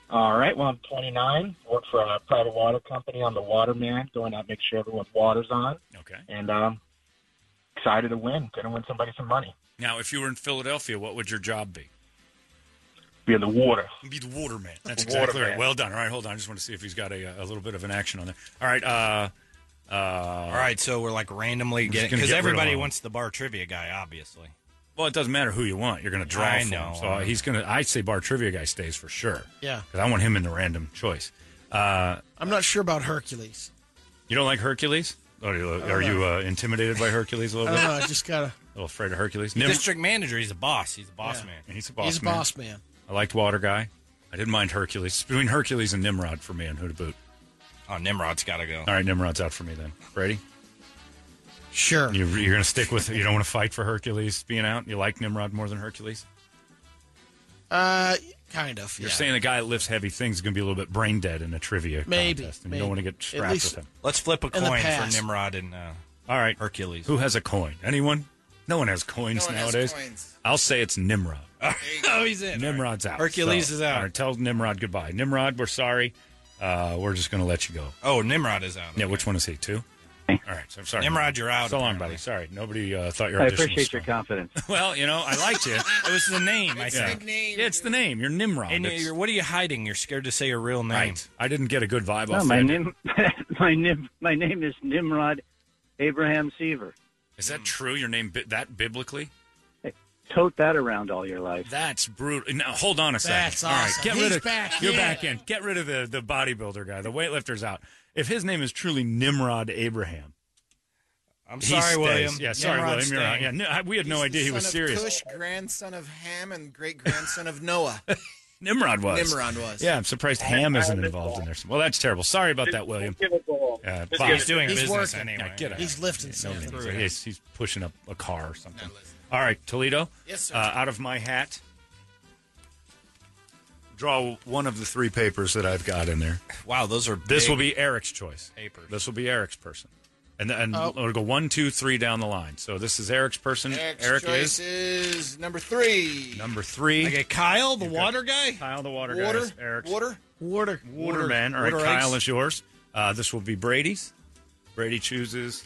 S8: All right.
S12: Well, I'm 29. Work for a private water company. I'm the waterman, going out make sure everyone's water's on,
S7: Okay.
S12: and um, excited to win. Gonna win somebody some money.
S7: Now, if you were in Philadelphia, what would your job be?
S12: Be in the water.
S7: Be the waterman. That's
S12: The
S7: exactly
S12: waterman.
S7: right. Well done. All right, hold on. I just want to see if he's got a, a little bit of an action on there. All right. Uh, uh,
S5: All right, so we're like randomly
S7: just
S5: getting
S7: gonna
S5: because
S7: get rid of
S5: everybody
S7: him.
S5: wants the bar trivia guy, obviously.
S7: Well, it doesn't matter who you want. You're going to draw
S5: I
S7: from.
S5: know.
S7: So uh, he's going to. I'd say Bar Trivia guy stays for sure.
S3: Yeah.
S7: Because I want him in the random choice. Uh,
S3: I'm not sure about Hercules.
S7: you don't like Hercules? Are you, are you uh, intimidated by Hercules a
S3: I
S7: little
S3: don't
S7: bit?
S3: know.
S7: A
S3: I just gotta.
S7: little afraid of Hercules? Nim-
S5: District manager, he's a boss. He's a boss man.
S7: he's a boss.
S3: he's a
S7: man.
S3: boss man.
S7: I liked Water Guy. I didn't mind Hercules. It's between Hercules and Nimrod for me and Who to Boot.
S5: Oh, Nimrod's got to go.
S7: All right, Nimrod's out for me then. Brady,
S3: Sure.
S7: you, you're going to stick with. You don't want to fight for Hercules being out. You like Nimrod more than Hercules.
S3: Uh, kind of.
S7: You're
S3: yeah.
S7: saying the guy that lifts heavy things is going to be a little bit brain dead in a trivia
S3: Maybe,
S7: contest, and you
S3: maybe.
S7: don't want to get
S3: At
S7: strapped
S3: least-
S7: with him.
S5: Let's flip a
S3: In the
S5: coin for
S3: past.
S5: Nimrod and uh,
S7: All right,
S5: Hercules.
S7: Who has a coin? Anyone? No one has coins
S2: No one has
S7: nowadays.
S2: coins.
S7: I'll say it's Nimrod.
S5: oh, he's in.
S7: Nimrod's out.
S5: Hercules is out.
S7: all right, tell Nimrod goodbye. Nimrod, we're sorry. Uh, we're just going to let you go.
S5: Oh, Nimrod is out.
S7: Yeah, which one is he? Two. All right, so I'm sorry.
S5: Nimrod, you're out,
S7: So long,
S5: apparently.
S7: buddy. Sorry, nobody uh, thought your
S8: I
S7: audition was
S8: appreciate your
S7: strong.
S8: confidence.
S7: Well, you know, I liked you.
S5: It was the name, I
S7: yeah.
S5: think.
S2: name,
S7: Yeah, it's the name. You're Nimrod.
S5: And
S7: It's-
S5: you're, what are you hiding? You're scared to say your real name.
S7: right. I didn't get a good vibe
S8: No,
S7: off
S8: my
S7: that.
S8: name, my name, my name is Nimrod Abraham Seaver.
S7: Is that true? Your name bi- that biblically?
S8: Tote that around all your life.
S7: That's brutal. Now, hold on a second.
S3: That's
S7: All right,
S3: awesome.
S7: get rid
S3: He's
S7: of
S3: back
S7: you're
S3: in.
S7: back in. Get rid of the the bodybuilder guy. The weightlifter's out. If his name is truly Nimrod Abraham,
S5: I'm
S7: he
S5: sorry,
S7: stays.
S5: William.
S7: Yeah, sorry,
S5: Nimrod's
S7: William. You're out.
S5: staying.
S7: Yeah, no, I- we had no
S2: He's
S7: idea
S2: the
S7: he was
S2: son
S7: serious.
S2: Of Cush, grandson of Ham, and great grandson of Noah.
S7: Nimrod was.
S2: Nimrod was.
S7: Yeah, I'm surprised Ham isn't involved in there. Well, that's terrible. Sorry about that, William.
S12: Give it to him.
S7: Uh,
S12: Just
S7: Bob.
S12: give
S5: He's doing
S3: He's
S5: business
S3: working.
S5: anyway.
S7: Yeah, get out.
S3: He's lifting
S7: No,
S3: something.
S7: no, he's, he's pushing up a car or something. All right, Toledo.
S2: Yes, sir.
S7: Uh, out of my hat, draw one of the three papers that I've got in there.
S5: Wow, those are
S7: This
S5: big.
S7: will be Eric's choice.
S5: Papers.
S7: This will be Eric's person. And and
S3: Oh.
S7: it'll go one, two, three down the line. So this is Eric's person.
S2: Eric's
S7: Eric
S2: choice
S7: is
S2: is, number three.
S7: number three.
S5: Okay, Kyle, the water guy.
S7: Kyle the water, guy
S2: Water.
S7: is Eric's.
S2: Water.
S3: Water.
S7: Waterman. All right,
S5: Water
S7: Kyle
S5: ice.
S7: is yours. Uh, this will be Brady's. Brady chooses.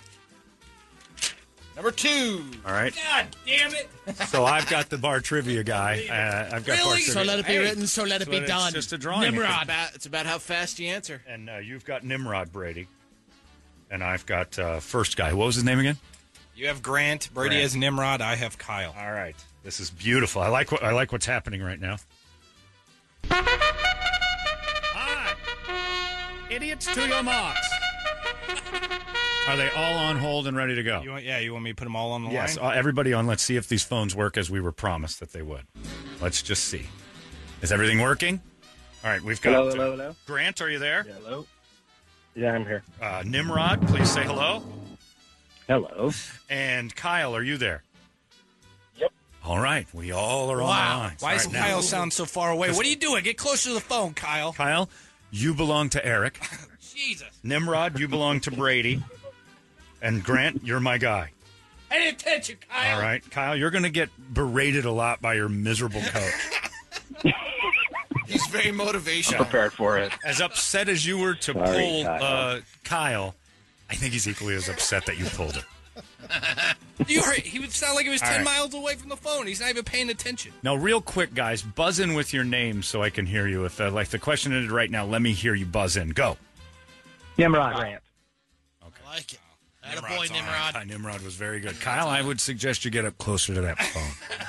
S2: Number two.
S7: All right.
S5: God damn it!
S7: So I've got the bar trivia guy. Uh, I've got bar
S5: Really?
S7: trivia.
S3: So let it be
S5: Hey,
S3: written. So let it
S7: so
S3: be
S7: it's
S3: done.
S7: just a drawing.
S2: It's
S7: Nimrod.
S2: about, it's about how fast you answer.
S7: and uh, you've got Nimrod Brady. and I've got uh, first guy. What was his name again?
S5: You have Grant. Brady
S7: Grant.
S5: has Nimrod. I have Kyle.
S7: All right. This is beautiful. I like what I like what's happening right now. Idiots to your marks. Are they all on hold and ready to go?
S5: You want, yeah, you want me to put them all on the
S7: Yes,
S5: line?
S7: uh, everybody on. Let's see if these phones work as we were promised that they would. Let's just see. Is everything working? All right, we've got.
S12: Hello, hello, hello.
S7: Grant, are you there?
S12: hello. Yeah, I'm here.
S7: Uh, Nimrod, please say hello.
S8: Hello.
S7: And Kyle, are you there? Yep. All right, we all are on the
S5: Wow.
S7: line.
S5: Why does
S7: All right,
S5: Kyle
S7: now-
S5: sound so far away? What are you doing? Get closer to the phone, Kyle.
S7: Kyle, you belong to Eric.
S5: Jesus.
S7: Nimrod, you belong to Brady. And Grant, you're my guy.
S5: Pay attention, Kyle.
S7: All right, Kyle, you're going to get berated a lot by your miserable coach.
S2: He's very motivational.
S12: for it.
S7: As upset as you were to
S12: Sorry,
S7: pull
S12: Kyle.
S7: Uh, Kyle, I think he's equally as upset that you pulled him.
S5: You heard, he would sound like he was
S7: All
S5: 10
S7: right.
S5: miles away from the phone. He's not even paying attention.
S7: Now, real quick, guys, buzz in with your name so I can hear you. If uh, like the question ended right now, let me hear you buzz in. Go.
S8: Nimrod Grant.
S3: I like it. Attaboy, Nimrod.
S7: Uh, Nimrod was very good. Kyle, I would suggest you get up closer to that phone.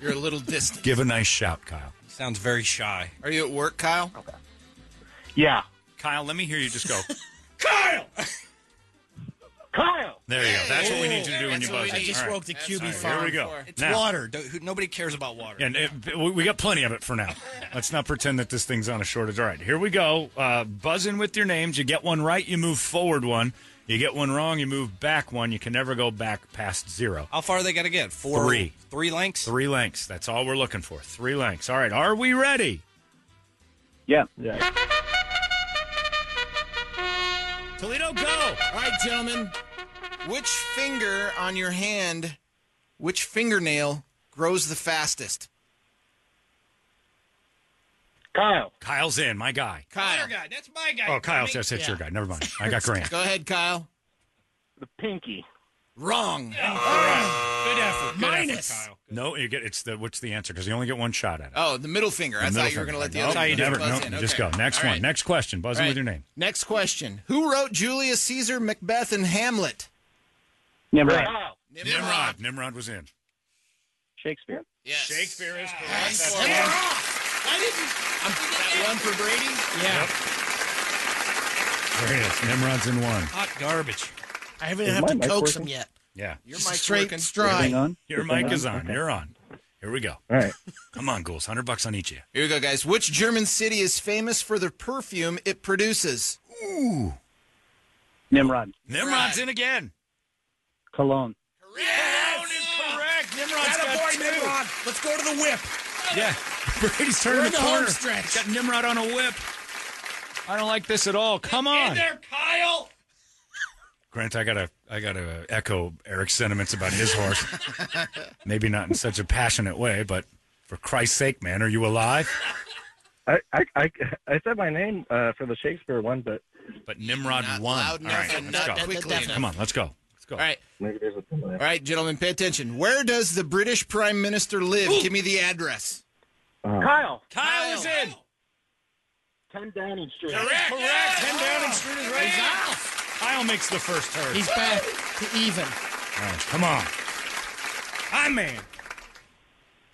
S2: You're a little distant.
S7: Give a nice shout, Kyle.
S5: Sounds very shy.
S2: Are you at work, Kyle?
S7: Yeah. Kyle, let me hear you just go. Kyle!
S12: Kyle!
S7: There you go. That's what we need you to do when you
S5: That's
S7: buzz
S5: what
S7: in.
S5: we need.
S7: All right. All right, Here we go.
S5: It's
S7: Now-
S5: water. Don't- who- Nobody cares about water.
S7: And it, we- we got plenty of it for now. Let's not pretend that this thing's on a shortage. All right, here we go. Uh, buzz in with your names. You get one right, you move forward one. You get one wrong, you move back one. You can never go back past zero.
S5: How far are they got to get? Four,
S7: Three.
S5: three lengths.
S7: Three lengths. That's all we're looking for. Three lengths. All right, are we ready?
S8: Yeah. Yeah.
S7: Toledo, go. All
S2: right, gentlemen. Which finger on your hand, which fingernail grows the fastest?
S12: Kyle.
S7: Kyle's in, my guy.
S2: Kyle.
S5: Water guy. That's my guy.
S7: Oh, Kyle says it's your guy. Never mind. I got Grant.
S2: Go ahead, Kyle.
S12: The pinky.
S2: Wrong.
S5: Good effort. Good
S2: Minus.
S5: effort, Kyle.
S7: No, you get it's the what's the answer because you only get one shot at it.
S2: Oh, the middle finger. I
S7: The
S2: thought
S7: middle
S2: you were going
S7: finger.
S2: to let the
S7: No,
S2: other
S7: you
S2: one
S7: never,
S2: buzz
S7: no,
S2: in.
S7: you Just go.
S2: Okay.
S7: Next
S2: All
S7: one.
S2: right.
S7: Next question. Buzz in
S2: All
S7: with
S2: right.
S7: your name.
S2: Next question. Who wrote Julius Caesar, Macbeth, and Hamlet?
S8: Nimrod.
S7: Nimrod. Nimrod was in.
S8: Shakespeare.
S2: Yes.
S7: Shakespeare is correct.
S2: Yes.
S7: That's
S2: Nimrod.
S7: one.
S2: I didn't. I'm, that one for Brady? Yeah.
S7: There it is. Nimrod's in one.
S5: Hot garbage.
S3: I haven't
S8: Is
S3: had
S8: my
S3: to
S8: mic
S3: coax
S8: working?
S3: him yet.
S7: Yeah.
S2: Your
S3: Just
S2: mic's
S3: straight
S2: working.
S3: stride.
S8: Everything on?
S7: Your
S8: Everything
S7: mic is on.
S8: Okay.
S7: You're on. Here we go.
S8: All right.
S7: Come on, ghouls. 100 bucks on each of you.
S2: Here we go, guys. Which German city is famous for the perfume it produces?
S7: Ooh.
S8: Nimrod.
S7: Nimrod's in again.
S8: Cologne.
S7: Correct. Nimrod's got two.
S5: Let's go to the whip.
S7: Yeah. Brady's turning
S3: We're
S7: the,
S3: in the home
S7: corner.
S3: stretch.
S7: Got Nimrod on a whip. I don't like this at all. Come on.
S5: Kyle.
S7: Grant, I gotta, I gotta echo Eric's sentiments about his horse. Maybe not in such a passionate way, but for Christ's sake, man, are you alive?
S12: I, I, I, I said my name uh, for the Shakespeare one, but
S7: But Nimrod
S2: Not
S7: won.
S2: loud
S7: All
S2: enough
S7: right,
S2: and
S7: let's
S2: not
S7: go.
S2: quickly enough.
S7: Come on, let's go. Let's go.
S2: All right.
S12: maybe there's a
S2: All right, gentlemen, pay attention. Where does the British Prime Minister live? Give me the address.
S7: Uh,
S12: Kyle.
S7: Kyle is in.
S12: 10 Downing Street.
S7: Correct. Ten Downing Street is right. Kyle makes the first turn.
S3: He's back to even.
S7: All right, come on.
S5: Hi, man.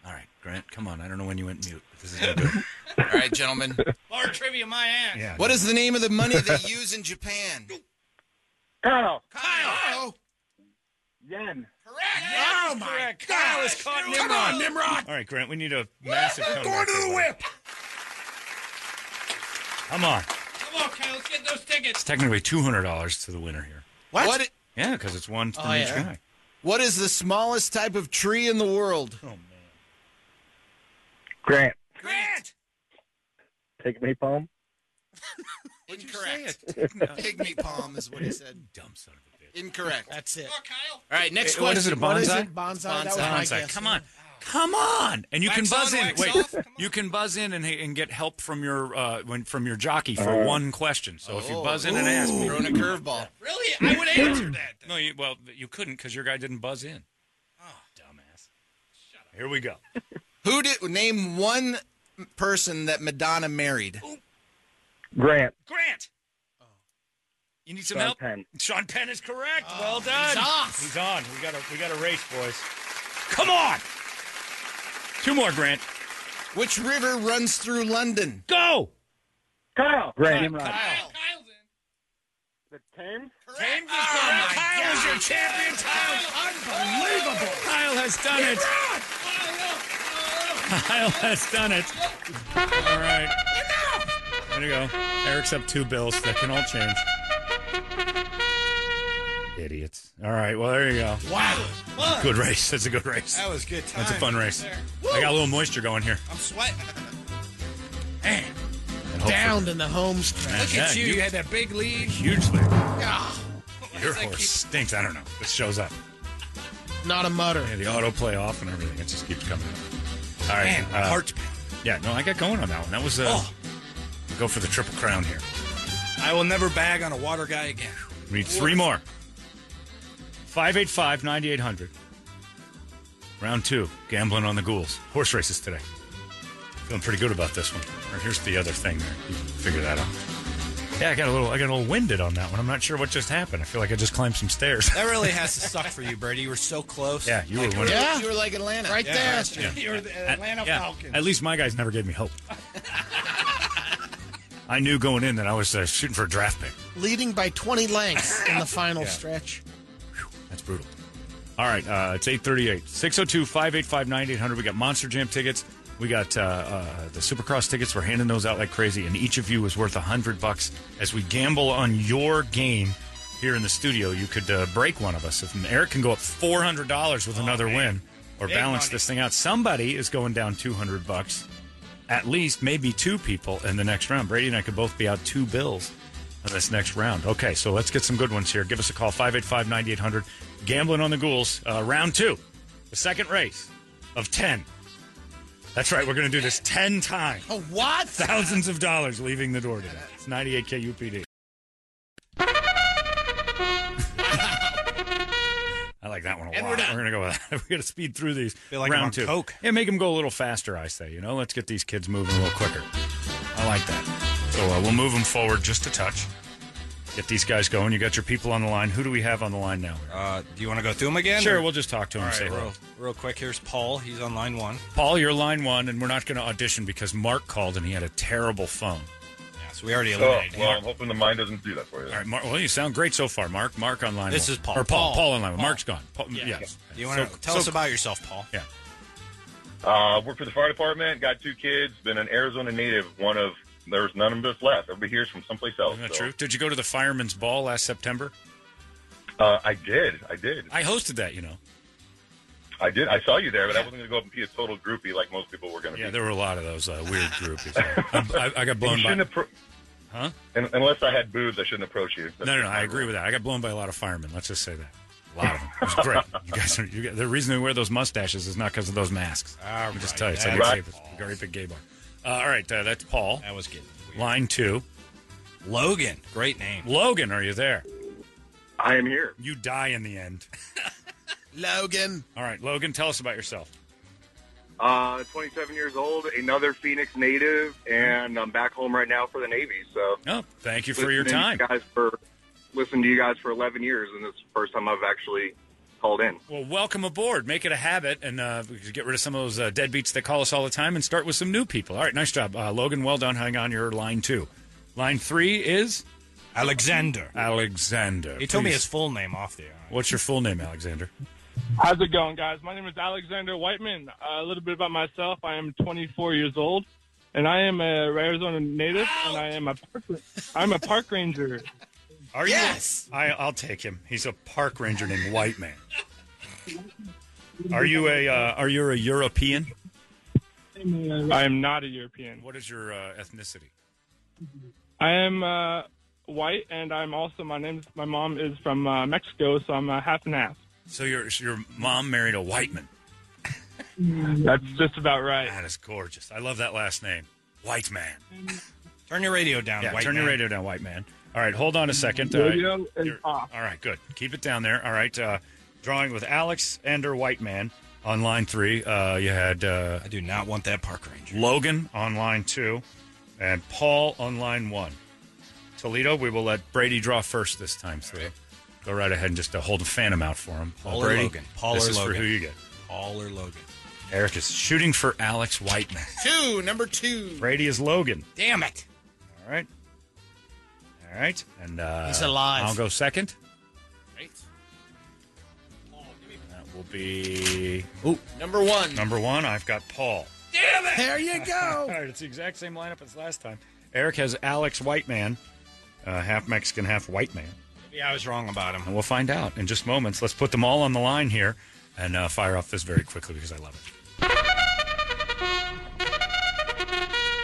S7: All right, Grant, come on. I don't know when you went mute, but this is no good.
S2: All right, gentlemen.
S5: Bar trivia, my ass.
S7: Yeah.
S2: What is the name of the money they use in Japan? Oh,
S12: Kyle.
S2: Kyle.
S12: Yen.
S5: Oh, my correct. Kyle is caught Nimrod.
S7: All right, Grant, we need a massive. comeback here, buddy. Come on.
S5: Come on, Kyle. Let's get those tickets.
S7: It's technically two hundred dollars to the winner here.
S2: What? what?
S7: Yeah, because it's one from
S3: Oh,
S7: each
S3: yeah.
S7: guy.
S2: What is the smallest type of tree in the world?
S12: Grant.
S5: Grant.
S12: Take me palm.
S2: Incorrect.
S7: Say it.
S2: Pygmy palm is what he said.
S7: Dumb son of a bitch.
S2: Incorrect. All
S3: That's it.
S5: Kyle.
S2: right, next
S7: Eh,
S2: question.
S7: what is it, a
S3: What is
S7: Bonsai?
S3: it? Bonsai. That was
S2: Bonsai.
S3: my
S7: Bonsai.
S3: guess.
S7: Come on. Come on, and you
S5: Wax
S7: can buzz
S5: on,
S7: in.
S5: wax
S7: Wait,
S5: off. Come on.
S7: you can buzz in and, and get help from your uh, when, from your jockey for
S12: Uh-huh.
S7: one question. So
S2: Oh,
S7: if you buzz in and ask me,
S2: Throwing a curveball.
S5: Really? I would answer that.
S7: no, you, well, you couldn't because your guy didn't buzz in. Oh, dumbass! Here we go.
S2: Who did name one person that Madonna married?
S12: Grant.
S5: Grant.
S7: You need some
S12: Sean
S7: help.
S12: Penn.
S7: Sean Penn is correct. well
S11: he's
S7: done.
S11: off.
S7: He's on. We got a we got a race, boys. Come on. Two more, Grant.
S2: Which river runs through London?
S7: Go.
S12: Kyle.
S8: Graham Rod.
S12: The Thames?
S7: James is correct. Kyle is your champion. Kyle, unbelievable. Kyle has done it. Kyle has done it. All right. There you go. Eric's up two bills. That can all change. Idiots. All right. Well, there you go.
S2: Wow. Fun.
S7: Good race. That's a good race.
S2: That was good time.
S7: That's a fun race.
S2: There. Oh,
S7: I got a little moisture going here.
S2: I'm sweating.
S7: And hopefully-
S3: Downed in the home stretch.
S7: Look at Yeah, you. you- you
S5: had that big lead.
S7: Hugely. Your horse stinks. I don't know. It shows up.
S3: Not a mutter.
S7: Yeah, the auto play off and everything. It just keeps coming. Up. All right. uh,
S3: Man, heart
S7: Yeah, no, I got going on that one. That was uh, we'll go for the triple crown here.
S5: I will never bag on a water guy again.
S7: We need three more. 585 9800. Round two, gambling on the ghouls. Horse races today. Feeling pretty good about this one. Or here's the other thing there. You can figure that out. Yeah, I got a little I got a little winded on that one. I'm not sure what just happened. I feel like I just climbed some stairs.
S5: That really has to suck for you, Brady. You were so close.
S7: Yeah, you were
S5: Like,
S7: winning.
S2: Yeah. You were like Atlanta.
S5: Right Yeah, there. last year.
S7: Yeah.
S5: You're the Atlanta
S7: yeah.
S5: Falcons.
S7: At least my guys never gave me hope. I knew going in that I was uh, shooting for a draft pick.
S3: Leading by 20 lengths in the final
S7: Yeah.
S3: stretch.
S7: That's brutal. All right, uh, it's 838. 602 585 9800. We got Monster Jam tickets. We got uh, uh, the Supercross tickets. We're handing those out like crazy, and each of you is worth a 100 bucks as we gamble on your game here in the studio. You could uh, break one of us. If Eric can go up $400 with another win or
S5: Oh, Big
S7: balance
S5: money.
S7: this thing out, somebody is going down 200 bucks. At least maybe two people in the next round. Brady and I could both be out two bills on this next round. Okay, so let's get some good ones here. Give us a call, 585 9800. Gambling on the Ghouls, uh, round two, the second race of 10. That's right, we're going to do this 10 times.
S3: Oh, what?
S7: Thousands of dollars leaving the door today. It's 98 KUPD. I like that one a
S5: And
S7: lot.
S5: we're
S7: We're,
S5: done.
S7: going to go with that. We're going to speed through these.
S5: Feel like I'm
S7: round
S5: on
S7: two.
S5: coke.
S7: Yeah, make them go a little faster, I say. You know, let's get these kids moving a little quicker. I like that. So uh, we'll move them forward just a touch. Get these guys going. You got your people on the line. Who do we have on the line now?
S5: Uh, do you want to go through them again?
S7: Sure,
S5: or-
S7: we'll just talk to him
S5: All
S7: and
S5: right,
S7: say hello.
S5: real, real quick. Here's Paul. He's on line one.
S7: Paul, you're line one, and we're not going to audition because Mark called and he had a terrible phone.
S5: Yeah, so we already
S7: Oh,
S5: eliminated
S7: well,
S5: him.
S7: I'm
S13: hoping the mind doesn't do that for you.
S7: All right, Mark, well, you sound great so far, Mark. Mark on line
S5: This
S7: one.
S5: is Paul.
S7: Or Paul.
S5: Paul.
S7: Paul, on line one. Mark's gone. Paul, Yes.
S5: Do you want to
S7: So-
S5: tell
S7: so-
S5: us about yourself, Paul?
S7: Yeah.
S13: Uh, work for the fire department. Got two kids. Been an Arizona native. One of there's none of us left. Everybody here's from someplace else.
S7: Isn't that
S13: so.
S7: true? Did you go to the Fireman's Ball last September?
S13: Uh, I did. I did.
S7: I hosted that, you know.
S13: I did. I saw you there, but I wasn't going to go up and be a total groupie like most people were going to
S7: Yeah,
S13: be.
S7: there were a lot of those uh, weird groupies. I, I- I got blown
S13: You
S7: by.
S13: shouldn't appro-
S7: Huh?
S13: Un- unless I had boobs, I shouldn't approach you.
S7: No, no, no. I agree with that. I got blown by a lot of firemen. Let's just say that. A lot of them. It was great. You guys are, you guys, the reason they wear those mustaches is not because of those masks. Let me just tell you. It's like
S5: that's
S7: a gay- great big gay bar. Uh, all right, uh, that's Paul.
S5: That was good.
S7: Line two.
S5: Logan. Great name.
S7: Logan, are you there?
S13: I am here.
S7: You die in the end.
S3: Logan.
S7: All right, Logan, tell us about yourself.
S13: Uh, 27 years old, another Phoenix native, and I'm back home right now for the Navy. So,
S7: oh, thank you for your time.
S13: guys, for listening to you guys for 11 years, and this is the first time I've actually called in.
S7: Well, welcome aboard. Make it a habit and uh, we could get rid of some of those uh, deadbeats that call us all the time and start with some new people. All right, nice job. Uh, Logan, well done. Hang on, your line two. Line three is?
S5: Alexander.
S7: Alexander.
S5: He told me
S7: Please.
S5: his full name off the air.
S7: What's your full name, Alexander?
S14: How's it going, guys? My name is Alexander Whiteman. Uh, a little bit about myself. I am 24 years old, and I am a Arizona native, and I am a park, I'm a park ranger.
S7: Are yes! you? I, I'll take him. He's a park ranger named White Man. Are you a uh, Are you a European?
S14: I am not a European.
S7: What is your uh, ethnicity?
S14: I am uh, white, and I'm also my name. My mom is from uh, Mexico, so I'm uh, half and half.
S7: So your your mom married a white man.
S14: That's just about right.
S7: That is gorgeous. I love that last name, White Man.
S5: Turn your radio down,
S7: Yeah,
S5: white
S7: turn
S5: man.
S7: your radio down, White Man. All right, hold on a second. Uh,
S14: Radio is
S7: you're-
S14: off.
S7: all right, good. Keep it down there. All right, uh, drawing with Alex Ender White Man on line three. Uh, you had. Uh, I
S5: do not want that park ranger.
S7: Logan on line two, and Paul on line one. Toledo, we will let Brady draw first this time. So go right ahead and just uh, hold a phantom out for him.
S4: Paul or
S7: Brady,
S4: Logan. Paul
S7: this
S4: or
S7: is
S4: Logan.
S7: for who you get.
S4: Paul or Logan.
S7: Eric is shooting for Alex Whiteman.
S2: Two, number two.
S7: Brady is Logan.
S5: Damn it.
S7: All right. All right. And uh,
S3: He's alive.
S7: I'll go second.
S2: Great.
S7: That will be ooh, number one. Number one. I've got Paul.
S2: Damn
S3: it! There you
S7: All right, it's the exact same lineup as last time. Eric has Alex Whiteman, uh, half Mexican, half white man.
S5: Yeah, I was wrong about him.
S7: And we'll find out in just moments. Let's put them all on the line here and uh, fire off this very quickly because I love it.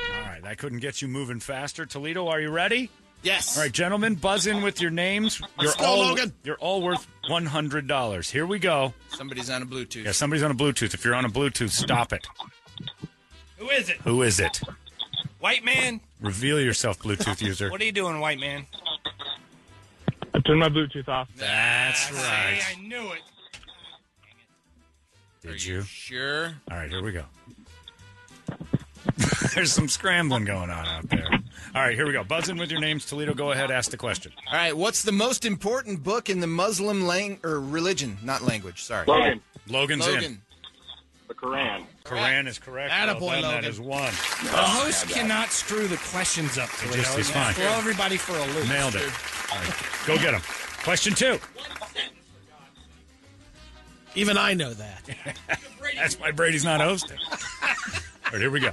S7: All right, that couldn't get you moving faster. Toledo, are you ready?
S3: Yes.
S7: All right, gentlemen, buzz in with your names. You're
S2: Let's go,
S7: all
S2: Logan.
S7: you're all worth one hundred dollars. Here we go.
S2: Somebody's on a Bluetooth.
S7: Yeah, somebody's on a Bluetooth. If you're on a Bluetooth, stop it.
S5: Who is it?
S7: Who is it?
S5: White man.
S7: Reveal yourself, Bluetooth user.
S5: What are you doing, white man?
S14: I turned my Bluetooth off.
S7: That's right.
S5: I knew it.
S7: Did you?
S2: Sure.
S7: All right, here we go. There's some scrambling going on out there. All right, here we go. Buzz in with your names. Toledo, go ahead, ask the question.
S2: All right, what's the most important book in the Muslim lang or religion, not language? Sorry,
S7: Logan. Logan's in.
S2: Logan.
S12: The Quran.
S7: Quran is correct.
S5: Attaboy,
S7: well done. That
S5: Logan.
S7: is one.
S5: The host cannot screw the questions up.
S7: It
S5: Toledo.
S7: just is
S5: You
S7: fine.
S5: Throw everybody for a loop.
S7: Nailed it. All right, go get him. Question two.
S3: Even I know that.
S7: That's why Brady's not hosting. All right, here we go.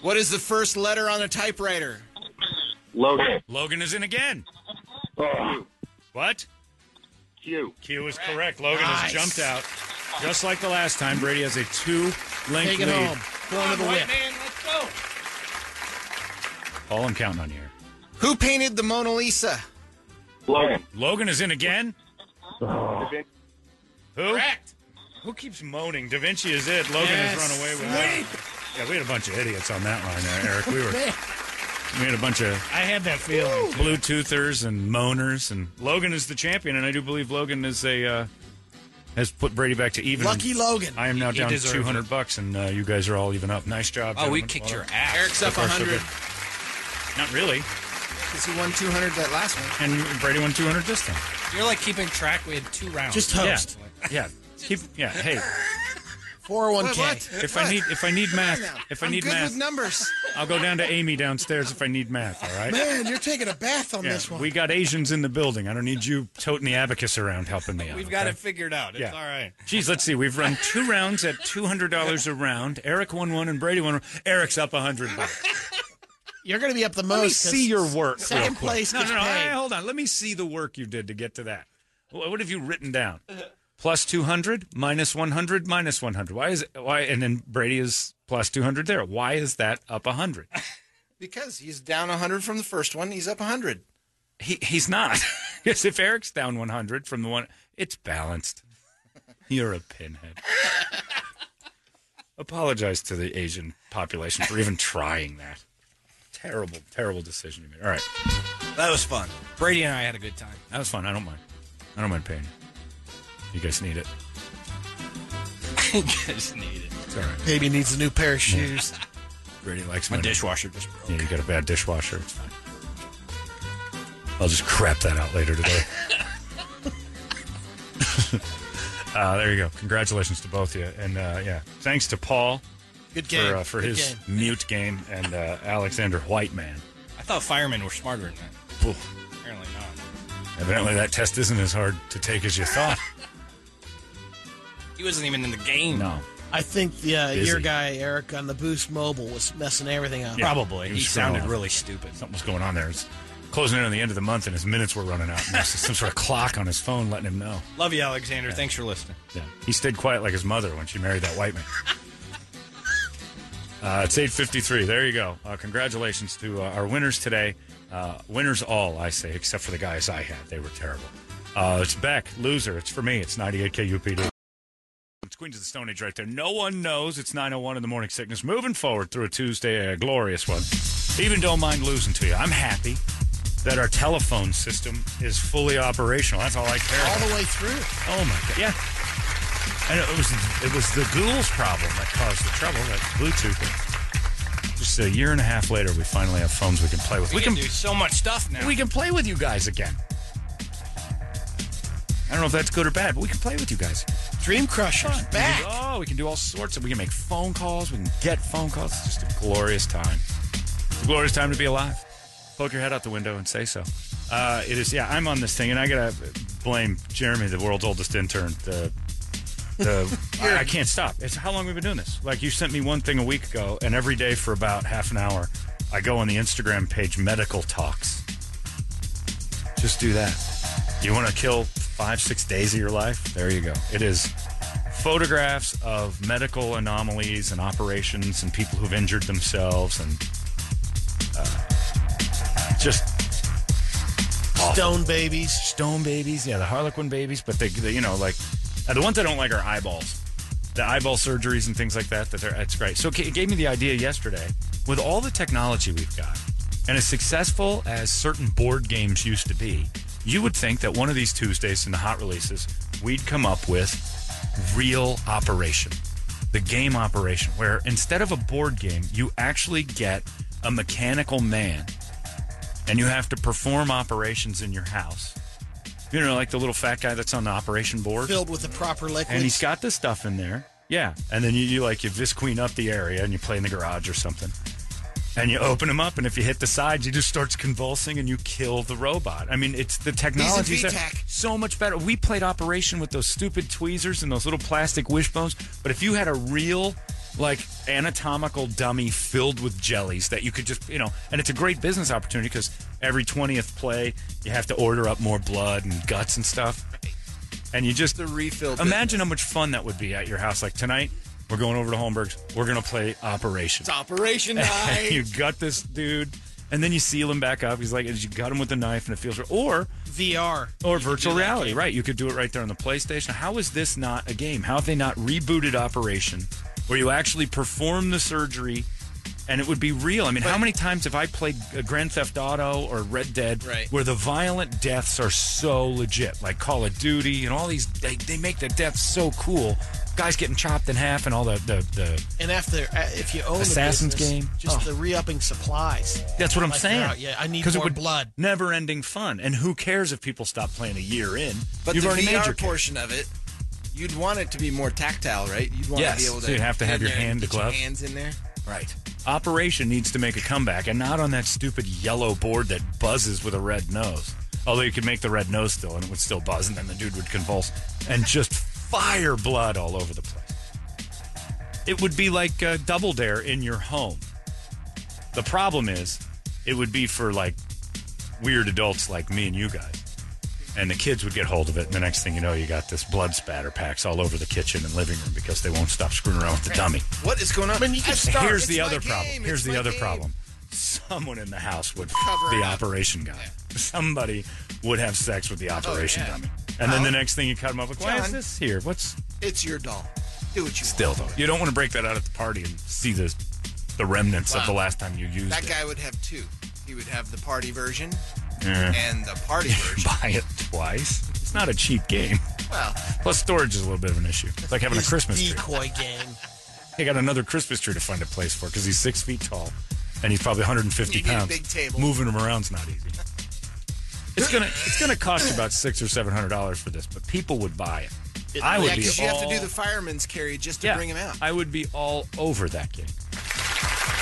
S2: What is the first letter on a typewriter?
S7: Logan. Logan is in again.
S14: Oh.
S7: What?
S12: Q.
S7: Q is correct. Logan has
S12: Nice.
S7: jumped out. Just like the last time, Brady has a two length
S3: Take it
S7: lead.
S3: home. Going to the whip.
S7: Paul, I'm counting on you. here.
S2: Who painted the Mona Lisa?
S7: Logan. Logan is in again. Who?
S2: Correct.
S7: Who keeps moaning? Da Vinci is it. Logan has run away with it. Yeah, we had a bunch of idiots on that line there, Eric. We were we had a bunch of
S11: I had that feeling.
S7: Bluetoothers and moaners, and Logan is the champion, and I do believe Logan is a uh, has put Brady back to even.
S3: Lucky Logan.
S7: I am now
S3: He- he
S7: down to
S3: deserved
S7: two hundred bucks, and uh, you guys are all even up. Nice job.
S2: Oh, we
S7: gentlemen.
S2: kicked
S7: Well
S2: your
S7: done.
S2: ass. Eric's up
S7: So far, so
S2: 100.
S7: good. Not really,
S2: Because he won 200 that last one.
S7: and Brady won two hundred this time.
S5: You're like keeping track. We had two rounds.
S3: Oh.
S7: Yeah. yeah. Keep, yeah. Hey,
S3: 401k.
S7: if I need if I need math, if I
S3: I'm
S7: need
S3: oh good
S7: math,
S3: with numbers.
S7: I'll go down to Amy downstairs if I need math. All right.
S3: Man, you're taking a bath on
S7: Yeah,
S3: this one.
S7: We got Asians in the building. I don't need you toting the abacus around helping me out.
S5: We've got
S7: okay?
S5: it figured out. It's
S7: Yeah.
S5: all right.
S7: Geez, let's see. We've run two rounds at two hundred dollars a round. Eric won one, and Brady won. one. Eric's up a hundred.
S3: You're going to be up the most.
S7: Let me
S3: 'cause
S7: Oh, see your work. real
S3: Second
S7: quick.
S3: place.
S7: No,
S3: gets
S7: no, no.
S3: paid.
S7: Hey, hold on. Let me see the work you did to get to that. Wh- What have you written down? Plus two hundred, minus one hundred, minus one hundred. Why is why? And then Brady is plus two hundred there. Why is that up a hundred?
S2: Because he's down 100 from the first one, he's up 100.
S7: He he's not. yes, if Eric's down one hundred from the one, it's balanced. You're a pinhead. Apologize to the Asian population for even trying that. Terrible, terrible decision you made. All right,
S5: That was fun. Brady and I had a good time.
S7: that was fun. I don't mind. I don't mind paying you. You guys need it.
S5: I just need it.
S7: It's all right.
S3: Baby needs a new pair of shoes.
S7: Brady likes
S5: My
S7: money.
S5: dishwasher just broke.
S7: Yeah, you got a bad dishwasher. It's fine. I'll just crap that out later today. uh, there you go. Congratulations to both of you, and uh, yeah, thanks to Paul.
S3: Good game.
S7: for, uh, for
S3: Good
S7: his
S3: game.
S7: mute game and uh, Alexander Whiteman.
S5: I thought firemen were smarter than that.
S7: Phew.
S5: Apparently not.
S7: Evidently, that test isn't as hard to take as you thought.
S5: He wasn't even in the game.
S7: No,
S3: I think the, uh,
S7: Busy.
S3: your guy, Eric, on the Boost Mobile was messing everything up.
S7: Yeah.
S5: Probably. He,
S7: He was screwing
S5: sounded
S7: off.
S5: really stupid.
S7: something was going on there. It's closing in on the end of the month, and his minutes were running out. And there's some sort of clock on his phone letting him know.
S5: Love you, Alexander. Thanks for listening.
S7: Yeah. He stayed quiet like his mother when she married that white man. Uh, it's 8.53. There you go. Uh, congratulations to uh, our winners today. Uh, winners all, I say, except for the guys I had. They were terrible. Uh, it's Beck, loser. It's for me. It's 98 KUPD. It's Queens of the Stone Age right there. No one knows. It's 9.01 in the morning sickness. Moving forward through a Tuesday, a glorious one. Even don't mind losing to you. I'm happy that our telephone system is fully operational. That's all I care about.
S3: All the way through.
S7: Oh my god! Yeah, and it was it was the ghouls problem that caused the trouble. That Bluetooth. Just a year and a half later, we finally have phones we can play with.
S5: We, can, do so much stuff now.
S7: We can play with you guys again. I don't know if that's good or bad, but we can play with you guys.
S3: Dream Crushers back.
S7: Oh, we can do all sorts of. We can make phone calls. We can get phone calls. It's just a glorious time. It's a glorious time to be alive. Poke your head out the window and say so. Uh, it is. Yeah, I'm on this thing, and I gotta blame Jeremy, the world's oldest intern. The, the I, I can't stop. It's how long we've been doing this. Like you sent me one thing a week ago, and every day for about half an hour, I go on the Instagram page, medical talks. Just do that. You want to kill five, six days of your life? There you go. It is photographs of medical anomalies and operations and people who've injured themselves and uh, just
S3: Stone babies,
S7: stone babies. Yeah, the Harlequin babies. But they, they you know, like uh, the ones I don't like are eyeballs, the eyeball surgeries and things like that. That they're that's great. So it ca- it gave me the idea yesterday. With all the technology we've got, and as successful as certain board games used to be, you would think that one of these Tuesdays in the hot releases, we'd come up with real operation, the game operation, where instead of a board game, you actually get a mechanical man and you have to perform operations in your house. You know, like the little fat guy that's on the operation board.
S3: filled with the proper liquids.
S7: And he's got the stuff in there. Yeah. And then you, you like you visqueen up the area and you play in the garage or something. And you open him up, and if you hit the sides, he just starts convulsing and you kill the robot. I mean, it's the technology
S3: VTech.
S7: so much better. We played Operation with those stupid tweezers and those little plastic wishbones, but if you had a real like anatomical dummy filled with jellies that you could just you know and it's a great business opportunity because every 20th play you have to order up more blood and guts and stuff and you just the refill. Imagine how much fun that would be at your house. Like tonight, we're going over to Holmberg's. We're gonna play Operation. It's
S2: Operation Night.
S7: you gut this dude, and then you seal him back up. He's like, you gut him with a knife, and it feels. Or
S3: VR
S7: or virtual reality, right? You could do it right there on the PlayStation. How is this not a game? How have they not rebooted Operation, where you actually perform the surgery? And it would be real. I mean, how many times have I played uh, Grand Theft Auto or Red Dead,
S2: Right.
S7: where the violent deaths are so legit, like Call of Duty and all these? They, they make the deaths so cool. Guys getting chopped in half and all the the, the
S3: And after, uh, if you own the
S7: Assassin's
S3: business,
S7: game. Oh.
S3: just the re-upping supplies.
S7: That's what I'm
S3: Like,
S7: saying.
S3: they're out, Yeah, I need
S7: 'Cause
S3: more
S7: it would
S3: blood.
S7: Never ending fun. And who cares if people stop playing a year in?
S2: But
S7: You've
S2: the
S7: already made
S2: VR
S7: your case.
S2: portion of it, you'd want it to be more tactile, right? You'd want
S7: Yes.
S2: to be able to.
S7: So you'd have to
S2: get
S7: have
S2: in
S7: your
S2: there and
S7: hand to
S2: get your
S7: glove.
S2: Hands in there.
S7: Right. Operation needs to make a comeback and not on that stupid yellow board that buzzes with a red nose. Although you could make the red nose still and it would still buzz and then the dude would convulse and just fire blood all over the place. It would be like uh, Double Dare in your home. The problem is, it would be for like weird adults like me and you guys. And the kids would get hold of it, and the next thing you know, you got this blood spatter packs all over the kitchen and living room because they won't stop screwing around with the dummy.
S2: What is going on?
S7: Here's
S2: It's
S7: the other
S2: my
S7: problem.
S2: game.
S7: Here's
S2: It's
S7: the
S2: my
S7: other
S2: game.
S7: problem. Someone in the house would
S2: Cover
S7: the
S2: it up. Oh,
S7: operation guy. Somebody would have sex with the operation
S2: yeah.
S7: dummy. And then
S2: Well,
S7: the next thing you cut him up like, why is
S2: John.
S7: this here? What's
S2: It's your doll. Do what you
S7: still though? You don't want to break that out at the party and see the the remnants of
S2: Wow.
S7: the last time you used
S2: That
S7: it.
S2: guy would have two. He would have the party version
S7: Yeah.
S2: and the party version.
S7: Buy it twice. It's not a cheap game.
S2: Well,
S7: Plus, storage is a little bit of an issue. It's like having a
S3: His
S7: Christmas tree.
S3: decoy game.
S7: He got another Christmas tree to find a place for because he's six feet tall and he's probably 150
S2: You need a
S7: pounds.
S2: big table.
S7: Moving him around's not easy. It's gonna it's gonna cost you about six or seven hundred dollars for this, but people would buy it. I would
S2: yeah,
S7: be
S2: because you have to
S7: all-
S2: do the fireman's carry just to
S7: Yeah.
S2: bring him out.
S7: I would be all over that game.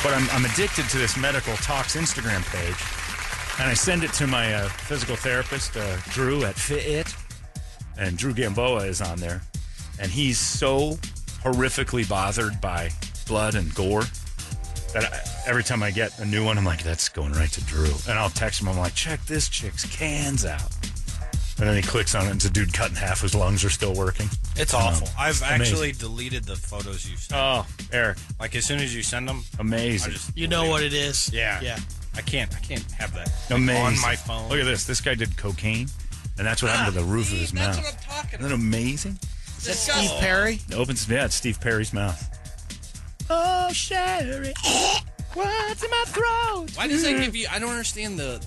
S7: But I'm, I'm addicted to this medical talks Instagram page, and I send it to my uh, physical therapist, uh, Drew at Fit It, and Drew Gamboa is on there, and he's so horrifically bothered by blood and gore that I, every time I get a new one, I'm like, that's going right to Drew, and I'll text him. I'm like, check this chick's cans out. And then he clicks on it, and it's a dude cut in half. His lungs are still working.
S5: It's
S7: Um,
S5: awful. I've
S7: amazing.
S5: actually deleted the photos you sent.
S7: Oh, Eric.
S5: Like as soon as you send them,
S7: Amazing.
S5: I just
S3: You know what it is.
S5: yeah,
S3: Yeah.
S5: I can't. I can't have that Like,
S7: Amazing.
S5: on my phone.
S7: Look at this. This guy did cocaine, and that's what happened to the roof of his mouth. Isn't that amazing?
S3: Is that Steve Perry?
S7: It opens, yeah, it's Steve Perry's mouth. Oh, Sherry. What's in my throat?
S5: Why does that give you? I don't understand the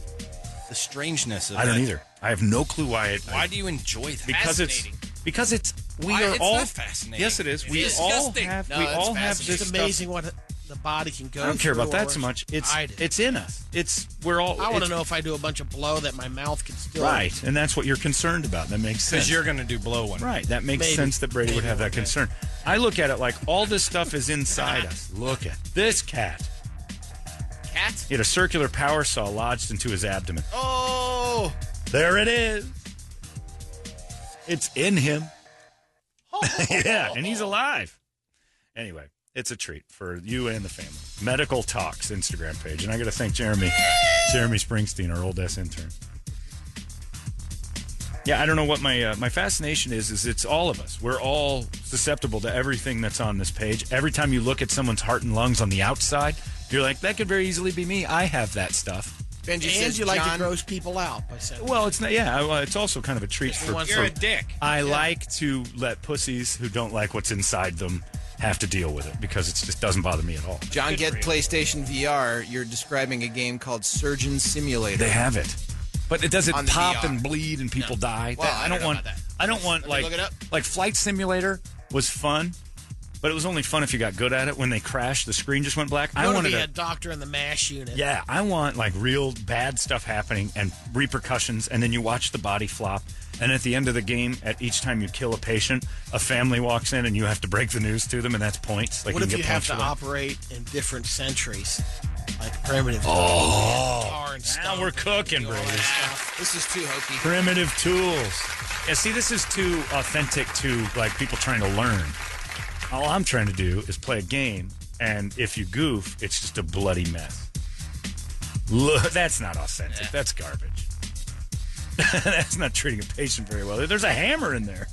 S5: the strangeness of.
S7: I don't
S5: that.
S7: either. I have no clue why it.
S5: Why do you enjoy that?
S7: because it's because it's we
S5: Why-
S7: are
S5: it's
S7: all
S5: not fascinating.
S7: Yes, it is.
S5: It's
S7: we all
S5: disgusting.
S7: have
S5: No,
S7: we
S5: it's
S7: all have
S5: fascinating.
S7: this
S3: It's
S7: stuff
S3: amazing what the the body can go.
S7: I don't care
S3: through
S7: about that
S3: or-
S7: so much. It's
S3: I do.
S7: it's in us. It's we're all.
S3: I want to
S7: it's-
S3: know if I do a bunch of blow that my mouth can still
S7: Right, and that's what you're concerned about. That makes sense.
S3: Because you're
S5: going to do blow one.
S7: Right, that makes
S3: Maybe.
S7: sense that Brady would have that concern. I look at it like all this stuff is inside us. Look at this cat.
S3: Cat?
S7: He had a circular power saw lodged into his abdomen.
S3: Oh,
S7: There it is. It's in him.
S3: Oh.
S7: yeah, and he's alive. Anyway, it's a treat for you and the family. Medical Talks Instagram page, and I got to thank Jeremy, Jeremy Springsteen, our old S intern. Yeah, I don't know what my uh, my fascination is. Is it's all of us. We're all susceptible to everything that's on this page. Every time you look at someone's heart and lungs on the outside, you're like, that could very easily be me. I have that stuff.
S3: and
S2: Benji says,
S3: you like
S2: John,
S3: to gross people out by saying,
S7: Well, it's not. Yeah, I- well, it's also kind of a treat for.
S3: wants
S7: for-
S3: You're a dick.
S7: I
S3: Yeah.
S7: like to let pussies who don't like what's inside them have to deal with it because it just doesn't bother me at all.
S2: John, get PlayStation VR. You're describing a game called Surgeon Simulator.
S7: They have it, but it doesn't
S2: On the
S7: pop
S2: VR.
S7: and bleed and people die.
S2: Well,
S7: That-
S2: I
S7: I
S2: don't
S7: don't
S2: know
S7: want.
S2: about
S7: I don't want like like Flight Simulator was fun, but it was only fun if you got good at it. When they crashed, the screen just went black.
S3: I
S7: I
S3: want to
S7: wanted
S3: be
S7: to.
S3: a doctor in the MASH unit.
S7: Yeah, I want like real bad stuff happening and repercussions, and then you watch the body flop. And at the end of the game, at each time you kill a patient, a family walks in and you have to break the news to them, and that's points. Like
S3: what
S7: you
S3: if
S7: can
S3: you
S7: get
S3: have
S7: points
S3: to
S7: for that.
S3: operate in different centuries, like primitive?
S7: Oh.
S3: tar and
S7: now we're cooking, Brady.
S2: This is too hokey.
S7: Primitive tools. Yeah, see, this is too authentic to like people trying to learn. All I'm trying to do is play a game, and if you goof, it's just a bloody mess. Look, that's not authentic. That's garbage. that's not treating a patient very well. There's a hammer in there.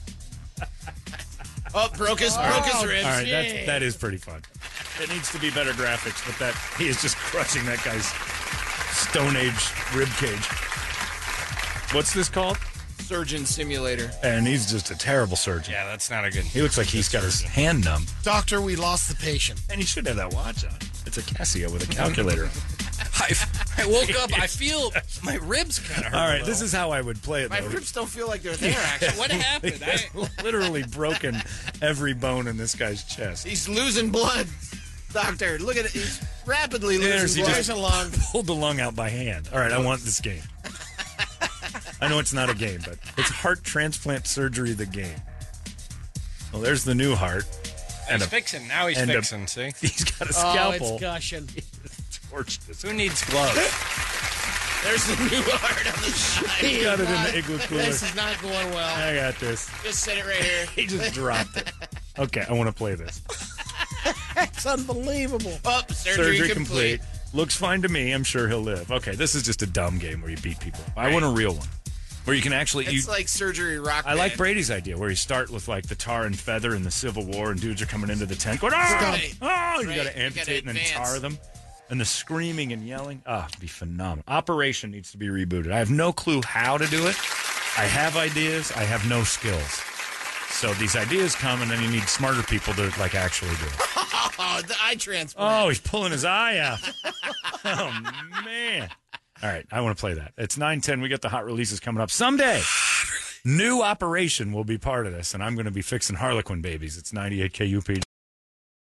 S2: Oh, broke his, broke his ribs.
S7: All right, that's, that is pretty fun. It needs to be better graphics, but that he is just crushing that guy's Stone Age rib cage. What's this called?
S2: Surgeon Simulator.
S7: And he's just a terrible surgeon.
S5: Yeah, that's not a good.
S7: He looks like he's got his hand numb.
S3: Doctor, we lost the patient.
S7: And you should have that watch on. It's a Casio with a calculator. on.
S5: I, I woke up. I feel my ribs kind of.
S7: All right, this is how I would play it.
S2: My
S7: though.
S2: ribs don't feel like they're there, actually.
S5: What happened? I-
S7: He's literally broken every bone in this guy's chest.
S2: He's losing blood. Doctor, look at it. He's rapidly
S7: There's
S2: losing
S7: he
S2: blood.
S7: just pulled the lung out by hand. All right, I want this game. I know it's not a game, but it's heart transplant surgery. The game. Well, there's the new heart.
S5: He's fixing. Now he's
S7: and a-
S5: fixing. see?
S7: He's got a
S3: Oh,
S7: scalpel.
S3: it's gushing.
S5: Who needs gloves?
S2: There's the new art on the side.
S7: He got it in the igloo cooler.
S3: This is not going well.
S7: I got this.
S2: Just sit it right here.
S7: He just dropped it. Okay, I want to play this.
S3: It's unbelievable.
S2: Up, surgery, complete.
S7: Looks fine to me. I'm sure he'll live. Okay, this is just a dumb game where you beat people. up. I want a real one where you can actually.
S2: It's
S7: You,
S2: like surgery rock.
S7: I like
S2: band.
S7: Brady's idea where you start with like the tar and feather in the Civil War, and dudes are coming into the tent going, "Ah,
S2: Right.
S7: ah!"
S2: Right. You
S7: You got to
S2: gotta
S7: amputate and then
S2: advance.
S7: tar them, and the screaming and yelling. Ah, it'd be phenomenal. Operation needs to be rebooted. I have no clue how to do it. I have ideas. I have no skills. So these ideas come, and then you need smarter people to like actually do it.
S3: Oh, the eye transplant.
S7: Oh, he's pulling his eye out. oh man. All right, I want to play that. It's 9:10. We got the hot releases coming up. Someday, new operation will be part of this, and I'm going to be fixing Harlequin babies. It's 98 KUP.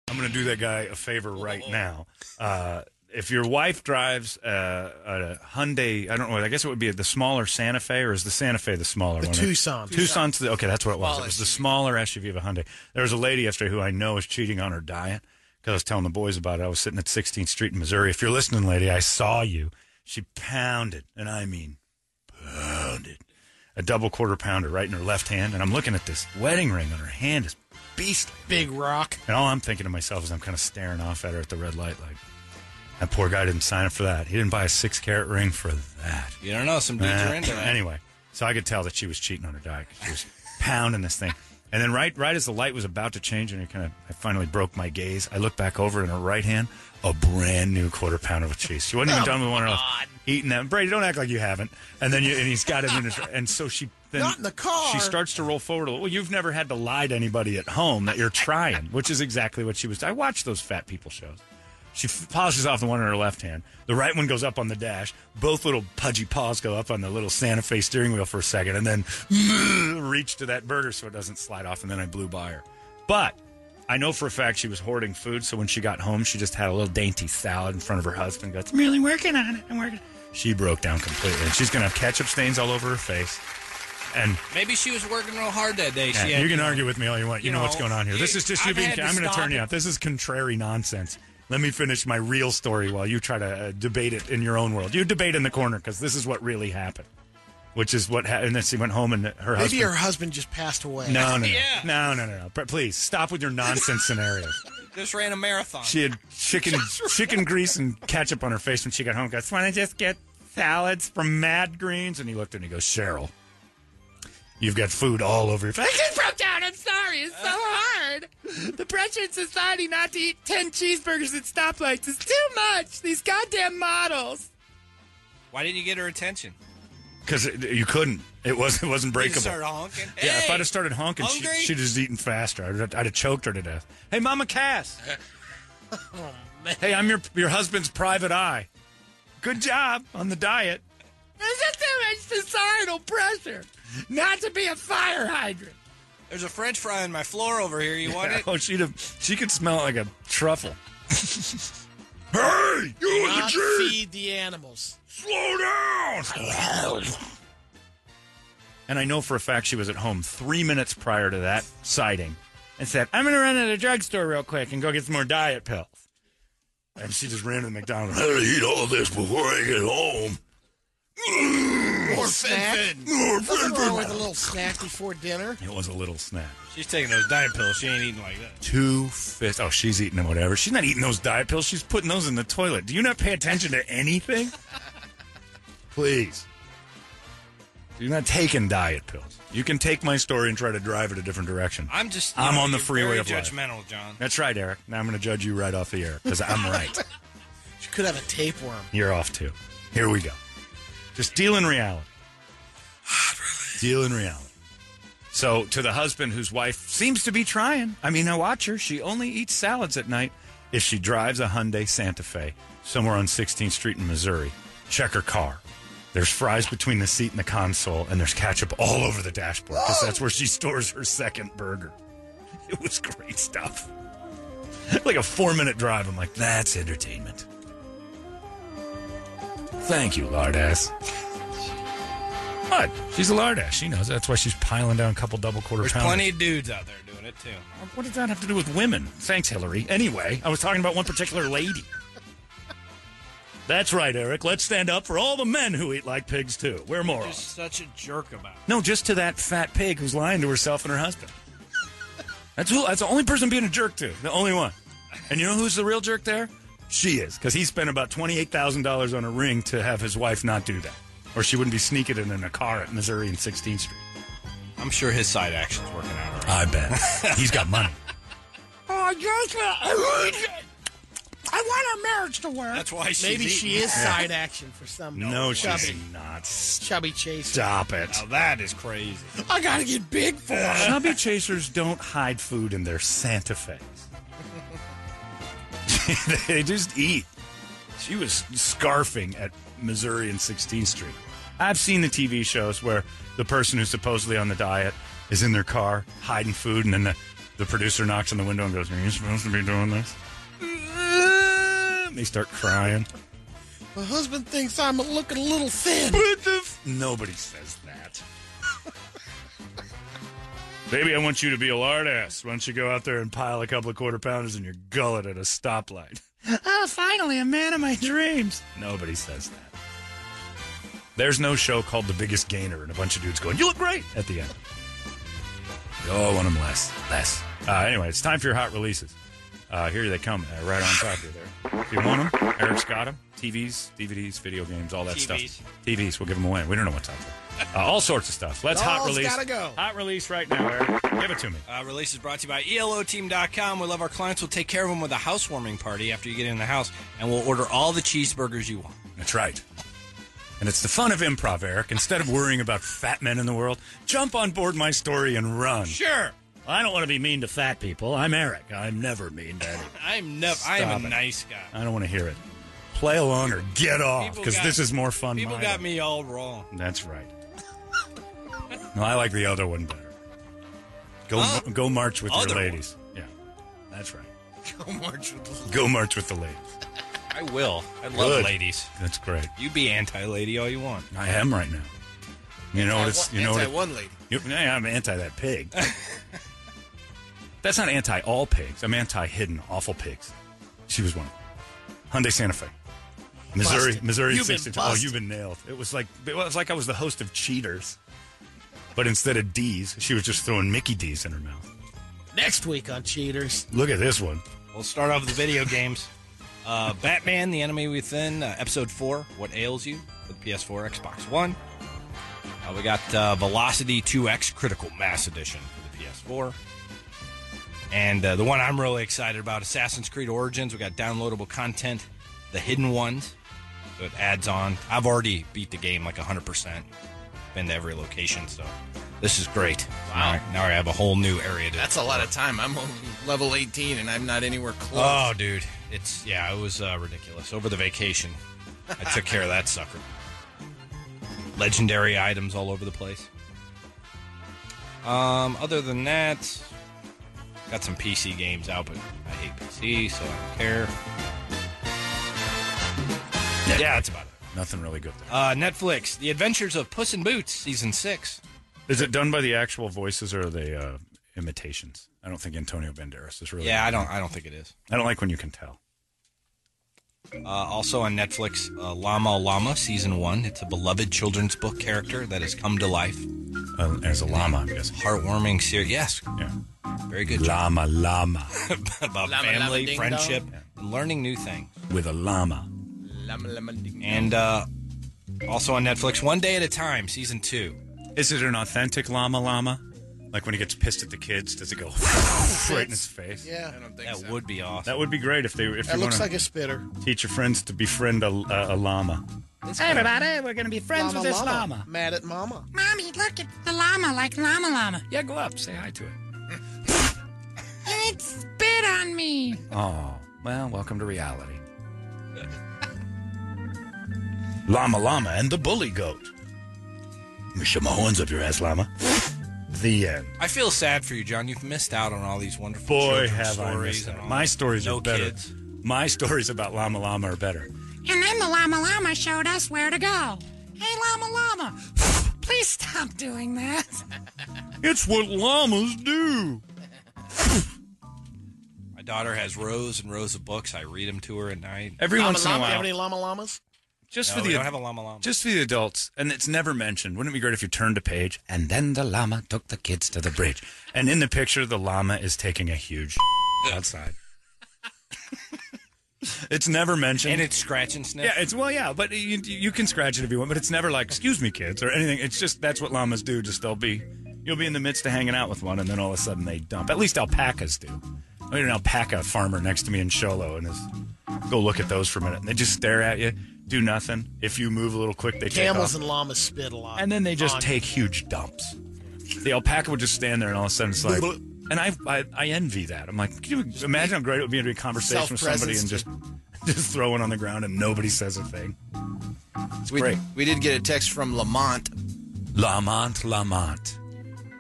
S7: I'm going to do that guy a favor right now. Uh, if your wife drives uh, a, a Hyundai, I don't know. I guess it would be the smaller Santa Fe, or is the Santa Fe the smaller
S3: The
S7: one?
S3: Tucson.
S7: Tucson's the okay. That's what it was.
S3: Small
S7: it was the smaller SUV of a Hyundai. There was a lady yesterday who I know is cheating on her diet because I was telling the boys about it. I was sitting at 16th Street in Missouri. If you're listening, lady, I saw you. She pounded, and I mean pounded, a double quarter pounder right in her left hand. And I'm looking at this wedding ring on her hand. It's beastly.
S3: Big rock.
S7: And all I'm thinking to myself is I'm kind of staring off at her at the red light, like that poor guy didn't sign up for that. He didn't buy a six carat ring for that.
S5: You don't know. Some dudes
S7: Eh,
S5: are into that.
S7: Anyway, so I could tell that she was cheating on her diet. 'cause She was pounding this thing. And then right right as the light was about to change and it kind of I finally broke my gaze, I looked back over in her right hand, a brand new quarter pounder with cheese. She
S5: Oh,
S7: wasn't even done with one of those. Eating them. Brady, don't act like you haven't. And then you, and he's got it in his and so she then
S3: Not in the car.
S7: She starts to roll forward a little. Well, you've never had to lie to anybody at home that you're trying, which is exactly what she was. I watch those fat people shows. She f- polishes off the one in her left hand. The right one goes up on the dash. Both little pudgy paws go up on the little Santa Fe steering wheel for a second, and then reach to that burger so it doesn't slide off. And then I blew by her. But I know for a fact she was hoarding food, so when she got home, she just had a little dainty salad in front of her husband. Goes,
S11: I'm really working on it. I'm working.
S7: she broke down completely. And she's going to have ketchup stains all over her face. And
S5: Maybe she was working real hard that day.
S7: Yeah,
S5: she had,
S7: you can argue with me all you want. You,
S5: you
S7: know, what's
S5: know,
S7: going on here. This
S5: you-
S7: is just you
S5: I've
S7: being.
S5: had to
S7: I'm going to
S5: stop
S7: turn you
S5: it.
S7: out. This is contrary nonsense. Let me finish my real story while you try to uh, debate it in your own world. You debate in the corner because this is what really happened, which is what happened. And then she went home and her
S3: Maybe
S7: husband.
S3: her husband just passed away.
S7: no, no, no, no, no, no, no. Pre- Please stop with your nonsense scenarios.
S5: Just ran a marathon.
S7: She had chicken, chicken grease and ketchup on her face when she got home. Goes, want to just get salads from Mad Greens? And he looked and he goes, Cheryl, you've got food all over your
S11: I
S7: face.
S11: just broke down. I'm sorry. It's so hard. The pressure in society not to eat 10 cheeseburgers at stoplights is too much. These goddamn models.
S5: Why didn't you get her attention?
S7: Because you couldn't. It was it wasn't
S5: You
S7: breakable.
S5: started honking.
S7: Yeah, if
S5: Hey!
S7: I'd have started honking, she,
S5: Hungry?
S7: she'd have just eaten faster. I'd, have- I'd have choked her to death. Hey, Mama Cass.
S11: Oh,
S7: Hey, I'm your your husband's private eye. Good job on the diet.
S11: There's just too much societal pressure not to be a fire hydrant.
S5: There's a French fry on my floor over here. You want it?
S7: Oh, she'd have. She could smell like a truffle.
S11: Hey,
S7: Oh,
S3: you
S11: and the
S3: Not
S11: Jeep.
S3: feed the animals.
S11: Slow down.
S7: And I know for a fact she was at home three minutes prior to that sighting and said, I'm going to run to the drugstore real quick and go get some more diet pills. And she just ran to McDonald's.
S11: I gotta eat all this before I get home.
S7: Mm.
S3: More snack.
S11: More
S3: Nothing
S11: fin-fin.
S3: wrong with a little snack before dinner.
S7: It was a little snack.
S5: She's taking those diet pills. She ain't eating like that.
S7: Two fists. Oh, she's eating them, whatever. She's not eating those diet pills. She's putting those in the toilet. Do you not pay attention to anything? Please. You're not taking diet pills. You can take my story and try to drive it a different direction.
S5: I'm just.
S7: I'm
S5: you know,
S7: on the
S5: you're
S7: freeway
S5: very
S7: of life.
S5: judgmental, John.
S7: That's right, Eric. Now I'm going to judge you right off the air because I'm right.
S3: She could have a tapeworm.
S7: You're off too. Here we go. Just deal in reality. Deal in reality. So to the husband whose wife seems to be trying. I mean, I watch her. She only eats salads at night. If she drives a Hyundai Santa Fe somewhere on 16th Street in Missouri, check her car. There's fries between the seat and the console, and there's ketchup all over the dashboard because that's where she stores her second burger. It was great stuff. like a four minute drive. I'm like, that's entertainment. Thank you, Lardass. What? She's a lardass. She knows. That's why she's piling down a couple double quarter
S5: There's
S7: pounders.
S5: plenty of dudes out there doing it too.
S7: What does that have to do with women? Thanks, Hillary. Anyway, I was talking about one particular lady. That's right, Eric. Let's stand up for all the men who eat like pigs, too. We're morons.
S5: Just such a jerk about. it.
S7: No, just to that fat pig who's lying to herself and her husband. That's who. That's the only person being a jerk to. The only one. And you know who's the real jerk there? She is, because he spent about twenty eight thousand dollars on a ring to have his wife not do that, or she wouldn't be sneaking it in a car at Missouri and Sixteenth Street.
S5: I'm sure his side action's working out. All right.
S7: I bet he's got money.
S11: Oh, just I want our marriage to work.
S5: That's why she's
S3: Maybe
S5: eating.
S3: she is
S7: Yeah.
S3: side action for some.
S7: No,
S3: chubby,
S7: she's not.
S3: chubby chaser.
S7: Stop it.
S5: Now that is crazy.
S3: I gotta get big for it.
S7: Chubby chasers don't hide food in their Santa Fe. they just eat. She was scarfing at Missouri and 16th Street. I've seen the TV shows where the person who's supposedly on the diet is in their car hiding food, and then the, the producer knocks on the window and goes, Are you supposed to be doing this? And they start crying.
S3: My husband thinks I'm looking a little thin.
S7: What the f- Nobody says that. Baby, I want you to be a lard ass. Why don't you go out there and pile a couple of quarter pounders in your gullet at a stoplight?
S11: Oh, finally, a man of my dreams.
S7: Nobody says that. There's no show called The Biggest Gainer, and a bunch of dudes going, You look great! at the end. Oh, I want them less. Less. Uh, anyway, it's time for your hot releases. Uh, here they come, uh, right on top of you there. If you want them, Eric's got them. TVs, DVDs, video games, all that
S5: TVs.
S7: stuff. TVs, we'll give them away. We don't know what's out there. Uh, all sorts of stuff. Let's hot
S5: Dolls
S7: release.
S5: gotta
S7: go. Hot release right now, Eric. Give it to me.
S5: Uh, release is brought to you
S8: E
S5: by ELOteam.com. We love our clients. We'll take care of them with a housewarming party after you get in the house, and we'll order all the cheeseburgers you want.
S7: That's right. And it's the fun of improv, Eric. Instead of worrying about fat men in the world, jump on board my story and run.
S5: Sure.
S7: I don't want to be mean to fat people. I'm Eric. I'm never mean to anyone.
S5: I'm never. I
S7: Stop
S5: am a
S7: it.
S5: nice guy.
S7: I don't want to hear it. Play along or get off
S5: People
S7: because
S5: got-
S7: this is more fun.
S5: People
S7: my
S5: got
S7: way.
S5: me all wrong.
S7: That's right. no, I like the other one better. Go, go march with your
S5: Oh. Other
S7: ladies. Yeah. That's right.
S3: Go march with the
S7: Go march with the ladies.
S8: I will. I love
S7: Good.
S8: ladies.
S7: That's great.
S8: You be anti-lady all you want.
S7: I am right now. You know what it's. You know what it-
S2: lady.
S7: You- yeah, I'm anti that pig. That's not anti all pigs. I'm anti hidden awful pigs. She was one. Hyundai Santa Fe, Missouri,
S15: Busted.
S7: Missouri.
S15: You've been
S7: 62 oh,
S15: busted.
S7: you've been nailed. It was like it was like I was the host of Cheaters, but instead of D's, she was just throwing Mickey D's in her mouth.
S3: Next week on Cheaters.
S7: Look at this one.
S8: We'll start off with the video games. Uh, Batman: The Enemy Within, uh, Episode Four. What ails you? For the PS4, Xbox One. Uh, we got uh, Velocity 2X Critical Mass Edition for the PS4. And uh, the one I'm really excited about, Assassin's Creed Origins. We got downloadable content, the hidden ones. So it adds on. I've already beat the game like 100%. Been to every location, so this is great. Wow. Now, I- now I have a whole new area to
S2: That's a lot of time. I'm only level 18 and I'm not anywhere close.
S8: Oh, dude, it's yeah, it was uh, ridiculous. Over the vacation, I took care of that sucker. Legendary items all over the place. Um, other than that, got some PC games out, but I hate PC, so I don't care. Yeah, that's about it.
S7: Nothing really good. There.
S8: Uh, Netflix: The Adventures of Puss in Boots, season six.
S7: Is it done by the actual voices or are they uh, imitations? I don't think Antonio Banderas is really.
S8: Yeah, I don't. I don't think it is.
S7: I don't like when you can tell.
S8: Uh, also on Netflix, uh, Llama Llama season one. It's a beloved children's book character that has come to life
S7: uh, as a llama. I'm guessing
S8: heartwarming series. Yes,
S7: yeah,
S8: very good.
S7: Llama llama
S8: about
S2: Llama, llama,
S8: family,
S2: ding
S8: friendship,
S2: dong.
S8: and learning new things.
S7: with a llama.
S2: Llama, llama, ding,
S8: And uh, also on Netflix, One Day at a Time season two.
S7: Is it an authentic llama llama? Like when he gets pissed at the kids, does it go right in his face?
S3: Yeah.
S8: That would be awesome.
S7: That would be great if they if
S3: That
S7: you
S3: looks
S7: wanna
S3: like a spitter.
S7: teach your friends to befriend a, a, a llama.
S3: Hey,
S12: everybody, we're going to be
S3: friends with this llama. Mad at mama.
S12: Mommy, look, it's the llama, like llama llama.
S7: Yeah, go up, say hi to it.
S12: It spit on me.
S7: Oh well, welcome to reality. llama llama and the bully goat. Mr. Mahorns up your ass, llama. The end.
S8: I feel sad for you, John. You've missed out on all these wonderful
S7: Boy,
S8: children's
S7: have I
S8: stories.
S7: missed
S8: and
S7: out.
S8: all
S7: My
S8: that.
S7: stories
S8: no
S7: are better.
S8: Kids.
S7: My stories about llama llama are better.
S12: And then the llama llama showed us where to go. Hey, llama llama, please stop doing that.
S7: It's what llamas do.
S8: My daughter has rows and rows of books. I read them to her at night.
S7: Every
S3: llama,
S7: once in a
S3: llama.
S7: while.
S3: You have any llama llamas?
S7: Just
S8: No,
S7: for the
S8: we don't have a llama llama.
S7: Just for the adults, and it's never mentioned. Wouldn't it be great if you turned a page and then the llama took the kids to the bridge? And in the picture, the llama is taking a huge outside. it's never mentioned,
S8: and it's scratch and sniff.
S7: Yeah, it's well, yeah, but you you can scratch it if you want, but it's never like "excuse me, kids" or anything. It's just that's what llamas do. Just they'll be you'll be in the midst of hanging out with one, and then all of a sudden they dump. At least alpacas do. I had an alpaca farmer next to me in Sholo, and his go look at those for a minute, and they just stare at you, do nothing. If you move a little quick, they
S3: Camels
S7: take off.
S3: and llamas Oh, spit a lot.
S7: And then they just
S3: On-
S7: take huge dumps. The alpaca would just stand there, and all of a sudden it's like. And I, I, I envy that. I'm like, can you imagine how great it would be to be in a conversation with somebody and just,
S2: Self-presence.
S7: just throw it on the ground and nobody says a thing.
S2: we,
S7: Oh, great.
S2: We did get a text from Lamont.
S7: Lamont, Lamont.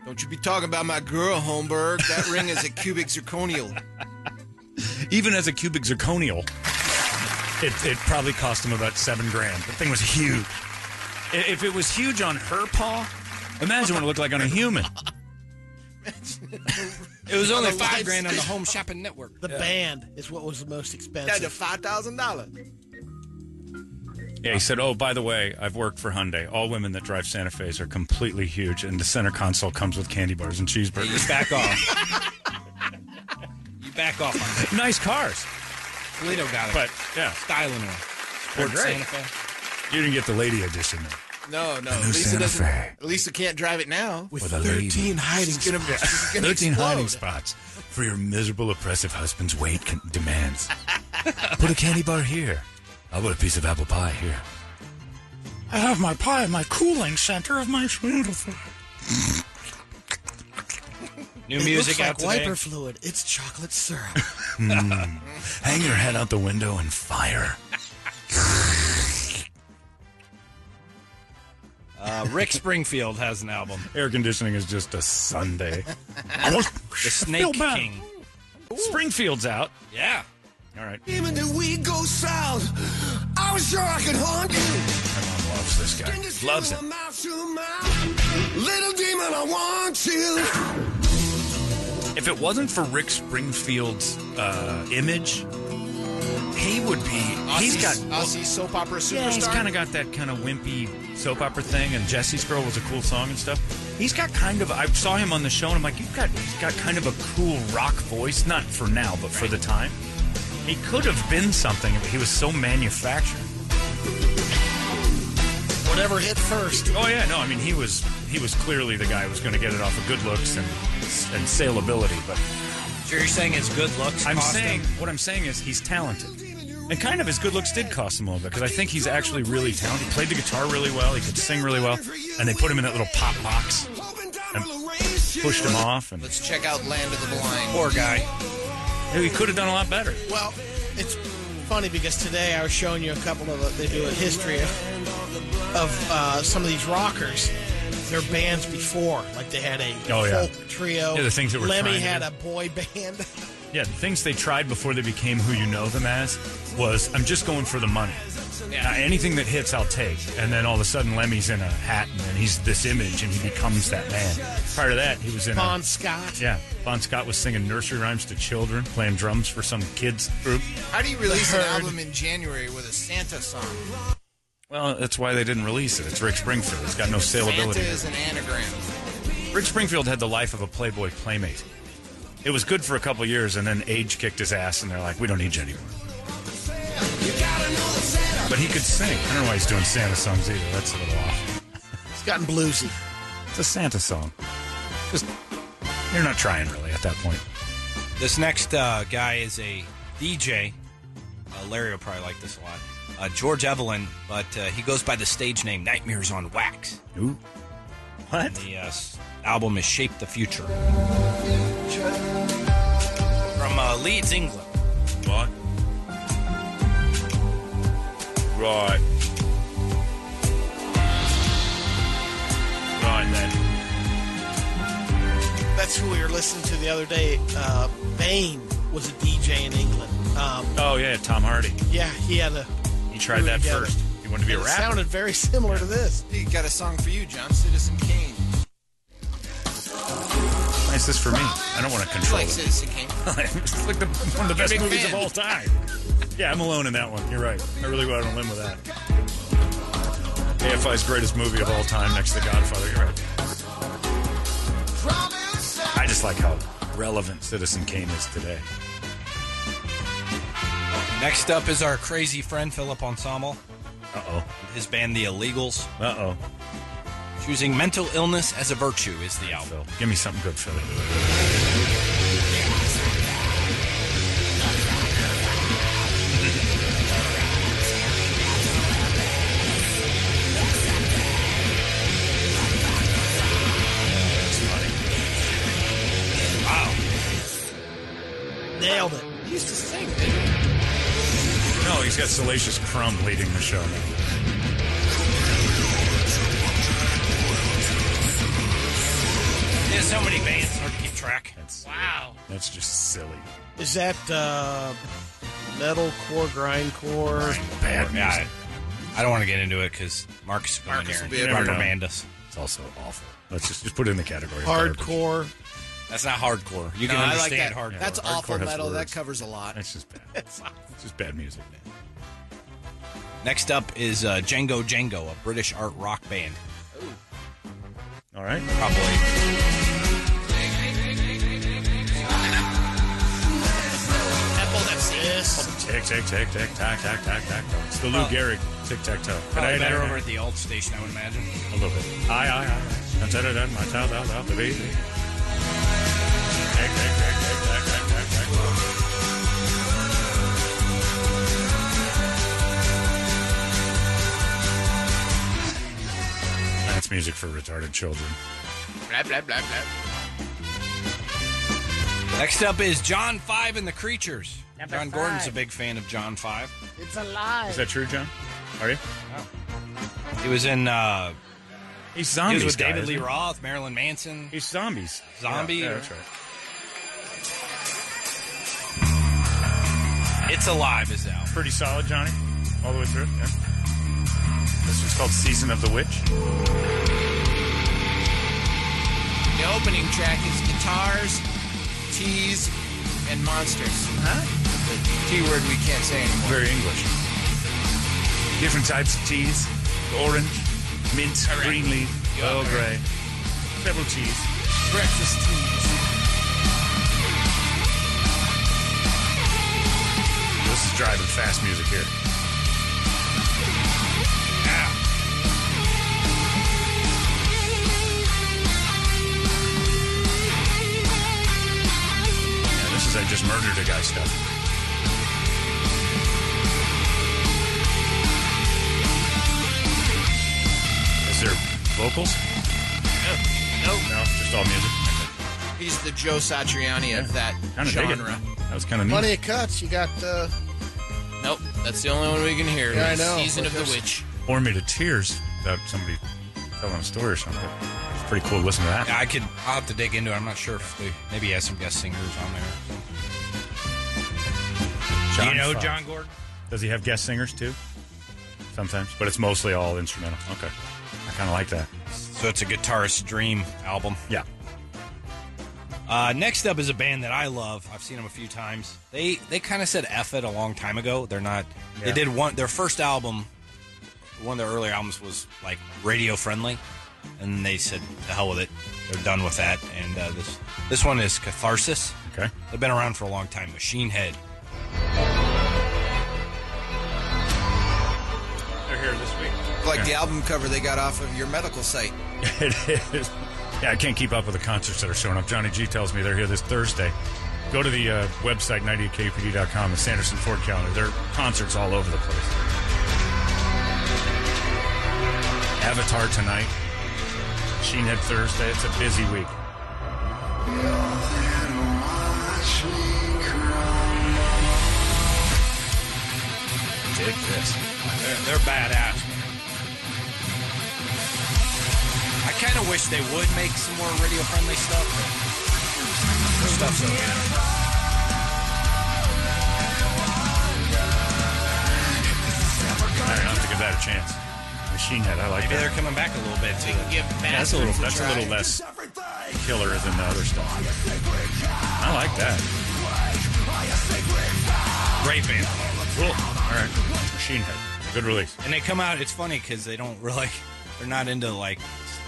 S2: Don't you be talking about my girl, Holmberg. That ring is a cubic zirconial.
S7: Even as a cubic zirconial, it, it probably cost him about seven grand. The thing was huge. I- If it was huge on her paw, imagine what it looked like on a human.
S8: It was only
S3: The
S8: five
S3: lives-
S8: grand on the Home Shopping Network.
S3: The band is what was the most expensive.
S2: five thousand dollars.
S7: Yeah, he said, "Oh, by the way, I've worked for Hyundai. All women that drive Santa Fe's are completely huge, and the center console comes with candy bars and
S8: You
S7: cheeseburgers.
S8: back off. you back off. on
S7: nice cars,
S8: that. Toledo got it.
S7: but yeah,
S8: styling one.
S7: They're
S8: Ford
S7: great.
S8: Santa Fe.
S7: you didn't get the lady edition though.
S2: No, no.
S7: new
S2: At least,
S7: Santa
S2: it doesn't,
S7: Fe.
S2: at least we can't drive it now.
S7: With With a lady. 13
S2: hiding gonna, it's gonna
S7: 13
S2: explode.
S7: hiding spots for your miserable, oppressive husband's weight con- demands. Put a candy bar here. I want a piece of apple pie here. I have my pie in my cooling center of my beautiful.
S8: New
S3: it
S8: music
S3: looks like
S8: out today.
S3: wiper fluid. It's chocolate syrup.
S7: Hang your head out the window and fire.
S8: Uh, Rick Springfield has an album,
S7: Air conditioning is just a Sunday.
S8: The Snake King.
S7: Springfield's out.
S5: Yeah.
S7: All right.
S16: Even the weed goes south. I was sure I could haunt you.
S7: My mom loves this guy. Loves it.
S16: Mouth to mouth. Little demon, I want you.
S7: If it wasn't for Rick Springfield's uh, image, he would be. he's got.
S2: Aussie soap opera superstar.
S7: Yeah, he's kind of got that kind of wimpy soap opera thing, and Jesse's Girl was a cool song and stuff. He's got kind of. I saw him on the show, and I'm like, you've got. He's got kind of a cool rock voice, not for now, but for the time. He could have been something, but he was so manufactured.
S3: Whatever hit first.
S7: Oh yeah, no, I mean he was he was clearly the guy who was going to get it off of good looks and and saleability, but
S5: So you're saying it's good looks?
S7: I'm
S5: cost him?
S7: saying what I'm saying is he's talented. And kind of his good looks did cost him a little bit because I think he's actually really talented. He played the guitar really well. He could sing really well, and they put him in that little pop box and pushed him off. And
S2: Let's check out Land of the Blind.
S7: poor guy, he could have done a lot better.
S3: Well, it's funny because today I was showing you a couple of uh, they do a history of, of uh, some of these rockers. Their bands before, like they had a
S7: Oh, yeah.
S3: folk trio.
S7: Yeah, the things that were
S3: Lemmy
S7: trying
S3: had
S7: to do.
S3: a boy band.
S7: Yeah, the things they tried before they became who you know them as was I'm just going for the money. Now, anything that hits, I'll take. And then all of a sudden, Lemmy's in a hat, and then he's this image, and he becomes that man. Prior to that, he was in
S3: Bon
S7: a
S3: Scott.
S7: yeah. Bon Scott was singing nursery rhymes to children, playing drums for some kids group.
S2: How do you release an
S3: The Herd.
S2: album in January with a Santa song?
S7: Well, that's why they didn't release it. It's Rick Springfield. It's got no
S2: Santa
S7: saleability.
S2: is an anagram.
S7: Rick Springfield had the life of a Playboy playmate. It was good for a couple years, and then age kicked his ass, and they're like, "We don't need you anymore." But he could sing. I don't know why he's doing Santa songs either. That's a little off.
S3: It's gotten bluesy.
S7: It's a Santa song. Just you're not trying really at that point.
S5: This next uh, guy is a DJ. Uh, Larry will probably like this a lot. Uh, George Evelyn, but uh, he goes by the stage name Nightmares on Wax.
S7: Ooh. What?
S5: And the uh, s- album is Shape the Future. From uh, Leeds, England.
S7: What? Right. Right then.
S3: That's who we were listening to the other day. Uh, Bane was a DJ in England. Um,
S7: Oh yeah, Tom Hardy.
S3: yeah, he had a.
S7: He tried
S3: we
S7: that
S3: together.
S7: first. He wanted to be a
S3: it
S7: rapper.
S3: sounded very similar to this.
S2: He got a song for you, John Citizen Kane.
S7: Why is this for me? I don't want to
S2: You
S7: control
S2: like
S7: it.
S2: Citizen Kane?
S7: it's like the, one of the best
S2: Big
S7: movies
S2: fan.
S7: of all time. Yeah, I'm alone in that one. You're right. I really go out on a limb with that. AFI's greatest movie of all time, next to Godfather. You're right. I just like how relevant Citizen Kane is today.
S5: Next up is our crazy friend, Philip Ensemble.
S7: Uh oh.
S5: His band, The Illegals.
S7: Uh oh.
S5: Choosing Mental Illness as a Virtue is the album.
S7: Give me something good, Philly.
S5: Wow.
S3: Nailed it.
S2: He used to sing, didn't he?
S7: No, he's got Salacious Crumb leading the show now.
S5: There's so many bands, it's hard to keep track.
S11: Wow.
S7: That's just silly.
S3: Is that uh, metalcore, grindcore?
S7: Bad
S5: Yeah,
S7: music.
S5: I, I don't want to get into it because Marcus is going
S2: Marcus
S5: in
S2: will be
S5: there
S2: able
S5: and
S2: to know.
S5: reprimand us.
S7: It's also awful. Let's just, just put it in the category. of garbage.
S3: Hardcore.
S5: That's not hardcore. You can
S2: no, I like
S5: understand
S2: that.
S5: hardcore.
S2: That's
S7: Hardcore
S2: awful
S7: has
S2: metal. That
S7: words.
S2: covers a lot.
S7: That's just bad. It's just bad music, man.
S5: Next up is uh, Django Django, a British art rock band.
S7: All right.
S5: Probably.
S3: Yes.
S7: Tick, tick, tick, tick, tack, tack, tack, tack. It's the Lou
S5: Oh.
S7: Gehrig tic tac toe.
S5: Probably better over at the alt station, I would imagine.
S7: A little bit. Aye, aye, aye. That's it, that's it, my child, that's it, that's the baby. Tick, tick, tick, tick, tack, tack, tack, tack. That's music for retarded children.
S2: Blah, blah, blah, blah.
S5: Next up is John Five and the Creatures.
S11: Number
S5: John Gordon's a
S11: five.
S5: big fan of John Five.
S11: It's alive.
S7: Is that true, John? Are you?
S5: He was in. Uh,
S7: He's
S5: he
S7: zombies.
S5: was with
S7: guy,
S5: David
S7: isn't
S5: Lee
S7: he?
S5: Roth, Marilyn Manson.
S7: He's zombies.
S5: Zombie?
S7: Yeah, yeah, that's right.
S5: It's Alive is out.
S7: Pretty solid, Johnny. All the way through. Yeah. This one's called Season of the Witch.
S2: The opening track is guitars, teas, and monsters. Huh? The T word we can't say anymore.
S7: Very English. Different types of teas orange, mint, green leaf, Oh, Earl Grey, pebble cheese,
S2: breakfast teas.
S7: This is driving fast music here. Yeah, this is I just murdered a guy stuff. Is there vocals?
S2: No,
S7: No, just all music.
S2: He's the Joe Satriani of that
S7: Kind of dig it.
S2: genre.
S7: That was kind of neat.
S3: Plenty of cuts. You got uh,
S2: Nope, that's the only one we can hear.
S3: Yeah, I know.
S2: Season of the
S3: There's-
S2: Witch.
S7: Bore me to tears without somebody telling a story or something. It's pretty cool to listen to that.
S5: I could. I'll have to dig into it. I'm not sure if they maybe he has some guest singers on there.
S7: John
S5: you
S8: Oh,
S5: know
S7: Fox.
S5: John Gordon?
S7: Does he have guest singers too? Sometimes, but it's mostly all instrumental. Okay, I kind of like that.
S5: So it's a guitarist dream album.
S7: Yeah.
S5: Uh, next up is a band that I love. I've seen them a few times. They they kind of said F it a long time ago. They're not. They
S4: Yeah.
S5: did one. Their first album, one of their earlier albums was like radio friendly, and they said the hell with it. They're done with that. And uh, this this one is Catharsis.
S7: Okay.
S5: They've been around for a long time. Machine Head.
S7: They're here this week.
S2: Like
S7: Yeah.
S2: the album cover they got off of your medical site.
S7: it is. Yeah, I can't keep up with the concerts that are showing up. Johnny G tells me they're here this Thursday. Go to the uh, website 98kpd.com, the Sanderson Ford calendar. There are concerts all over the place. Avatar tonight. Sheenhead Thursday. It's a busy week. Dig this.
S5: They're, they're badass. I kind of wish they would make some more radio friendly stuff. but Their stuff's okay.
S7: I don't have to give that a chance. Machine Head, I like
S5: Maybe
S7: that.
S5: they're coming back a little bit to give back.
S7: Yeah, that's a little.
S5: to
S7: That's a
S5: try.
S7: little less killer than the other stuff. I like that.
S5: Great band.
S7: Cool. All right. Machine Head. Good release.
S5: And they come out. It's funny because they don't really. They're not into like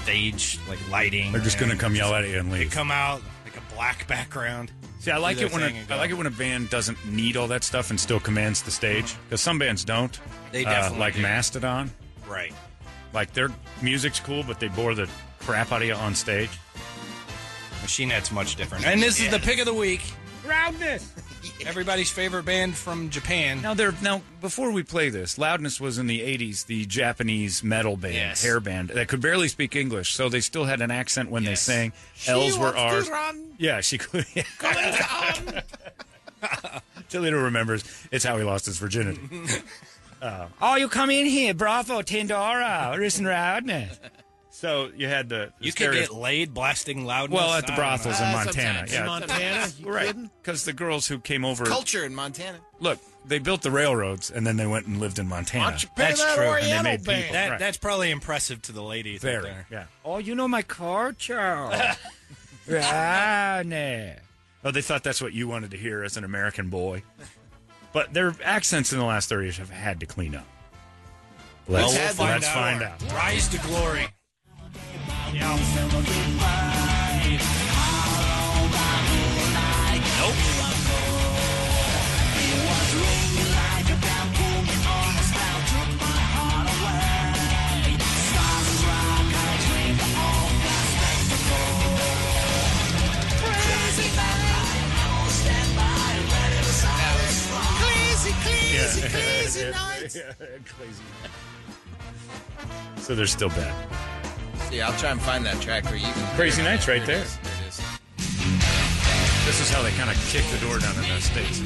S5: stage like lighting.
S7: They're just
S5: and
S7: gonna come yell at you and leave.
S5: They come out like a black background.
S7: See, I like
S5: Do
S7: it
S5: their
S7: when
S5: thing and
S7: a, I
S5: go.
S7: like it when a band doesn't need all that stuff and still commands the stage. Because some bands don't.
S5: Mm-hmm.
S7: uh,
S5: They definitely
S7: like
S5: do.
S7: Mastodon.
S5: Right.
S7: Like their music's cool, but they bore the crap out of you on stage.
S5: Machine Head's much different. And this is the pick of the week. Roundness. Everybody's favorite band from Japan.
S7: Now they're now before we play this, Loudness was in the '80s, the Japanese metal band,
S5: Yes.
S7: hair band that could barely speak English, so they still had an accent when they sang. L's were R's.
S16: wants to run.
S7: Yeah, she could. Toledo remembers. It's how he lost his virginity. Uh, oh, you come in here, bravo, Tendora, Risen Loudness. So you had the, the
S5: You could
S7: stereotyp-
S5: get laid blasting loudness.
S7: well at the
S5: I don't know.
S7: brothels in Ah, Montana. Yeah,
S3: You
S7: right?
S3: kidding?
S7: Because the girls who came over
S2: Culture in Montana.
S7: Look, they built the railroads and then they went and lived in Montana. and they made people.
S5: That,
S7: right.
S5: That's probably impressive to the ladies. out
S7: Very,
S5: there.
S7: yeah.
S6: Oh, you know my culture.
S7: Oh, they thought that's what you wanted to hear as an American boy. But their accents in the last 30 years have had to clean up.
S5: Well,
S7: Let's,
S5: we'll find
S7: let's
S5: out.
S7: find out.
S5: Rise to glory.
S7: Yeah. Yeah. Crazy. So they're still bad.
S2: See, I'll try and find that track where you can.
S7: Crazy Nights right
S2: There it
S7: there.
S2: is, there it is.
S7: This is how they kind of kick the door down in the States.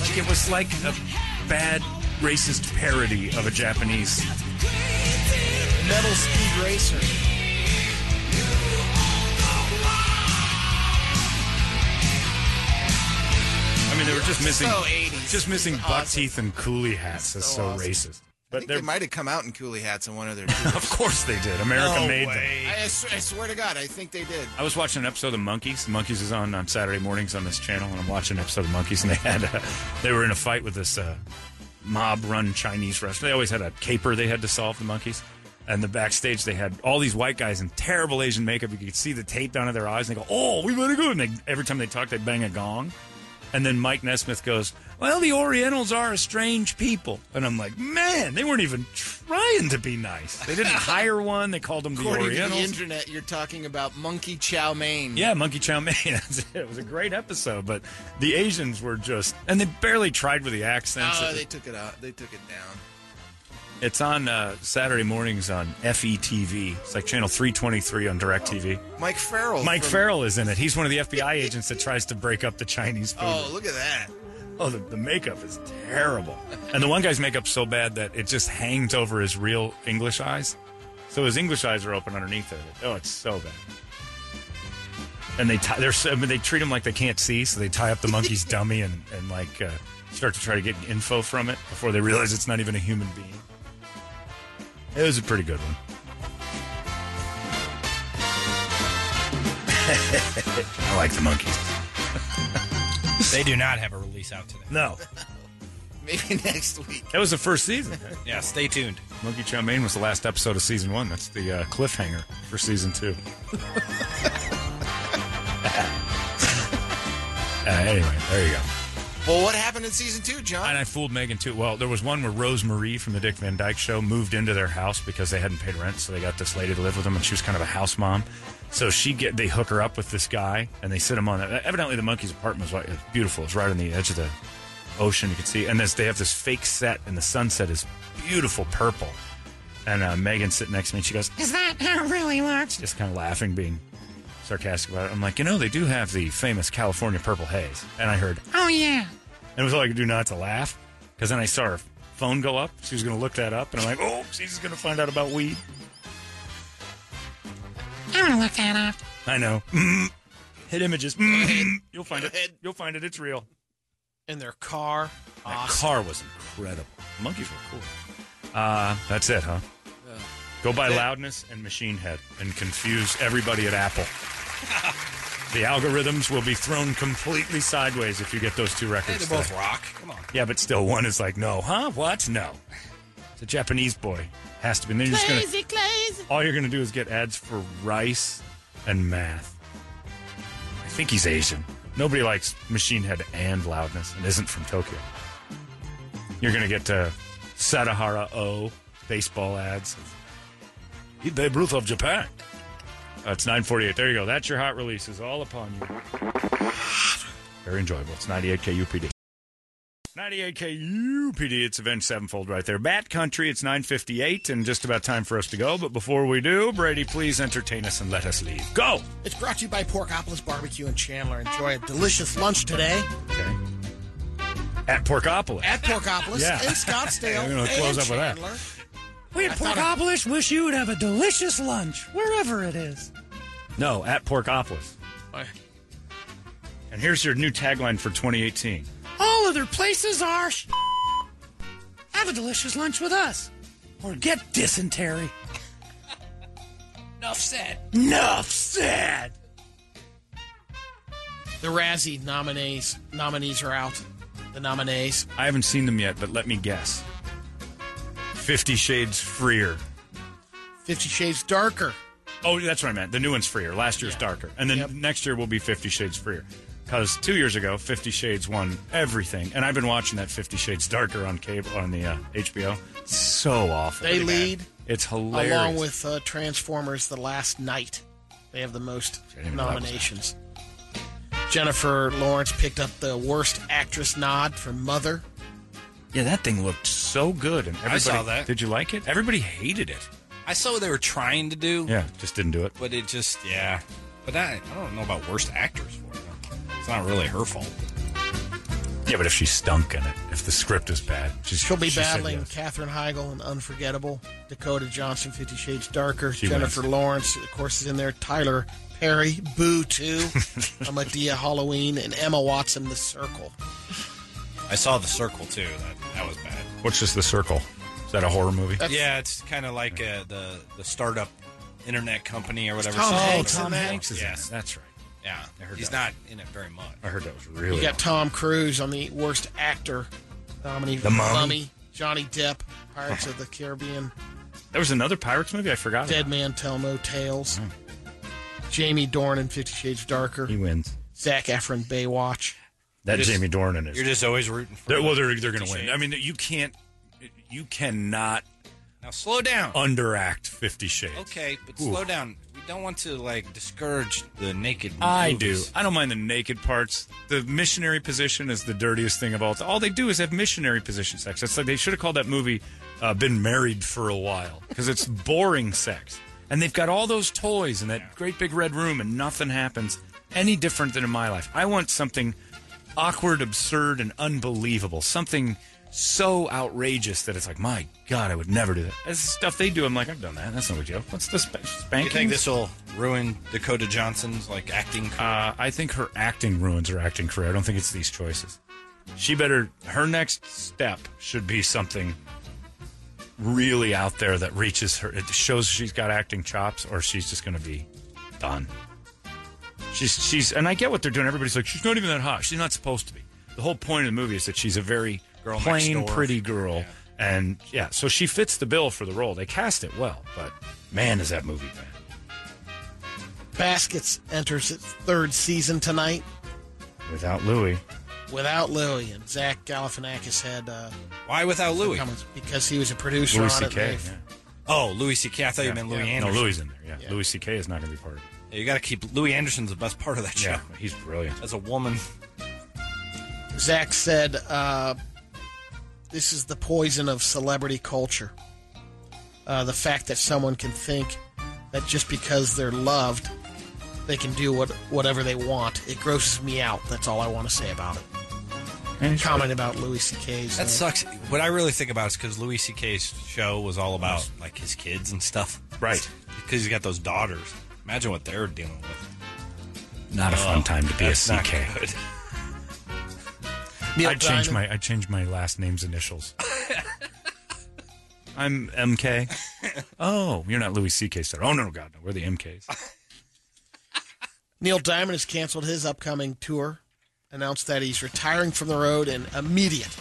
S7: Like it was like a bad racist parody of a Japanese.
S3: Metal Speed Racer.
S7: I mean, they were just missing,
S2: So 80s.
S7: just missing
S2: Awesome.
S7: buck teeth and coolie hats. That's so,
S2: awesome.
S7: racist.
S2: I think they might have come out in coolie hats in one of their. of
S7: course they did. America
S2: no
S7: made them.
S2: way. I, I swear, I swear to God, I think they did.
S7: I was watching an episode of the Monkeys. The Monkeys is on on Saturday mornings on this channel, and I'm watching an episode of the Monkeys, and they had uh, they were in a fight with this uh, mob-run Chinese restaurant. They always had a caper they had to solve. The Monkeys, and the backstage they had all these white guys in terrible Asian makeup. You could see the tape down to their eyes, and they go, "Oh, we better go!" And they, every time they talk, they bang a gong. And then Mike Nesmith goes, "Well, the Orientals are a strange people," and I'm like, "Man, they weren't even trying to be nice. They didn't hire one. They called them the
S2: According to the
S7: Orientals."
S2: internet, you're talking about monkey chow mein.
S7: Yeah, Monkey Chow Mein. That's it. It was a great episode, but the Asians were just, and they barely tried with the accents.
S2: Oh,
S7: It-
S2: they took it out. They took it down.
S7: it's on uh, Saturday mornings on FETV. It's like channel 323 on DirecTV.
S2: Mike Farrell. Oh,
S7: Mike
S2: from-
S7: Farrell is in it. He's one of the FBI agents that tries to break up the Chinese food.
S2: Oh, look at that.
S7: Oh, the, the makeup is terrible. And the one guy's makeup's so bad that it just hangs over his real English eyes. So his English eyes are open underneath it. Oh, it's so bad. And they tie, they're, so- I mean, they treat him like they can't see, so they tie up the monkey's dummy and, and like uh, start to try to get info from it before they realize it's not even a human being. It was a pretty good one. I like the monkeys.
S5: they do not have a release out today.
S7: No.
S2: Maybe next week.
S7: That was the first season.
S5: yeah, stay tuned.
S7: Monkey Chow Mein was the last episode of season one. That's the uh, cliffhanger for season two. Uh, anyway, there you go.
S2: Well, what happened in season two, John?
S7: And I fooled Megan too. Well, there was one where Rose Marie from the Dick Van Dyke Show moved into their house because they hadn't paid rent, so they got this lady to live with them, and she was kind of a house mom. So she get they hook her up with this guy, and they sit him on. Evidently, the monkey's apartment was like- it's beautiful. It's right on the edge of the ocean. You can see, and this they have this fake set, and the sunset is beautiful purple. And uh, Megan's sitting next to me, and she goes, Is that how it really looks? just kind of laughing, being sarcastic about it. I'm like, you know, they do have the famous California purple haze. And I heard,
S11: Oh, yeah.
S7: and it was all I could do not to laugh. Because then I saw her phone go up. She was going to look that up. And I'm like, oh, she's going to find out about weed.
S11: I want to look that up.
S7: I know. Mm. Hit images. Mm. You'll find it. You'll find it. It's real.
S3: In their car.
S7: That car was incredible. Monkeys were cool. Uh, that's it, huh? Go by loudness and machine head and confuse everybody at Apple. the algorithms will be thrown completely sideways if you get those two
S5: Hey,
S7: records.
S5: they both
S7: today.
S5: rock. Come on.
S7: Yeah, but still, one is like, no, huh? What? No. It's a Japanese boy. Has to be. And then you're just gonna,
S11: Crazy, crazy.
S7: all you're going to do is get ads for rice and math. I think he's Asian. Nobody likes Machine Head and Loudness and isn't from Tokyo. You're going to get uh, Sadahara O baseball ads. He's Babe Ruth of Japan. Uh, it's 948. There you go. That's your hot releases all upon you. Very enjoyable. It's 98 KUPD. 98 KUPD. It's Avenged Sevenfold right there. Bat Country. It's 958 and just about time for us to go. But before we do, Brady, please entertain us and let us leave. Go!
S3: It's brought to you by Porkopolis Barbecue in Chandler. Enjoy a delicious lunch today
S7: Okay. At Porkopolis.
S3: at Porkopolis
S7: Yeah.
S3: in Scottsdale.
S7: We're gonna
S3: and
S7: close up with that.
S3: Chandler.
S17: We at Porkopolis wish you would have a delicious lunch, wherever it is.
S7: No, at Porkopolis. And here's your new tagline for 2018.
S17: All other places are. Sh- have a delicious lunch with us, or get dysentery.
S5: Enough said.
S17: Enough said.
S3: The Razzie nominees nominees are out. The nominees.
S7: I haven't seen them yet, but let me guess. Fifty Shades Freer.
S3: Fifty Shades Darker.
S7: Oh, that's what I meant. The new one's Freer. Last year's darker. And then next year will be Fifty Shades Freer. Because two years ago, Fifty Shades won everything. And I've been watching that Fifty Shades Darker on cable on the uh, HBO. So awful.
S3: They
S7: Pretty bad.
S3: lead
S7: It's hilarious.
S3: Along with uh, Transformers The Last Night. They have the most
S7: even know that was
S3: nominations. Jennifer Lawrence picked up the worst actress nod for Mother.
S7: Yeah, that thing looked so good. And everybody,
S5: I saw that.
S7: Did you like it? Everybody hated it.
S5: I saw what they were trying to do,
S7: Yeah, just didn't do it.
S5: but it just, yeah. But I, I don't know about worst actors for it. It's not really her fault.
S7: Yeah, but if she's stunk in it, if the script is bad, she's,
S3: She'll be
S7: she said
S3: battling
S7: yes.
S3: Katherine Heigl in Unforgettable, Dakota Johnson, Fifty Shades Darker,
S7: She
S3: Jennifer Lawrence, of course, is in there, Tyler Perry, Boo 2, Amadea Halloween, and Emma Watson, The Circle.
S5: I saw The Circle too. That, that was bad.
S7: What's just the circle? Is that a horror movie?
S3: Uh,
S5: yeah, it's kind of like uh, the the startup internet company or whatever.
S3: Tom
S5: So-
S7: Oh,
S3: Hanks in that?
S5: Yes,
S7: that's right.
S5: Yeah, he's not in it very much.
S7: I heard that was
S3: you got Tom Cruise on the worst actor nominee,
S7: The Mummy?
S3: Johnny Depp, Pirates of the Caribbean,
S7: There was another Pirates movie I forgot.
S3: Dead Man Tell No Tales, Jamie Dornan, Fifty Shades Darker,
S7: He wins.
S3: Zach Efron, Baywatch.
S7: That
S3: Just-
S7: Jamie Dornan is.
S5: You're just always rooting for.
S7: They're- well, they're
S5: the
S7: they're going to
S5: shades.
S7: win. I mean, you can't, you cannot
S5: Now slow down.
S7: underact Fifty Shades.
S5: Okay, but
S7: Ooh.
S5: slow down. We don't want to like discourage the naked.
S7: I do.
S5: movies.
S7: I don't mind the naked parts. The missionary position is the dirtiest thing of all. All they do is have missionary position sex. It's like they should have called that movie uh, "Been Married for a While" because it's boring sex. And they've got all those toys in that great big red room, and nothing happens any different than in my life. I want something awkward, absurd, and unbelievable. Something so outrageous that it's like, my God, I would never do that. That's the stuff they do. I'm like, I've done that. That's no big deal. What's the sp- spanking?
S5: You think this will ruin Dakota Johnson's like acting? career?
S7: Uh, I think her acting ruins her acting career. I don't think it's these choices. She better. Her next step should be something really out there that reaches her. It shows she's got acting chops, or she's just going to be done. She's she's, and I get what they're doing. Everybody's like, she's not even that hot. She's not supposed to be. The whole point of the movie is that she's a very
S5: Girl next
S7: plain,
S5: door.
S7: pretty girl, and yeah, so she fits the bill for the role. They cast it well, but man, is that movie bad.
S3: Baskets enters its third season tonight
S7: Without Louis,
S3: without Louis, and Zach Galifianakis had. Uh,
S5: Why without
S3: some
S5: Louis?
S3: comments Because he was a producer
S7: Louis
S3: on it.
S7: C.K.
S3: and they-
S7: yeah.
S5: Oh, Louis C.K. I thought you meant Louis Anderson.
S7: No, Louis is in there. Yeah, Louis C.K. is not going to be part of it.
S5: You got to keep Louis Anderson's the best part of that show.
S7: Yeah, he's brilliant.
S5: As a woman,
S3: Zach said, uh, "This is the poison of celebrity culture. Uh, the fact that someone can think that just because they're loved, they can do what whatever they want. It grosses me out. That's all I want to say about it." Comment about Louis C.K.'s.
S5: that
S3: uh,
S5: sucks. What I really think about is because Louis C.K.'s show was all about like his kids and stuff, right? Because he's got those daughters. Imagine what they're dealing with.
S7: Not a fun
S5: Oh,
S7: time to be a
S5: that's not
S7: CK.
S5: good.
S3: Neil
S7: I'd change
S3: Diamond.
S7: my I'd change my last name's initials. I'm MK. Oh, you're not Louis C.K. star. Oh no, God, no, we're the MKs.
S3: Neil Diamond has canceled his upcoming tour, announced that he's retiring from the road and immediate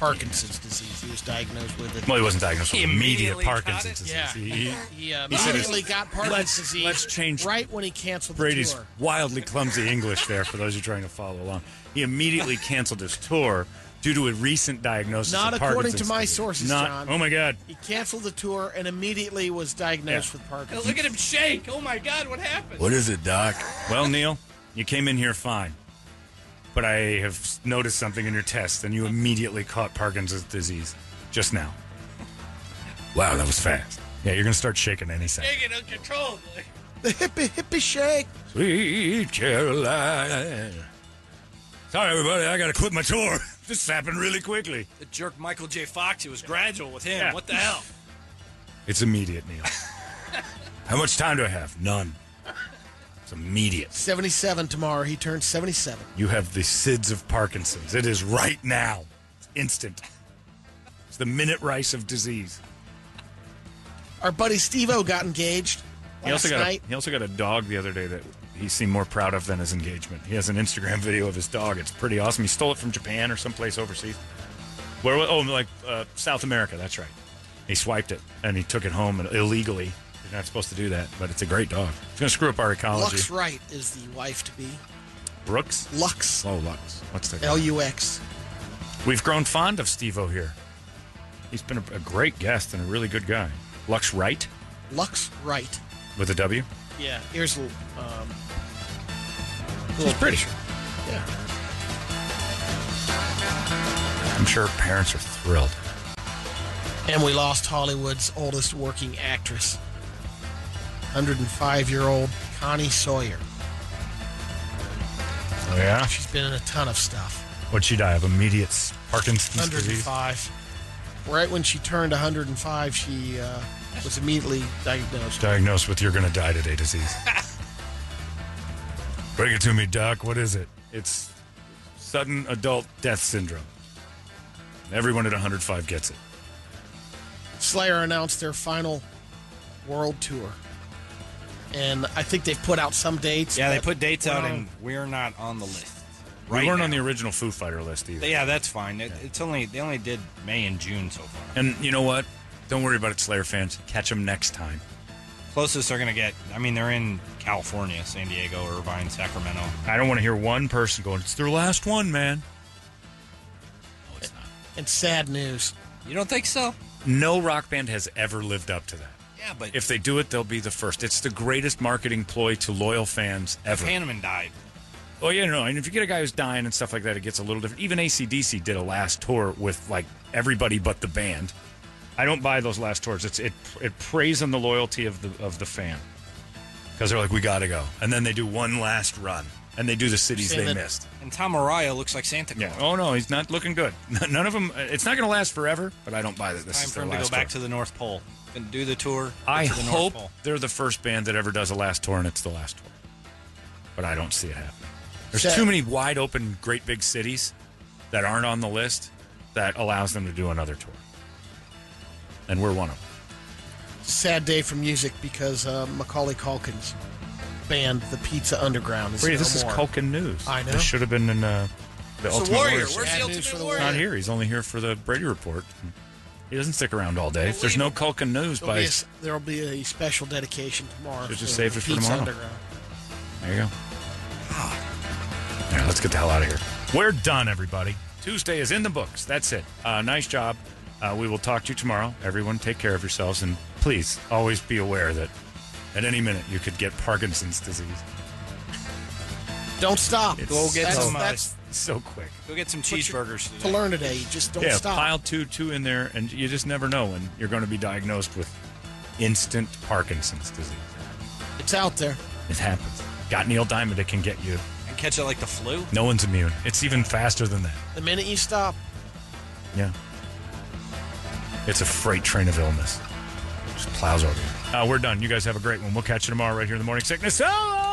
S3: Parkinson's disease. He was diagnosed with it.
S7: Well, he wasn't diagnosed with
S3: He
S7: immediate
S3: immediately
S7: Parkinson's disease.
S3: Yeah.
S7: He, he-
S3: He uh,
S7: he said it's-
S3: immediately got Parkinson's disease.
S7: let's change
S3: right when he canceled the
S7: Brady's
S3: tour.
S7: wildly clumsy English there for those who are trying to follow along. He immediately canceled his tour due to a recent diagnosis.
S3: Not
S7: of
S3: according
S7: Parkinson's
S3: to my
S7: disease.
S3: sources,
S7: Not-
S3: John.
S7: Oh my God.
S3: He canceled the tour and immediately was diagnosed
S7: Yeah.
S3: with Parkinson's.
S5: Look at him shake! Oh my God, what happened?
S7: What is it, Doc? Well, Neil, you came in here fine, but I have noticed something in your test, and you immediately caught Parkinson's disease just now. Wow, that was fast. Yeah, you're gonna start shaking any second.
S5: Shaking uncontrollably.
S3: The hippie hippie shake.
S7: Sweet Caroline. Sorry, everybody, I gotta quit my tour. This happened really quickly.
S5: The jerk Michael J. Fox. It was gradual with him. What the hell?
S7: It's immediate, Neil. How much time do I have? None. It's immediate.
S3: 77 tomorrow. He turns 77.
S7: You have the SIDS of Parkinson's. It is right now. It's instant. It's the minute rice of disease.
S3: Our buddy Steve O got engaged
S7: He
S3: last
S7: also got
S3: night.
S7: a, he also got a dog the other day that he seemed more proud of than his engagement. He has an Instagram video of his dog. It's pretty awesome. He stole it from Japan or someplace overseas. Where wa- oh like uh, South America, that's right. He swiped it and he took it home and illegally. You're not supposed to do that, but it's a great dog. It's going to screw up our ecology.
S3: Lux Wright is the wife to be.
S7: Brooks?
S3: Lux.
S7: Oh, Lux. What's that?
S3: L U X.
S7: We've grown fond of Steve O here. He's been a, a great guest and a really good guy. Lux Wright
S3: Lux Wright.
S7: with a W.
S3: Yeah. Here's a l- um,
S7: She's pretty.
S3: Yeah.
S7: I'm sure her parents are thrilled.
S3: And we lost Hollywood's oldest working actress, 105 year old Connie Sawyer.
S7: Oh, yeah?
S3: She's been in a ton of stuff.
S7: What'd she die of? Immediate s- Parkinson's disease?
S3: 105. Right when she turned 105, she uh, was immediately diagnosed.
S7: Diagnosed with you're going to die today disease. Bring it to me, Doc. What is it? It's sudden adult death syndrome. Everyone at 105 gets it.
S3: Slayer announced their final world tour. And I think they've put out some dates.
S5: Yeah, they
S3: but
S5: put dates
S3: we're
S5: out,
S3: on-
S5: and we're not on the list.
S7: We
S5: Right
S7: weren't
S5: now.
S7: on the original Foo Fighter list either.
S5: Yeah, that's fine. It, It's only they only did May and June so far.
S7: And you know what? Don't worry about it, Slayer fans. Catch them next time.
S5: Closest they're gonna get. I mean, they're in California, San Diego, Irvine, Sacramento.
S7: I don't want to hear one person going, it's their last one, man.
S3: And sad news.
S5: You don't think so?
S7: No rock band has ever lived up to that.
S5: Yeah, but
S7: If they do it, they'll be the first. It's the greatest marketing ploy to loyal fans ever.
S5: Hanneman died.
S7: Oh, yeah, no. And if you get a guy who's dying and stuff like that, it gets a little different. Even ACDC did a last tour with, like, everybody but the band. I don't buy those last tours. It's, it, it preys on the loyalty of the, of the fan. Because they're like, we got to go. And then they do one last run. And they do the cities they missed.
S5: And Tom Araya looks like Santa Claus.
S7: Yeah. Oh no, he's not looking good. None of them. It's not going to last forever. But I don't buy that. This
S5: Time
S7: is
S5: for
S7: their
S5: him to go
S7: last
S5: back to
S7: tour.
S5: the North Pole and do the tour. get
S7: I
S5: to the North
S7: hope
S5: Pole.
S7: they're the first band that ever does a last tour, and it's the last tour. But I don't see it happening. There's
S5: Sad-
S7: too many wide open, great big cities that aren't on the list that allows them to do another tour, and we're one of them.
S3: Sad day for music because uh, Macaulay Culkin's band, The Pizza Underground, is
S7: Brady,
S3: no
S7: this is
S3: more.
S7: Culkin news.
S3: I know.
S7: This should have been in uh, the
S3: It's a
S7: Ultimate
S3: warrior.
S7: Warrior.
S3: Where's the Bad Ultimate news for the Warrior?
S7: He's not here. He's only here for the Brady report. He doesn't stick around all day. If there's no Culkin news,
S3: There'll
S7: by
S3: be, a, there'll be a special dedication tomorrow.
S7: Should've
S3: for
S7: just saved it for
S3: Pizza
S7: tomorrow.
S3: Underground.
S7: There you go. All right, let's get the hell out of here. We're done, everybody. Tuesday is in the books. That's it. Uh, nice job. Uh, we will talk to you tomorrow. Everyone, take care of yourselves, and please always be aware that at any minute you could get Parkinson's disease.
S3: Don't stop.
S7: It's
S3: that's,
S7: so,
S3: that's
S7: so quick.
S5: Go get some cheeseburgers.
S3: to learn today. You just don't
S7: yeah,
S3: stop.
S7: pile two, two in there, and you just never know when you're going to be diagnosed with instant Parkinson's disease.
S3: It's out there.
S7: It happens. Got Neil Diamond, it can get you.
S5: and catch it like the flu.
S7: No one's immune. It's even faster than that.
S3: The minute you stop,
S7: Yeah. It's a freight train of illness. Just plows over you. Uh, we're done. You guys have a great one. We'll catch you tomorrow right here in the morning sickness. So long!